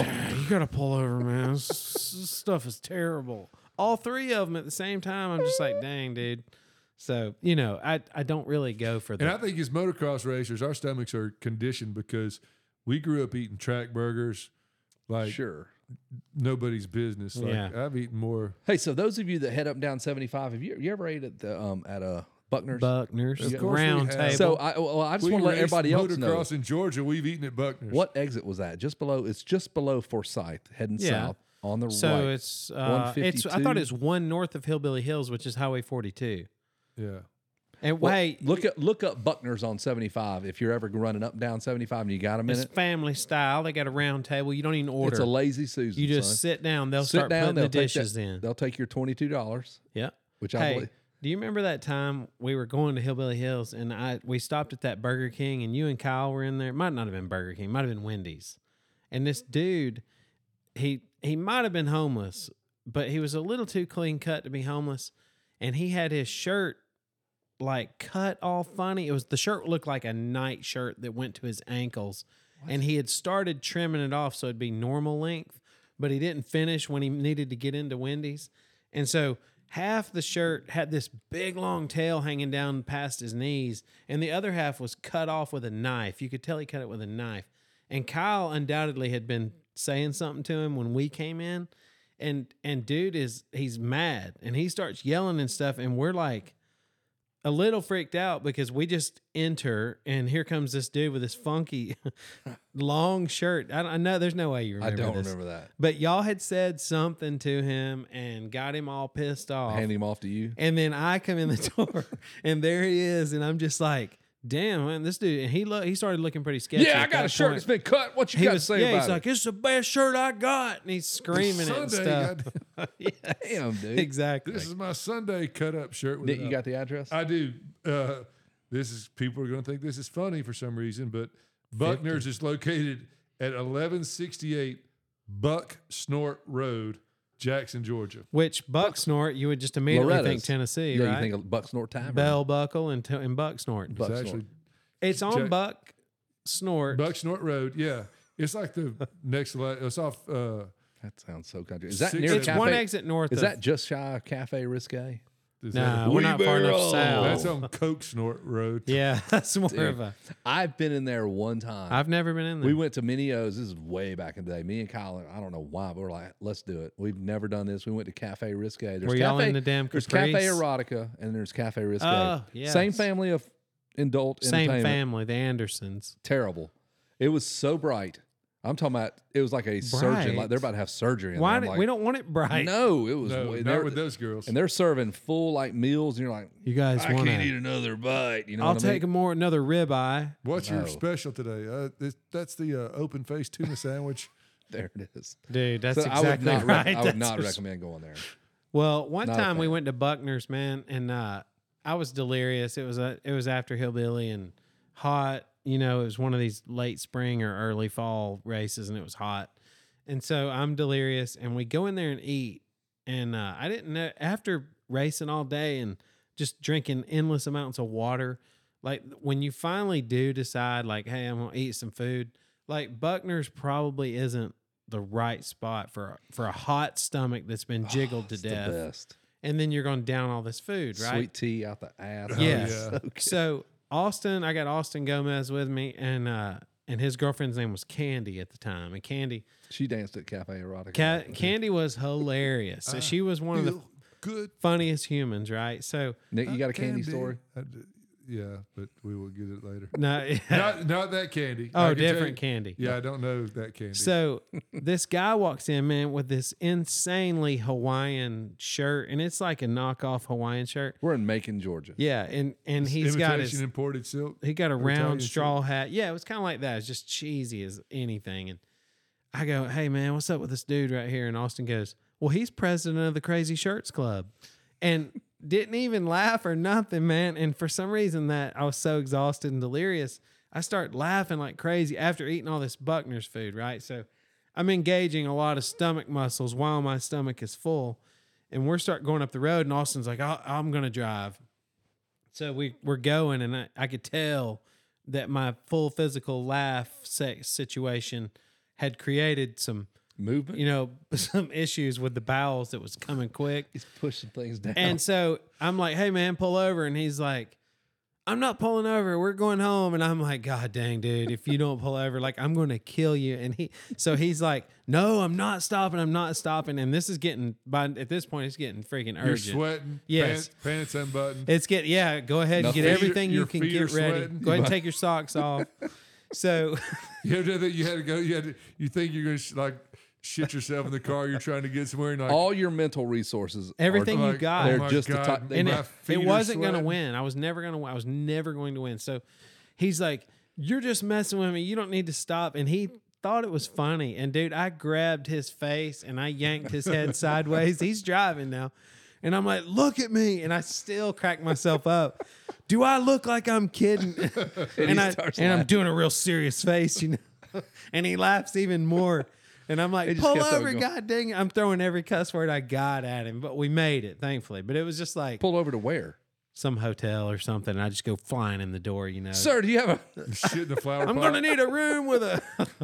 Speaker 2: gotta pull over, man. This this stuff is terrible. All three of them at the same time. I'm just like, dang, dude. So you know, I I don't really go for
Speaker 1: And I
Speaker 2: that.
Speaker 1: think as motocross racers, our stomachs are conditioned because we grew up eating track burgers like
Speaker 3: Sure.
Speaker 1: nobody's business. Like
Speaker 2: Yeah.
Speaker 1: I've eaten more.
Speaker 3: Hey, so those of you that head up and down 75, have you, you ever ate at the um at a Buckner's?
Speaker 2: Buckner's
Speaker 1: Of course we
Speaker 2: round
Speaker 1: have.
Speaker 2: table.
Speaker 3: so I well, I just
Speaker 1: We
Speaker 3: want to let
Speaker 1: raced
Speaker 3: everybody else know
Speaker 1: motocross in Georgia. We've eaten at Buckner's.
Speaker 3: what exit was that? Just below it's just below Forsyth, heading
Speaker 2: Yeah.
Speaker 3: south on the
Speaker 2: so
Speaker 3: right.
Speaker 2: it's uh, it's I thought
Speaker 3: 152.
Speaker 2: it's one north of Hillbilly Hills, which is Highway 42.
Speaker 1: Yeah.
Speaker 2: And
Speaker 3: Well,
Speaker 2: wait,
Speaker 3: look at look up Buckner's on 75 if you're ever running up and down 75 and you got a
Speaker 2: it's
Speaker 3: minute.
Speaker 2: family style. They got a round table. You don't even order.
Speaker 3: It's a lazy Susan.
Speaker 2: you just
Speaker 3: son.
Speaker 2: sit down. They'll
Speaker 3: Sit
Speaker 2: start
Speaker 3: down.
Speaker 2: putting the
Speaker 3: they'll take that-
Speaker 2: dishes in.
Speaker 3: They'll take your twenty two dollars,
Speaker 2: Yeah.
Speaker 3: which I
Speaker 2: Hey,
Speaker 3: believe.
Speaker 2: do you remember that time we were going to Hillbilly Hills and I we stopped at that Burger King and you and Kyle were in there? It might not have been Burger King, might have been Wendy's. And this dude, he he might have been homeless, but he was a little too clean cut to be homeless. And he had his shirt like cut all funny. It was the shirt looked like a night shirt that went to his ankles. And he had started trimming it off so it'd be normal length, but he didn't finish when he needed to get into Wendy's. And so half the shirt had this big long tail hanging down past his knees, and the other half was cut off with a knife. You could tell he cut it with a knife. And Kyle undoubtedly had been saying something to him when we came in. And and dude is he's mad and he starts yelling and stuff and we're like a little freaked out because we just enter and here comes this dude with this funky long shirt. I, don't- I know there's no way you
Speaker 3: I
Speaker 2: remember
Speaker 3: don't
Speaker 2: this.
Speaker 3: remember that.
Speaker 2: But y'all had said something to him and got him all pissed off.
Speaker 3: Hand him off to you.
Speaker 2: And then I come in the door and there he is. And I'm just like, damn, man, this dude. And he look, he started looking pretty sketchy.
Speaker 3: Yeah, I
Speaker 2: at
Speaker 3: got
Speaker 2: that
Speaker 3: a shirt
Speaker 2: point.
Speaker 3: that's been cut. What you
Speaker 2: He
Speaker 3: got
Speaker 2: was,
Speaker 3: to say
Speaker 2: yeah,
Speaker 3: about
Speaker 2: he's
Speaker 3: it?
Speaker 2: like, it's the best shirt I got. And he's screaming it and
Speaker 1: Sunday,
Speaker 2: stuff.
Speaker 1: goddamn,
Speaker 2: Yes,
Speaker 3: Damn, dude.
Speaker 2: exactly.
Speaker 1: this is my Sunday cut up shirt. With
Speaker 3: Nick,
Speaker 1: it
Speaker 3: you
Speaker 1: up.
Speaker 3: got the address?
Speaker 1: I do. Uh, this is people are going to think this is funny for some reason, but Buckner's is located at 1168 Buck Snort Road, Jackson, Georgia.
Speaker 2: Which buck snort, you would just immediately think
Speaker 3: Loretta's.
Speaker 2: Tennessee,
Speaker 3: yeah,
Speaker 2: right?
Speaker 3: you think of Buck Snort Tavern?
Speaker 2: Bell buckle and, t- and buck snort.
Speaker 3: Buck
Speaker 1: it's
Speaker 3: Snort.
Speaker 1: actually
Speaker 2: It's on
Speaker 1: Jack-
Speaker 2: buck snort.
Speaker 1: Buck Snort Road. Yeah, it's like the next. le- It's off. Uh,
Speaker 3: That sounds so country. Is that
Speaker 1: Six-
Speaker 3: near
Speaker 2: it's
Speaker 3: Cafe?
Speaker 2: one exit north
Speaker 3: is
Speaker 2: of
Speaker 3: that just shy of Cafe Risque?
Speaker 1: is
Speaker 2: No,
Speaker 1: that-
Speaker 2: we're not far enough
Speaker 3: Weeberl.
Speaker 2: south.
Speaker 1: that's on Coke Snort Road.
Speaker 2: Yeah, that's more of a.
Speaker 3: I've been in there one time.
Speaker 2: I've never been in there.
Speaker 3: we went to Minio's. This is way back in the day. Me and Colin, I don't know why, but we're like, let's do it. We've never done this. We went to Cafe Risque. There's
Speaker 2: Were
Speaker 3: Cafe,
Speaker 2: y'all in the damn
Speaker 3: There's
Speaker 2: Caprice?
Speaker 3: Cafe Erotica and there's Cafe Risque.
Speaker 2: Oh, yes.
Speaker 3: Same family of adult
Speaker 2: Same
Speaker 3: entertainment.
Speaker 2: family, the Andersons.
Speaker 3: Terrible. It was so bright. I'm talking about. It was like a surgeon. Like
Speaker 2: Bright?
Speaker 3: they're about to have surgery. In
Speaker 2: Why
Speaker 3: there.
Speaker 2: did,
Speaker 3: I'm like,
Speaker 2: we don't want it bright?
Speaker 3: No, it was.
Speaker 1: No,
Speaker 3: and,
Speaker 1: not
Speaker 3: they're,
Speaker 1: with those girls.
Speaker 3: and they're serving full like meals, and you're like,
Speaker 2: You guys
Speaker 3: I
Speaker 2: want
Speaker 3: can't eat
Speaker 2: to?
Speaker 3: another bite. You know,
Speaker 2: I'll
Speaker 3: what I
Speaker 2: take a more another ribeye.
Speaker 1: What's
Speaker 3: No.
Speaker 1: your special today? Uh, this, that's the uh, open faced tuna sandwich.
Speaker 3: There it is.
Speaker 2: Dude, that's
Speaker 3: So
Speaker 2: exactly
Speaker 3: I would not, rec-
Speaker 2: right.
Speaker 3: I
Speaker 2: That's
Speaker 3: would not
Speaker 2: what's-
Speaker 3: recommend going there.
Speaker 2: Well, one
Speaker 3: Not a
Speaker 2: time we
Speaker 3: fan.
Speaker 2: went to Buckner's, man, and uh, I was delirious. It was a, it was after Hillbilly and hot. You know, it was one of these late spring or early fall races, and it was hot. And so I'm delirious, and we go in there and eat. And uh, I didn't know after racing all day and just drinking endless amounts of water. Like when you finally do decide, like, hey, I'm gonna eat some food. Like Buckner's probably isn't the right spot for for a hot stomach that's been jiggled
Speaker 3: Ah,
Speaker 2: to
Speaker 3: It's the
Speaker 2: death,
Speaker 3: best.
Speaker 2: and then you're going to down all this food, right?
Speaker 3: Sweet tea out the ass.
Speaker 1: Oh, yeah.
Speaker 2: Yeah.
Speaker 3: So good.
Speaker 2: So Austin, I got Austin Gomez with me, and uh, and his girlfriend's name was Candy at the time, and Candy
Speaker 3: she danced at Cafe Erotica.
Speaker 2: Ca- Candy was hilarious.
Speaker 3: Uh,
Speaker 2: So she was one of the
Speaker 1: Feel good.
Speaker 2: funniest humans, right? So
Speaker 3: Nick, you got a
Speaker 1: Can
Speaker 3: candy
Speaker 1: be.
Speaker 3: story?
Speaker 1: I d- yeah, but we will get it later.
Speaker 2: no,
Speaker 1: not, not that candy. I
Speaker 2: oh,
Speaker 1: can tell you-
Speaker 2: different Candy.
Speaker 1: Yeah, I don't know that candy.
Speaker 2: So this guy walks in, man, with this insanely Hawaiian shirt, and it's like a knockoff Hawaiian shirt.
Speaker 3: We're in Macon, Georgia.
Speaker 2: Yeah, and and he's
Speaker 1: imitation
Speaker 2: got his
Speaker 1: imported silk.
Speaker 2: he got a
Speaker 1: Italian
Speaker 2: round
Speaker 1: shirt.
Speaker 2: straw hat. Yeah, it was kind of like that. It's just cheesy as anything. And I go, "Hey man, what's up with this dude right here?" And Austin goes, "Well, he's president of the Crazy Shirts Club," and didn't even laugh or nothing, man. And for some reason, that I was so exhausted and delirious, I start laughing like crazy after eating all this Buckner's food, right? So I'm engaging a lot of stomach muscles while my stomach is full. And we're start going up the road, and Austin's like, I- "I'm gonna drive." So we we're going, and I, I could tell that my full physical laugh sex situation had created some,
Speaker 3: Movement.
Speaker 2: you know, some issues with the bowels that was coming quick.
Speaker 3: he's pushing things down.
Speaker 2: And so I'm like, "Hey man, pull over," and he's like. I'm not pulling over. We're going home, and I'm like, God dang, dude! If you don't pull over, like, I'm going to kill you. And he, so he's like, No, I'm not stopping. I'm not stopping. And this is getting by at this point, it's getting freaking
Speaker 1: You're
Speaker 2: urgent.
Speaker 1: sweating.
Speaker 2: Yes.
Speaker 1: Pants, pants unbuttoned.
Speaker 2: It's get yeah. Go ahead and
Speaker 3: Nothing.
Speaker 2: get
Speaker 1: Feet are-
Speaker 2: everything you
Speaker 1: your
Speaker 2: can
Speaker 1: feet
Speaker 2: get
Speaker 1: are
Speaker 2: ready.
Speaker 1: sweating.
Speaker 2: Go ahead and take your socks off. So
Speaker 1: You ever done that? You had to go. You had to, You think you're gonna sh- like shit yourself in the car? You're trying to get somewhere. And like,
Speaker 3: All your mental resources. are-
Speaker 2: Everything you
Speaker 1: like,
Speaker 2: got.
Speaker 1: oh
Speaker 2: They're
Speaker 1: my
Speaker 3: just the
Speaker 1: God,
Speaker 3: top- they-
Speaker 2: and
Speaker 1: my
Speaker 2: it,
Speaker 1: feet
Speaker 2: it
Speaker 1: are
Speaker 2: wasn't going to
Speaker 1: sweating.
Speaker 2: win. I was never going to. I was never going to win. So he's like, "You're just messing with me. You don't need to stop." And he thought it was funny. And dude, I grabbed his face and I yanked his head sideways. He's driving now, and I'm like, "Look at me!" And I still crack myself up. Do I look like I'm kidding? and I and
Speaker 3: starts
Speaker 2: I'm
Speaker 3: laughing.
Speaker 2: doing a real serious face, you know. and he laughs even more. And I'm like,
Speaker 3: It just
Speaker 2: pull
Speaker 3: kept on
Speaker 2: over,
Speaker 3: going.
Speaker 2: god dang it. I'm throwing every cuss word I got at him, but we made it, thankfully. But it was just like
Speaker 3: Pull over to where?
Speaker 2: some hotel or something. And I just go flying in the door, you know.
Speaker 3: Sir, do you have a?
Speaker 1: Shit in the flower
Speaker 2: I'm
Speaker 1: pot.
Speaker 2: gonna need a room with a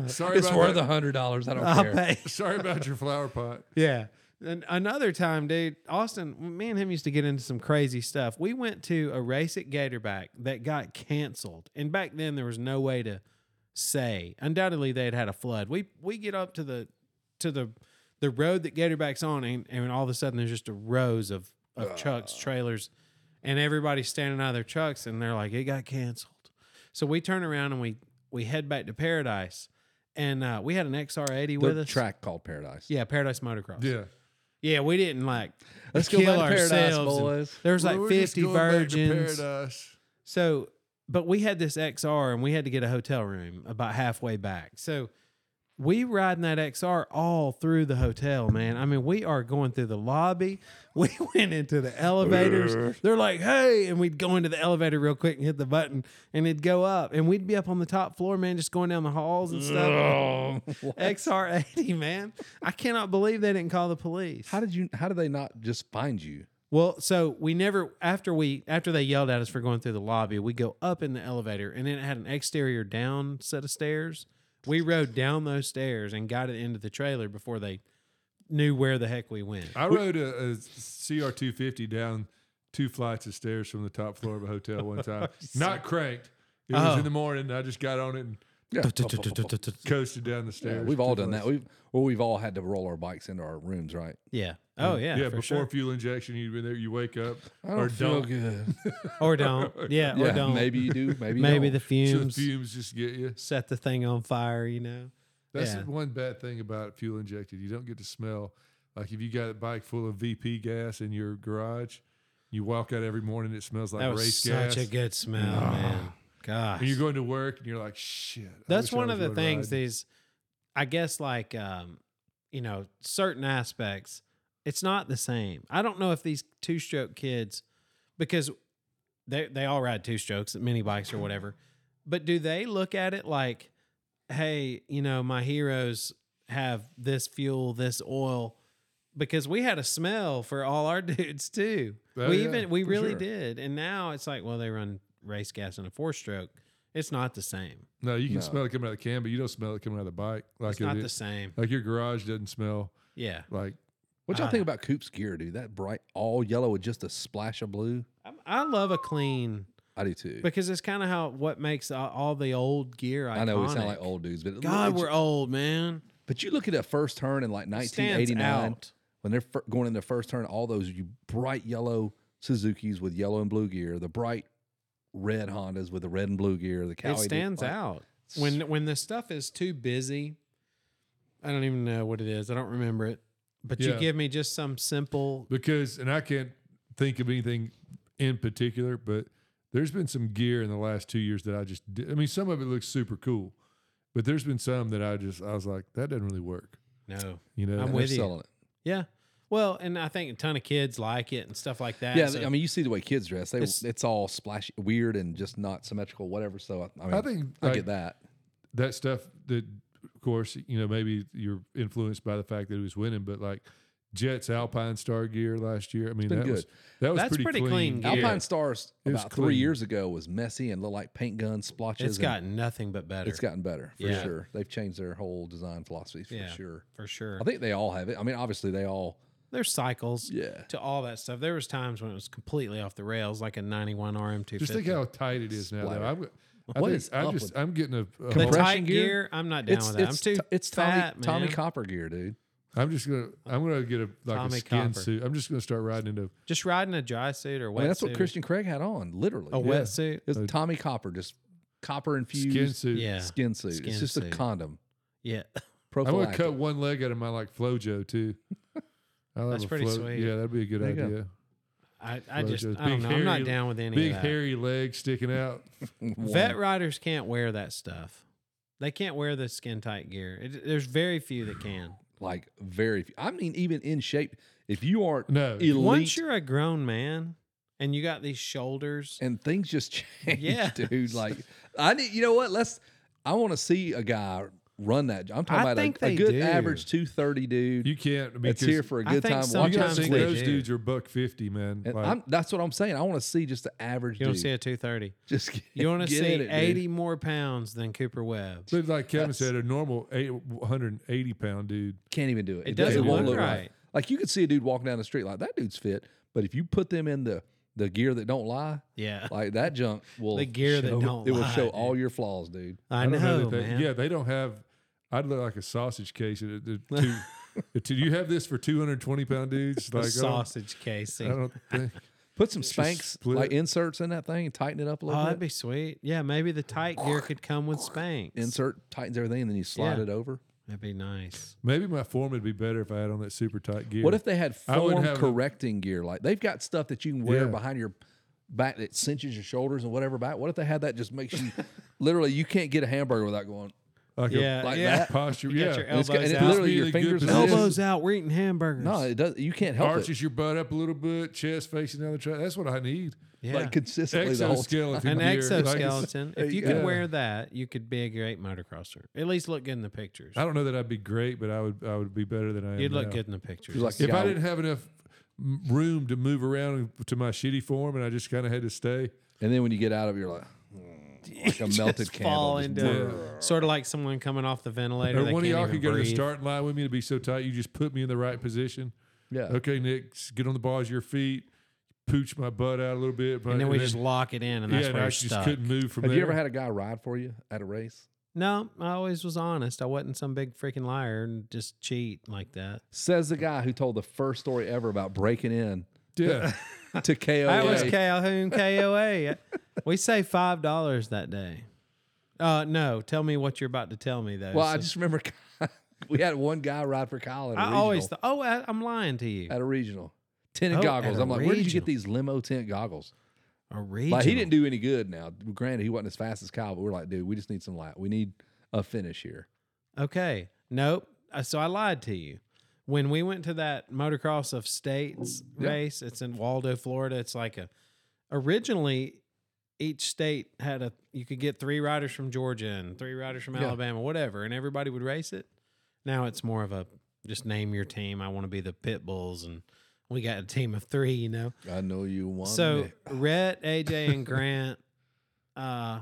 Speaker 1: Sorry
Speaker 3: It's
Speaker 1: about
Speaker 3: worth
Speaker 1: that.
Speaker 3: a hundred dollars. I don't
Speaker 2: I'll
Speaker 3: care.
Speaker 2: pay.
Speaker 1: Sorry about your flower pot.
Speaker 2: Yeah. And another time, dude, Austin, me and him used to get into some crazy stuff. We went to a race at Gatorback that got canceled. And back then there was no way to say. Undoubtedly they had had a flood. We we get up to the to the the road that Gatorback's on and, and all of a sudden there's just a rows of of trucks, trailers, and everybody's standing out of their trucks and they're like, It got canceled. So we turn around and we we head back to Paradise. And uh, we had an XR eighty with
Speaker 3: The
Speaker 2: us.
Speaker 3: track called Paradise.
Speaker 2: Yeah, Paradise Motocross.
Speaker 1: Yeah.
Speaker 2: Yeah, we didn't like
Speaker 3: Let's go
Speaker 2: kill
Speaker 3: back to
Speaker 2: ourselves.
Speaker 3: Paradise,
Speaker 2: and
Speaker 3: boys.
Speaker 2: There was like
Speaker 1: We're just
Speaker 2: fifty
Speaker 1: going back to
Speaker 2: virgins.
Speaker 1: Paradise.
Speaker 2: So, but we had this XR and we had to get a hotel room about halfway back. So we riding that XR all through the hotel, man. I mean, we are going through the lobby. We went into the elevators. They're like, hey, and we'd go into the elevator real quick and hit the button and it'd go up. And we'd be up on the top floor, man, just going down the halls and stuff. XR eighty, man. I cannot believe they didn't call the police.
Speaker 3: How did you? How did they not just find you?
Speaker 2: Well, so we never after we after they yelled at us for going through the lobby, we go up in the elevator and then it had an exterior down set of stairs. We rode down those stairs and got it into the trailer before they knew where the heck we went.
Speaker 1: I rode a, a CR250 down two flights of stairs from the top floor of a hotel one time. Not cranked. It was
Speaker 2: Oh.
Speaker 1: in the morning. and I just got on it and
Speaker 3: Yeah.
Speaker 1: coasted down the
Speaker 3: Yeah,
Speaker 1: stairs.
Speaker 3: we've all
Speaker 1: two
Speaker 3: done that.
Speaker 1: flights.
Speaker 3: We've well, we've all had to roll our bikes into our rooms, right?
Speaker 2: Yeah. Oh yeah.
Speaker 1: yeah,
Speaker 2: for
Speaker 1: before
Speaker 2: sure.
Speaker 1: fuel injection, you've been there. You wake up
Speaker 3: I don't
Speaker 1: or
Speaker 3: feel
Speaker 1: don't.
Speaker 3: good.
Speaker 2: or don't. Yeah, or
Speaker 3: yeah,
Speaker 2: don't.
Speaker 3: maybe
Speaker 2: Maybe,
Speaker 3: you do. Maybe you don't.
Speaker 2: the
Speaker 1: So
Speaker 2: fumes
Speaker 1: the fumes just get you.
Speaker 2: set the thing on fire, you know.
Speaker 1: That's
Speaker 2: Yeah.
Speaker 1: the one bad thing about fuel injected. You don't get to smell. Like if you got a bike full of VP gas in your garage, you walk out every morning, it smells like
Speaker 2: that was
Speaker 1: race
Speaker 2: such
Speaker 1: gas. Ah.
Speaker 2: a good smell, man. Gosh.
Speaker 1: and you're going to work and you're like, shit. I
Speaker 2: that's
Speaker 1: wish I
Speaker 2: one of
Speaker 1: was
Speaker 2: the
Speaker 1: going
Speaker 2: things
Speaker 1: riding.
Speaker 2: these i guess like um you know certain aspects it's not the same i don't know if these two stroke kids because they they all ride two strokes mini bikes or whatever but do they look at it like hey you know my heroes have this fuel this oil because we had a smell for all our dudes too
Speaker 1: Oh,
Speaker 2: we
Speaker 1: yeah,
Speaker 2: even we
Speaker 1: for
Speaker 2: really
Speaker 1: sure.
Speaker 2: did and now it's like well they run race gas in a four stroke It's not the same.
Speaker 1: No, you can
Speaker 3: No.
Speaker 1: smell it coming out of the can, but you don't smell it coming out of the bike. Like
Speaker 2: It's not
Speaker 1: it
Speaker 2: the
Speaker 1: is-
Speaker 2: same.
Speaker 1: like your garage doesn't smell
Speaker 2: Yeah.
Speaker 1: like
Speaker 3: What y'all
Speaker 2: Ah.
Speaker 3: think about Coop's gear, dude? That bright all yellow with just a splash of blue.
Speaker 2: I, I love a clean
Speaker 3: I do too.
Speaker 2: because it's kind of how what makes all, all the old gear iconic.
Speaker 3: I know we sound like old dudes, but it-
Speaker 2: God,
Speaker 3: it's-
Speaker 2: we're old, man.
Speaker 3: but you look at that first turn in like
Speaker 2: It stands
Speaker 3: 1989
Speaker 2: out.
Speaker 3: when they're fir- going in the first turn. All those you bright yellow Suzuki's with yellow and blue gear, the bright red Hondas with the red and blue gear. The Cowie
Speaker 2: it stands out when when the stuff is too busy. I don't even know what it is. I don't remember it. But
Speaker 1: Yeah.
Speaker 2: you give me just some simple.
Speaker 1: because and I can't think of anything in particular, but there's been some gear in the last two years that I just did. I mean, some of it looks super cool, but there's been some that I just I was like, that doesn't really work.
Speaker 2: No.
Speaker 1: You know,
Speaker 2: I'm
Speaker 3: They're
Speaker 2: with you.
Speaker 3: selling it.
Speaker 2: Yeah. Well, and I think a ton of kids like it and stuff like that.
Speaker 3: Yeah,
Speaker 2: so-
Speaker 3: I mean, you see the way kids dress; they
Speaker 2: It's-
Speaker 3: it's, all splashy, weird, and just not symmetrical, whatever. So I, I, mean,
Speaker 1: I think
Speaker 3: I
Speaker 1: like,
Speaker 3: get that.
Speaker 1: that stuff that of course you know maybe you're influenced by the fact that he was winning but like jets alpine star gear last year i mean
Speaker 3: been
Speaker 1: that was
Speaker 3: good.
Speaker 1: that was
Speaker 2: That's
Speaker 1: pretty,
Speaker 2: pretty
Speaker 1: clean,
Speaker 2: clean gear.
Speaker 1: gear.
Speaker 3: Alpine Stars
Speaker 1: It was
Speaker 3: about three
Speaker 1: clean.
Speaker 3: years ago was messy and looked like paint gun splotches.
Speaker 2: it's
Speaker 3: and
Speaker 2: gotten nothing but better.
Speaker 3: it's gotten better for
Speaker 2: Yeah.
Speaker 3: sure. They've changed their whole design philosophy for
Speaker 2: Yeah.
Speaker 3: sure.
Speaker 2: for sure.
Speaker 3: I think they all have it. I mean, obviously they all.
Speaker 2: There's cycles
Speaker 3: Yeah,
Speaker 2: to all that stuff. There was times when it was completely off the rails, like a 91 RM250.
Speaker 1: just think how tight it is now though
Speaker 3: Splatter.
Speaker 1: i'm I
Speaker 3: What
Speaker 1: think-
Speaker 3: is
Speaker 1: i'm
Speaker 3: up
Speaker 1: just
Speaker 3: with-
Speaker 1: i'm getting a, a
Speaker 2: the
Speaker 1: whole-
Speaker 3: Compression
Speaker 2: tight gear,
Speaker 3: gear?
Speaker 2: I'm not down
Speaker 3: it's
Speaker 2: with that.
Speaker 3: it's
Speaker 2: I'm too
Speaker 3: t- it's Tommy,
Speaker 2: fat, man.
Speaker 3: Tommy Copper gear, dude.
Speaker 1: i'm just gonna i'm gonna get a like a
Speaker 2: Tommy
Speaker 1: skin
Speaker 2: Copper.
Speaker 1: suit i'm just gonna start riding into
Speaker 2: Just riding a dry suit Oh, or
Speaker 3: I
Speaker 2: a
Speaker 3: mean, that's
Speaker 2: wetsuit.
Speaker 3: what Christian Craig had on, literally.
Speaker 2: A wetsuit.
Speaker 3: It's Tommy Copper, just copper infused
Speaker 1: skin
Speaker 3: skin,
Speaker 1: suit
Speaker 2: Yeah.
Speaker 3: suit.
Speaker 2: Skin
Speaker 3: it's just a
Speaker 2: suit.
Speaker 3: condom.
Speaker 2: Yeah.
Speaker 1: i'm gonna
Speaker 3: Prophylactic.
Speaker 1: cut one leg out of my like flojo too I love
Speaker 2: That's
Speaker 1: a
Speaker 2: pretty
Speaker 1: flo-
Speaker 2: sweet.
Speaker 1: yeah that'd be a good
Speaker 3: There you go.
Speaker 1: idea
Speaker 2: I, I
Speaker 1: Well,
Speaker 2: just,
Speaker 1: just
Speaker 2: I don't
Speaker 1: big
Speaker 2: know. I'm not
Speaker 1: hairy-
Speaker 2: down with any
Speaker 1: big
Speaker 2: of that.
Speaker 1: hairy leg sticking out
Speaker 2: Vet riders can't wear that stuff. They can't wear the skin tight gear. It, there's very few that can.
Speaker 3: like very. Few. I mean, even in shape, if you aren't
Speaker 1: no
Speaker 3: elite
Speaker 2: Once you're a grown man and you got these shoulders,
Speaker 3: and things just change,
Speaker 2: Yeah.
Speaker 3: dude. Like I need, you know what? Let's. I want to see a guy run that. I'm talking
Speaker 2: I
Speaker 3: about a-
Speaker 2: think
Speaker 3: a,
Speaker 2: they
Speaker 3: good
Speaker 2: do.
Speaker 3: average 230 dude.
Speaker 1: you can't because
Speaker 3: that's here for a
Speaker 2: I
Speaker 3: good
Speaker 2: think
Speaker 3: time.
Speaker 1: you gotta
Speaker 2: Sometimes
Speaker 1: think
Speaker 2: they
Speaker 3: watching
Speaker 1: those
Speaker 2: do.
Speaker 1: dudes are buck fifty man
Speaker 3: And
Speaker 1: Like-
Speaker 3: I'm, that's what I'm saying. I want to see just the average
Speaker 2: you don't
Speaker 3: dude.
Speaker 2: see a 230.
Speaker 3: Just get,
Speaker 2: You want to
Speaker 3: get
Speaker 2: see
Speaker 3: in it, dude.
Speaker 2: 80 more pounds than Cooper Webb.
Speaker 1: But like Kevin said, a normal 180 pound dude.
Speaker 3: Can't even do it.
Speaker 2: It doesn't
Speaker 1: look
Speaker 2: right.
Speaker 3: Like you could see a dude walking down the street like that dude's fit, but if you put them in the the gear that don't lie,
Speaker 2: Yeah.
Speaker 3: like that junk will
Speaker 2: The gear that
Speaker 3: show-
Speaker 2: don't
Speaker 3: it will
Speaker 2: lie,
Speaker 3: show
Speaker 2: dude.
Speaker 3: all your flaws, dude.
Speaker 2: I,
Speaker 1: don't
Speaker 2: know,
Speaker 1: that they,
Speaker 2: man.
Speaker 1: Yeah, they don't have. I'd look like a sausage case. It- it- two- it- Do you have this for 220 pound dudes?
Speaker 2: The
Speaker 1: Like I don't-
Speaker 2: sausage
Speaker 1: I
Speaker 2: casing.
Speaker 1: don't, think.
Speaker 3: Put some spanks
Speaker 1: split
Speaker 3: like
Speaker 1: it.
Speaker 3: inserts in that thing and tighten it up a
Speaker 2: Oh,
Speaker 3: little
Speaker 2: that'd
Speaker 3: bit.
Speaker 2: be sweet. Yeah, maybe the tight gear could come with Spanx.
Speaker 3: Insert tightens everything and then you slide
Speaker 2: Yeah.
Speaker 3: it over.
Speaker 2: That'd be nice.
Speaker 1: Maybe my form would be better if I had on that super tight gear.
Speaker 3: What if they had
Speaker 1: I would
Speaker 3: form
Speaker 1: have a-
Speaker 3: correcting gear? Like they've got stuff that you can wear
Speaker 1: Yeah.
Speaker 3: behind your back that cinches your shoulders and whatever back. What if they had that just makes you literally you can't get a hamburger without going
Speaker 1: like
Speaker 2: Yeah,
Speaker 1: a
Speaker 3: like
Speaker 2: yeah.
Speaker 3: that.
Speaker 1: posture?
Speaker 2: You
Speaker 1: yeah,
Speaker 2: got your
Speaker 3: And it's got-
Speaker 2: elbows
Speaker 3: and it
Speaker 2: out.
Speaker 1: Just be
Speaker 3: literally
Speaker 1: in
Speaker 3: your
Speaker 1: a good
Speaker 3: fingers.
Speaker 1: position.
Speaker 3: Elbows.
Speaker 2: Elbows out. We're eating hamburgers.
Speaker 3: No, it does. You can't help it.
Speaker 1: arches your butt up a little bit, chest facing down the track. That's what I need.
Speaker 2: yeah.
Speaker 3: Like consistently the whole time.
Speaker 1: Exoskeleton.
Speaker 2: an
Speaker 1: gear. Like it's-
Speaker 2: exoskeleton. if you could
Speaker 1: Yeah.
Speaker 2: wear that, you could be a great motocrosser. At least look good in the pictures.
Speaker 1: I don't know that I'd be great, but I would. I would be better than I am.
Speaker 2: You'd look
Speaker 1: now.
Speaker 2: good in the pictures.
Speaker 3: You're like-
Speaker 1: If I
Speaker 3: Yeah.
Speaker 1: didn't have enough m- room to move around to my shitty form and I just kind of had to stay,
Speaker 3: And then when you get out of it, you're like, mm, like a melted
Speaker 2: Just fall
Speaker 3: candle. just
Speaker 2: into sort of like someone coming off the ventilator.
Speaker 1: or
Speaker 2: they
Speaker 1: one of
Speaker 2: can't
Speaker 1: y'all
Speaker 2: even
Speaker 1: could go to the
Speaker 2: breathe.
Speaker 1: starting line with me to be so tight, you just put me in the right position.
Speaker 3: yeah.
Speaker 1: Okay, Nick, s- get on the balls of your feet, pooch my butt out a little bit. but-
Speaker 2: and then we just lock it in, and that's
Speaker 1: yeah, and
Speaker 2: where
Speaker 1: I
Speaker 2: you're
Speaker 1: just
Speaker 2: stuck.
Speaker 1: couldn't move from
Speaker 3: Have
Speaker 1: there.
Speaker 3: you ever had a guy ride for you at a race?
Speaker 2: No, I always was honest. I wasn't some big freaking liar and just cheat like that.
Speaker 3: Says the guy who told the first story ever about breaking in
Speaker 1: yeah.
Speaker 3: to KOA.
Speaker 2: I was Calhoun KOA. we saved five dollars that day. Uh, no, tell me what you're about to tell me though.
Speaker 3: well, I
Speaker 2: So-
Speaker 3: just remember we had one guy ride for Kyle at a
Speaker 2: I
Speaker 3: regional.
Speaker 2: always thought, oh, I, I'm lying to you.
Speaker 3: at a regional. Tinted
Speaker 2: Oh,
Speaker 3: goggles.
Speaker 2: at a
Speaker 3: I'm like, where did you
Speaker 2: regional.
Speaker 3: get these limo tint goggles?
Speaker 2: A regional.
Speaker 3: Like, he didn't do any good now. Granted, he wasn't as fast as Kyle, but we're like, dude, we just need some light. We need a finish here.
Speaker 2: Okay. Nope. Uh, So I lied to you. When we went to that motocross of states
Speaker 3: Yeah.
Speaker 2: race, it's in Waldo, Florida. It's like a originally each state had a you could get three riders from Georgia and three riders from
Speaker 3: Yeah.
Speaker 2: Alabama, whatever, and everybody would race it. Now it's more of a just name your team. I want to be the pit bulls and we got a team of three, you know.
Speaker 3: I know you want
Speaker 2: So
Speaker 3: me.
Speaker 2: Rhett, AJ, and Grant, uh,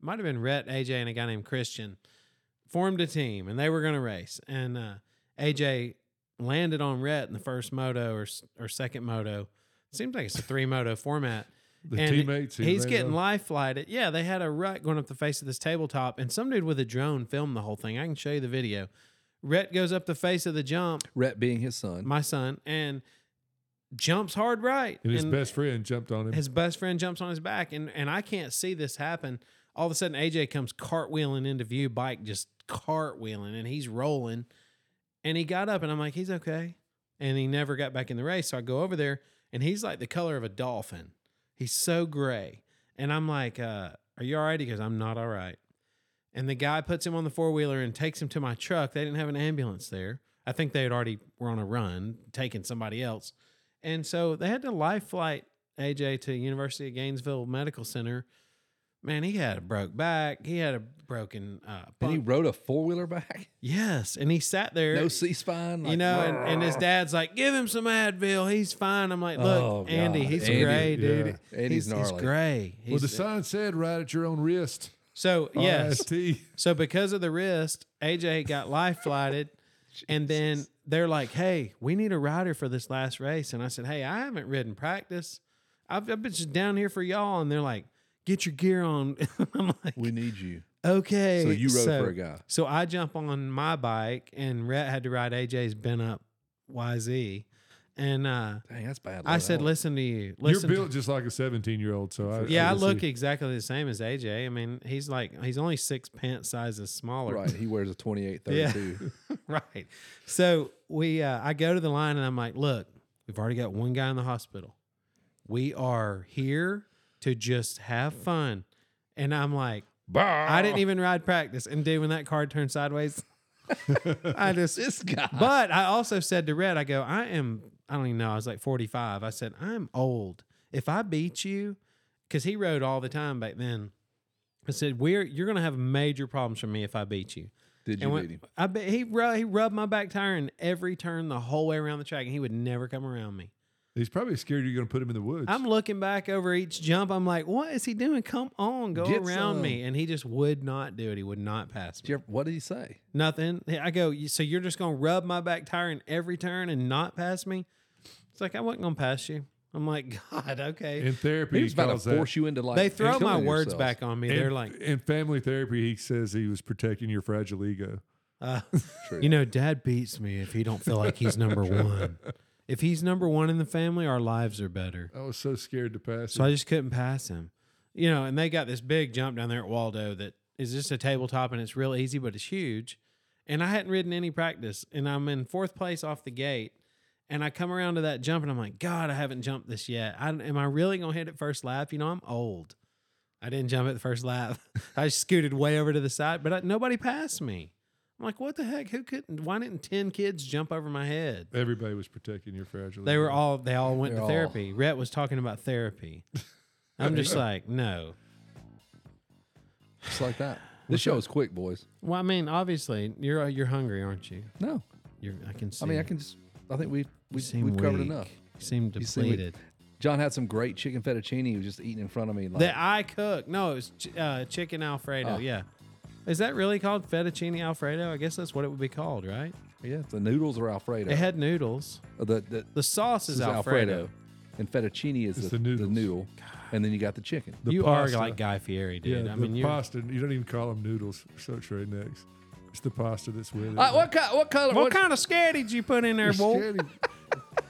Speaker 2: might have been Rhett, AJ, and a guy named Christian formed a team and they were going to race. And uh, AJ landed on Rhett in the first moto or s- or second moto. seems like it's a three moto format.
Speaker 1: The
Speaker 2: And
Speaker 1: teammates. he
Speaker 2: He's
Speaker 1: made
Speaker 2: getting
Speaker 1: up.
Speaker 2: life flighted. Yeah, they had a rut going up the face of this tabletop, and some dude with a drone filmed the whole thing. I can show you the video. Rhett goes up the face of the jump,
Speaker 3: Rhett being his son.
Speaker 2: my son, and jumps hard right.
Speaker 1: And his
Speaker 2: And-
Speaker 1: best friend jumped on him.
Speaker 2: his best friend jumps on his back, and and I can't see this happen. All of a sudden, AJ comes cartwheeling into view, bike just cartwheeling, and he's rolling. And he got up, and I'm like, he's okay. And he never got back in the race. So I go over there, and he's like the color of a dolphin. He's so gray. And I'm like, uh, are you all right? He goes, I'm not all right. And the guy puts him on the four wheeler and takes him to my truck. They didn't have an ambulance there. I think they had already were on a run, taking somebody else. And so they had to life flight AJ to University of Gainesville Medical Center. Man, he had a broke back. He had a broken uh
Speaker 3: and he
Speaker 2: bunk-
Speaker 3: rode a four wheeler back.
Speaker 2: Yes. And he sat there.
Speaker 3: No C spine.
Speaker 2: you know, and, and his dad's like, give him some Advil. He's fine. I'm like, look,
Speaker 3: Oh,
Speaker 2: Andy,
Speaker 3: God.
Speaker 2: he's
Speaker 3: Andy,
Speaker 2: gray, dude.
Speaker 1: yeah.
Speaker 3: Andy's
Speaker 2: he's, he's
Speaker 3: gnarly.
Speaker 2: gray.
Speaker 1: well, the
Speaker 2: He's-
Speaker 1: sign said, "Right at your own wrist."
Speaker 2: so, yes.
Speaker 1: RST.
Speaker 2: So because of the wrist, AJ got life flighted, and then they're like, "Hey, we need a rider for this last race." And I said, "Hey, I haven't ridden practice. I've, I've been just down here for y'all." And they're like, "Get your gear on." I'm like,
Speaker 3: we need you.
Speaker 2: "Okay."
Speaker 3: So you rode for a guy.
Speaker 2: So I jump on my bike, and Rhett had to ride AJ's bent up YZ, and uh,
Speaker 3: Dang, that's bad.
Speaker 2: I
Speaker 3: luck.
Speaker 2: said,
Speaker 3: don't-
Speaker 2: "Listen to you. Listen
Speaker 1: You're
Speaker 2: to
Speaker 1: built just like a 17 year old. So I,
Speaker 2: yeah, I
Speaker 1: can
Speaker 2: look
Speaker 1: see.
Speaker 2: exactly the same as AJ. I mean, he's like he's only six pant sizes smaller.
Speaker 3: Right, he wears a twenty eight
Speaker 2: Yeah.
Speaker 3: thirty two.
Speaker 2: right. So we, uh, I go to the line and I'm like, look, we've already got one guy in the hospital. We are here to just have fun. And I'm like, I
Speaker 3: Oh.
Speaker 2: didn't even ride practice. And dude, when that card turned sideways, I just,
Speaker 3: This guy.
Speaker 2: but I also said to Red, I go, I am, I don't even know, I was like 45. I said, I'm old. If I beat you, because he rode all the time back then, I said, we're, you're going to have major problems from me if I beat you.
Speaker 3: Did you
Speaker 2: And when,
Speaker 3: beat him?
Speaker 2: I bet he rubbed, he rubbed my back tire in every turn the whole way around the track, and he would never come around me.
Speaker 1: He's probably scared you're going to put him in the woods.
Speaker 2: I'm looking back over each jump. I'm like, what is he doing? Come on, go
Speaker 3: Get
Speaker 2: around
Speaker 3: some.
Speaker 2: me. And he just would not do it. He would not pass
Speaker 3: Did
Speaker 2: me.
Speaker 3: you ever- what did he say?
Speaker 2: Nothing. I go, "You- so you're just going to rub my back tire in every turn and not pass me? It's like, I wasn't going to pass you. I'm like, God, okay.
Speaker 1: in therapy.
Speaker 3: He was
Speaker 1: he
Speaker 3: about to
Speaker 1: calls that-
Speaker 3: force you into like.
Speaker 2: they throw my
Speaker 3: killing
Speaker 2: words
Speaker 3: yourselves.
Speaker 2: back on me. They're
Speaker 1: in,
Speaker 2: like,
Speaker 1: in family therapy, he says he was protecting your fragile ego.
Speaker 2: Uh,
Speaker 3: True.
Speaker 2: you know, dad beats me if he don't feel like he's number one. If he's number one in the family, our lives are better.
Speaker 1: I was so scared to pass.
Speaker 2: So
Speaker 1: him.
Speaker 2: I just couldn't pass him. You know, and they got this big jump down there at Waldo that is just a tabletop and it's real easy, but it's huge. And I hadn't ridden any practice and I'm in fourth place off the gate. And I come around to that jump and I'm like, God, I haven't jumped this yet. I, am I really going to hit it first lap? You know, I'm old. I didn't jump at the first lap. I scooted way over to the side, but I, nobody passed me. I'm like, what the heck? Who couldn't? Why didn't 10 kids jump over my head?
Speaker 1: Everybody was protecting your fragile.
Speaker 2: They
Speaker 1: ego.
Speaker 2: were all they all went
Speaker 3: They're
Speaker 2: to
Speaker 3: all-
Speaker 2: therapy. Rhett was talking about therapy. I'm just like, no.
Speaker 3: Just like that. This show is quick, boys.
Speaker 2: Well, I mean, obviously, you're you're hungry, aren't you?
Speaker 3: No,
Speaker 2: You're, I can see.
Speaker 3: I mean I
Speaker 2: it.
Speaker 3: can just. I think we
Speaker 2: You
Speaker 3: we
Speaker 2: seem
Speaker 3: we've covered
Speaker 2: weak.
Speaker 3: enough.
Speaker 2: You seem
Speaker 3: You seem weak.
Speaker 2: depleted.
Speaker 3: John had some great chicken fettuccine. He was just eating in front of me. Like,
Speaker 2: That I cook. No, it was ch- uh, chicken alfredo.
Speaker 3: Oh.
Speaker 2: Yeah. Is that really called fettuccine alfredo? I guess that's what it would be called, right?
Speaker 3: yeah, the noodles are Alfredo.
Speaker 2: It had noodles.
Speaker 3: Uh, the, the,
Speaker 2: The sauce
Speaker 3: this
Speaker 2: is alfredo.
Speaker 3: and fettuccine is
Speaker 1: It's the
Speaker 3: the, the,
Speaker 1: noodles.
Speaker 3: noodle, and then you got the chicken.
Speaker 1: The
Speaker 2: you
Speaker 1: pasta.
Speaker 2: are like Guy Fieri, dude.
Speaker 1: Yeah,
Speaker 2: I mean,
Speaker 1: the
Speaker 2: you're
Speaker 1: pasta. You don't even call them noodles. So trade next. It's the pasta that's with it.
Speaker 3: Uh, what kind? What color?
Speaker 2: What kind of scare did you put in there, boy?
Speaker 1: Spaghetti.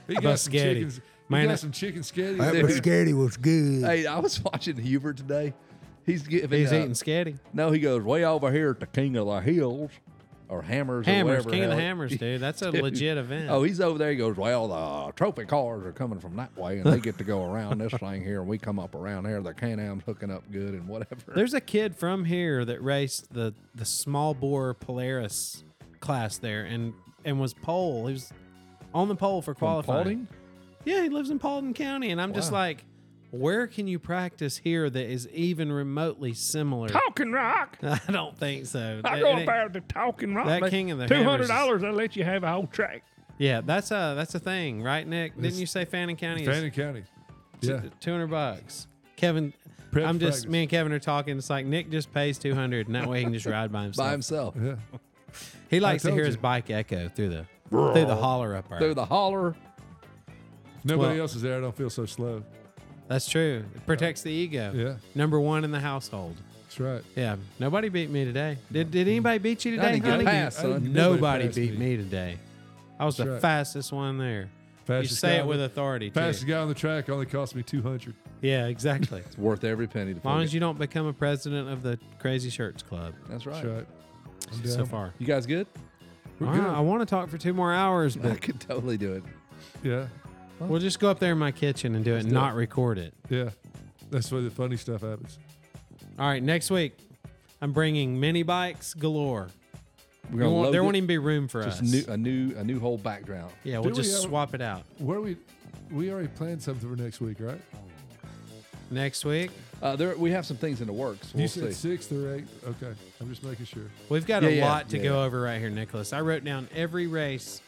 Speaker 1: He got some
Speaker 2: Biscotti.
Speaker 1: chicken.
Speaker 2: Man,
Speaker 1: he
Speaker 2: that-
Speaker 1: got some chicken scatty.
Speaker 5: That
Speaker 3: Dude.
Speaker 5: biscotti was good.
Speaker 3: Hey, I was watching Hubert today. He's giving.
Speaker 2: He's
Speaker 3: uh,
Speaker 2: eating scatty.
Speaker 3: No, he goes way over here at the King of the Hills, or Hammers, or
Speaker 2: Hammers,
Speaker 3: whatever.
Speaker 2: King of the
Speaker 3: hell-
Speaker 2: Hammers, dude. That's a
Speaker 3: Dude.
Speaker 2: legit event.
Speaker 3: Oh, he's over there. He goes, well, the trophy cars are coming from that way, and they get to go around this thing here, and we come up around there. The Can-Am's hooking up good and whatever.
Speaker 2: There's a kid from here that raced the the small bore Polaris class there and and was pole. He was on the pole for
Speaker 3: From
Speaker 2: qualifying.
Speaker 3: Paulding?
Speaker 2: Yeah, he lives in Paulding County, and I'm just
Speaker 3: Wow.
Speaker 2: like, where can you practice here that is even remotely similar?
Speaker 6: Talking Rock.
Speaker 2: I don't think so.
Speaker 6: I
Speaker 2: It-
Speaker 6: go
Speaker 2: it
Speaker 6: up
Speaker 2: ain't-
Speaker 6: there to Talking Rock.
Speaker 2: that King of the
Speaker 6: Two
Speaker 2: Hammers
Speaker 6: hundred
Speaker 2: is-
Speaker 6: dollars, I'll let you have a whole track.
Speaker 2: Yeah, that's a that's a thing, right, Nick? Didn't
Speaker 1: It's-
Speaker 2: you say Fannin County
Speaker 1: Fannin County. Yeah.
Speaker 2: is two hundred bucks? Kevin,
Speaker 1: Prep
Speaker 2: I'm just
Speaker 1: practice.
Speaker 2: me and Kevin are talking. It's like Nick just pays 200, and that way he can just ride by himself.
Speaker 3: by himself
Speaker 1: Yeah.
Speaker 2: He likes to
Speaker 1: told
Speaker 2: hear
Speaker 1: you.
Speaker 2: his bike echo through the through the holler up.
Speaker 3: through
Speaker 2: there.
Speaker 3: the holler.
Speaker 1: Nobody
Speaker 2: Well-
Speaker 1: else is there. I don't feel so slow.
Speaker 2: That's true. It protects the ego.
Speaker 1: Yeah.
Speaker 2: Number one in the household.
Speaker 1: That's right.
Speaker 2: Yeah. Nobody beat me today. Did, did anybody beat you
Speaker 3: I
Speaker 2: today?
Speaker 3: need to get a
Speaker 2: honey?
Speaker 3: pass,
Speaker 1: I didn't
Speaker 3: son.
Speaker 1: get
Speaker 2: Nobody
Speaker 1: passed
Speaker 2: beat me today. I was
Speaker 1: That's
Speaker 2: the
Speaker 1: right.
Speaker 2: fastest one there.
Speaker 1: Fastest
Speaker 2: you say
Speaker 1: guy
Speaker 2: it
Speaker 1: on
Speaker 2: with
Speaker 1: the-
Speaker 2: authority. Too.
Speaker 1: Fastest guy on the track only cost me two hundred.
Speaker 2: Yeah, exactly. as
Speaker 3: It's worth every penny. To
Speaker 2: long
Speaker 3: forget.
Speaker 2: as you don't become a president of the Crazy Shirts Club.
Speaker 3: That's right.
Speaker 1: That's right. I'm down.
Speaker 2: So far,
Speaker 3: You guys good?
Speaker 1: We're
Speaker 2: All right, I want to talk for two more hours,
Speaker 3: I
Speaker 2: but
Speaker 3: could totally do it.
Speaker 1: good. Yeah.
Speaker 2: we'll just go up there in my kitchen and do it, and
Speaker 3: do
Speaker 2: not record it.
Speaker 1: Yeah. That's where the funny stuff happens.
Speaker 2: All right, next week, I'm bringing mini bikes galore.
Speaker 3: We're
Speaker 2: We
Speaker 3: gonna
Speaker 2: won't-
Speaker 3: load
Speaker 2: there
Speaker 3: it.
Speaker 2: won't even be room for
Speaker 3: just
Speaker 2: us.
Speaker 3: new, a new a new whole background.
Speaker 2: yeah, we'll
Speaker 1: Do we
Speaker 2: just
Speaker 1: have-
Speaker 2: swap it out
Speaker 1: Where are we? We already planned something for next week, right?
Speaker 2: next week.
Speaker 3: Uh, there we have some things in the works. We'll
Speaker 1: you
Speaker 3: see.
Speaker 1: said sixth or eighth. Okay. I'm just making sure.
Speaker 2: We've got
Speaker 3: Yeah,
Speaker 2: a
Speaker 3: yeah,
Speaker 2: lot to
Speaker 3: yeah,
Speaker 2: go
Speaker 3: yeah.
Speaker 2: over right here, Nicholas. I wrote down every race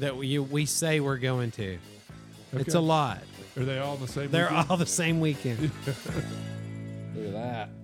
Speaker 2: that we we say we're going to. It's
Speaker 1: Okay.
Speaker 2: a lot.
Speaker 1: Are they all in the same?
Speaker 2: They're
Speaker 1: weekend?
Speaker 2: all the same weekend.
Speaker 3: Look at that.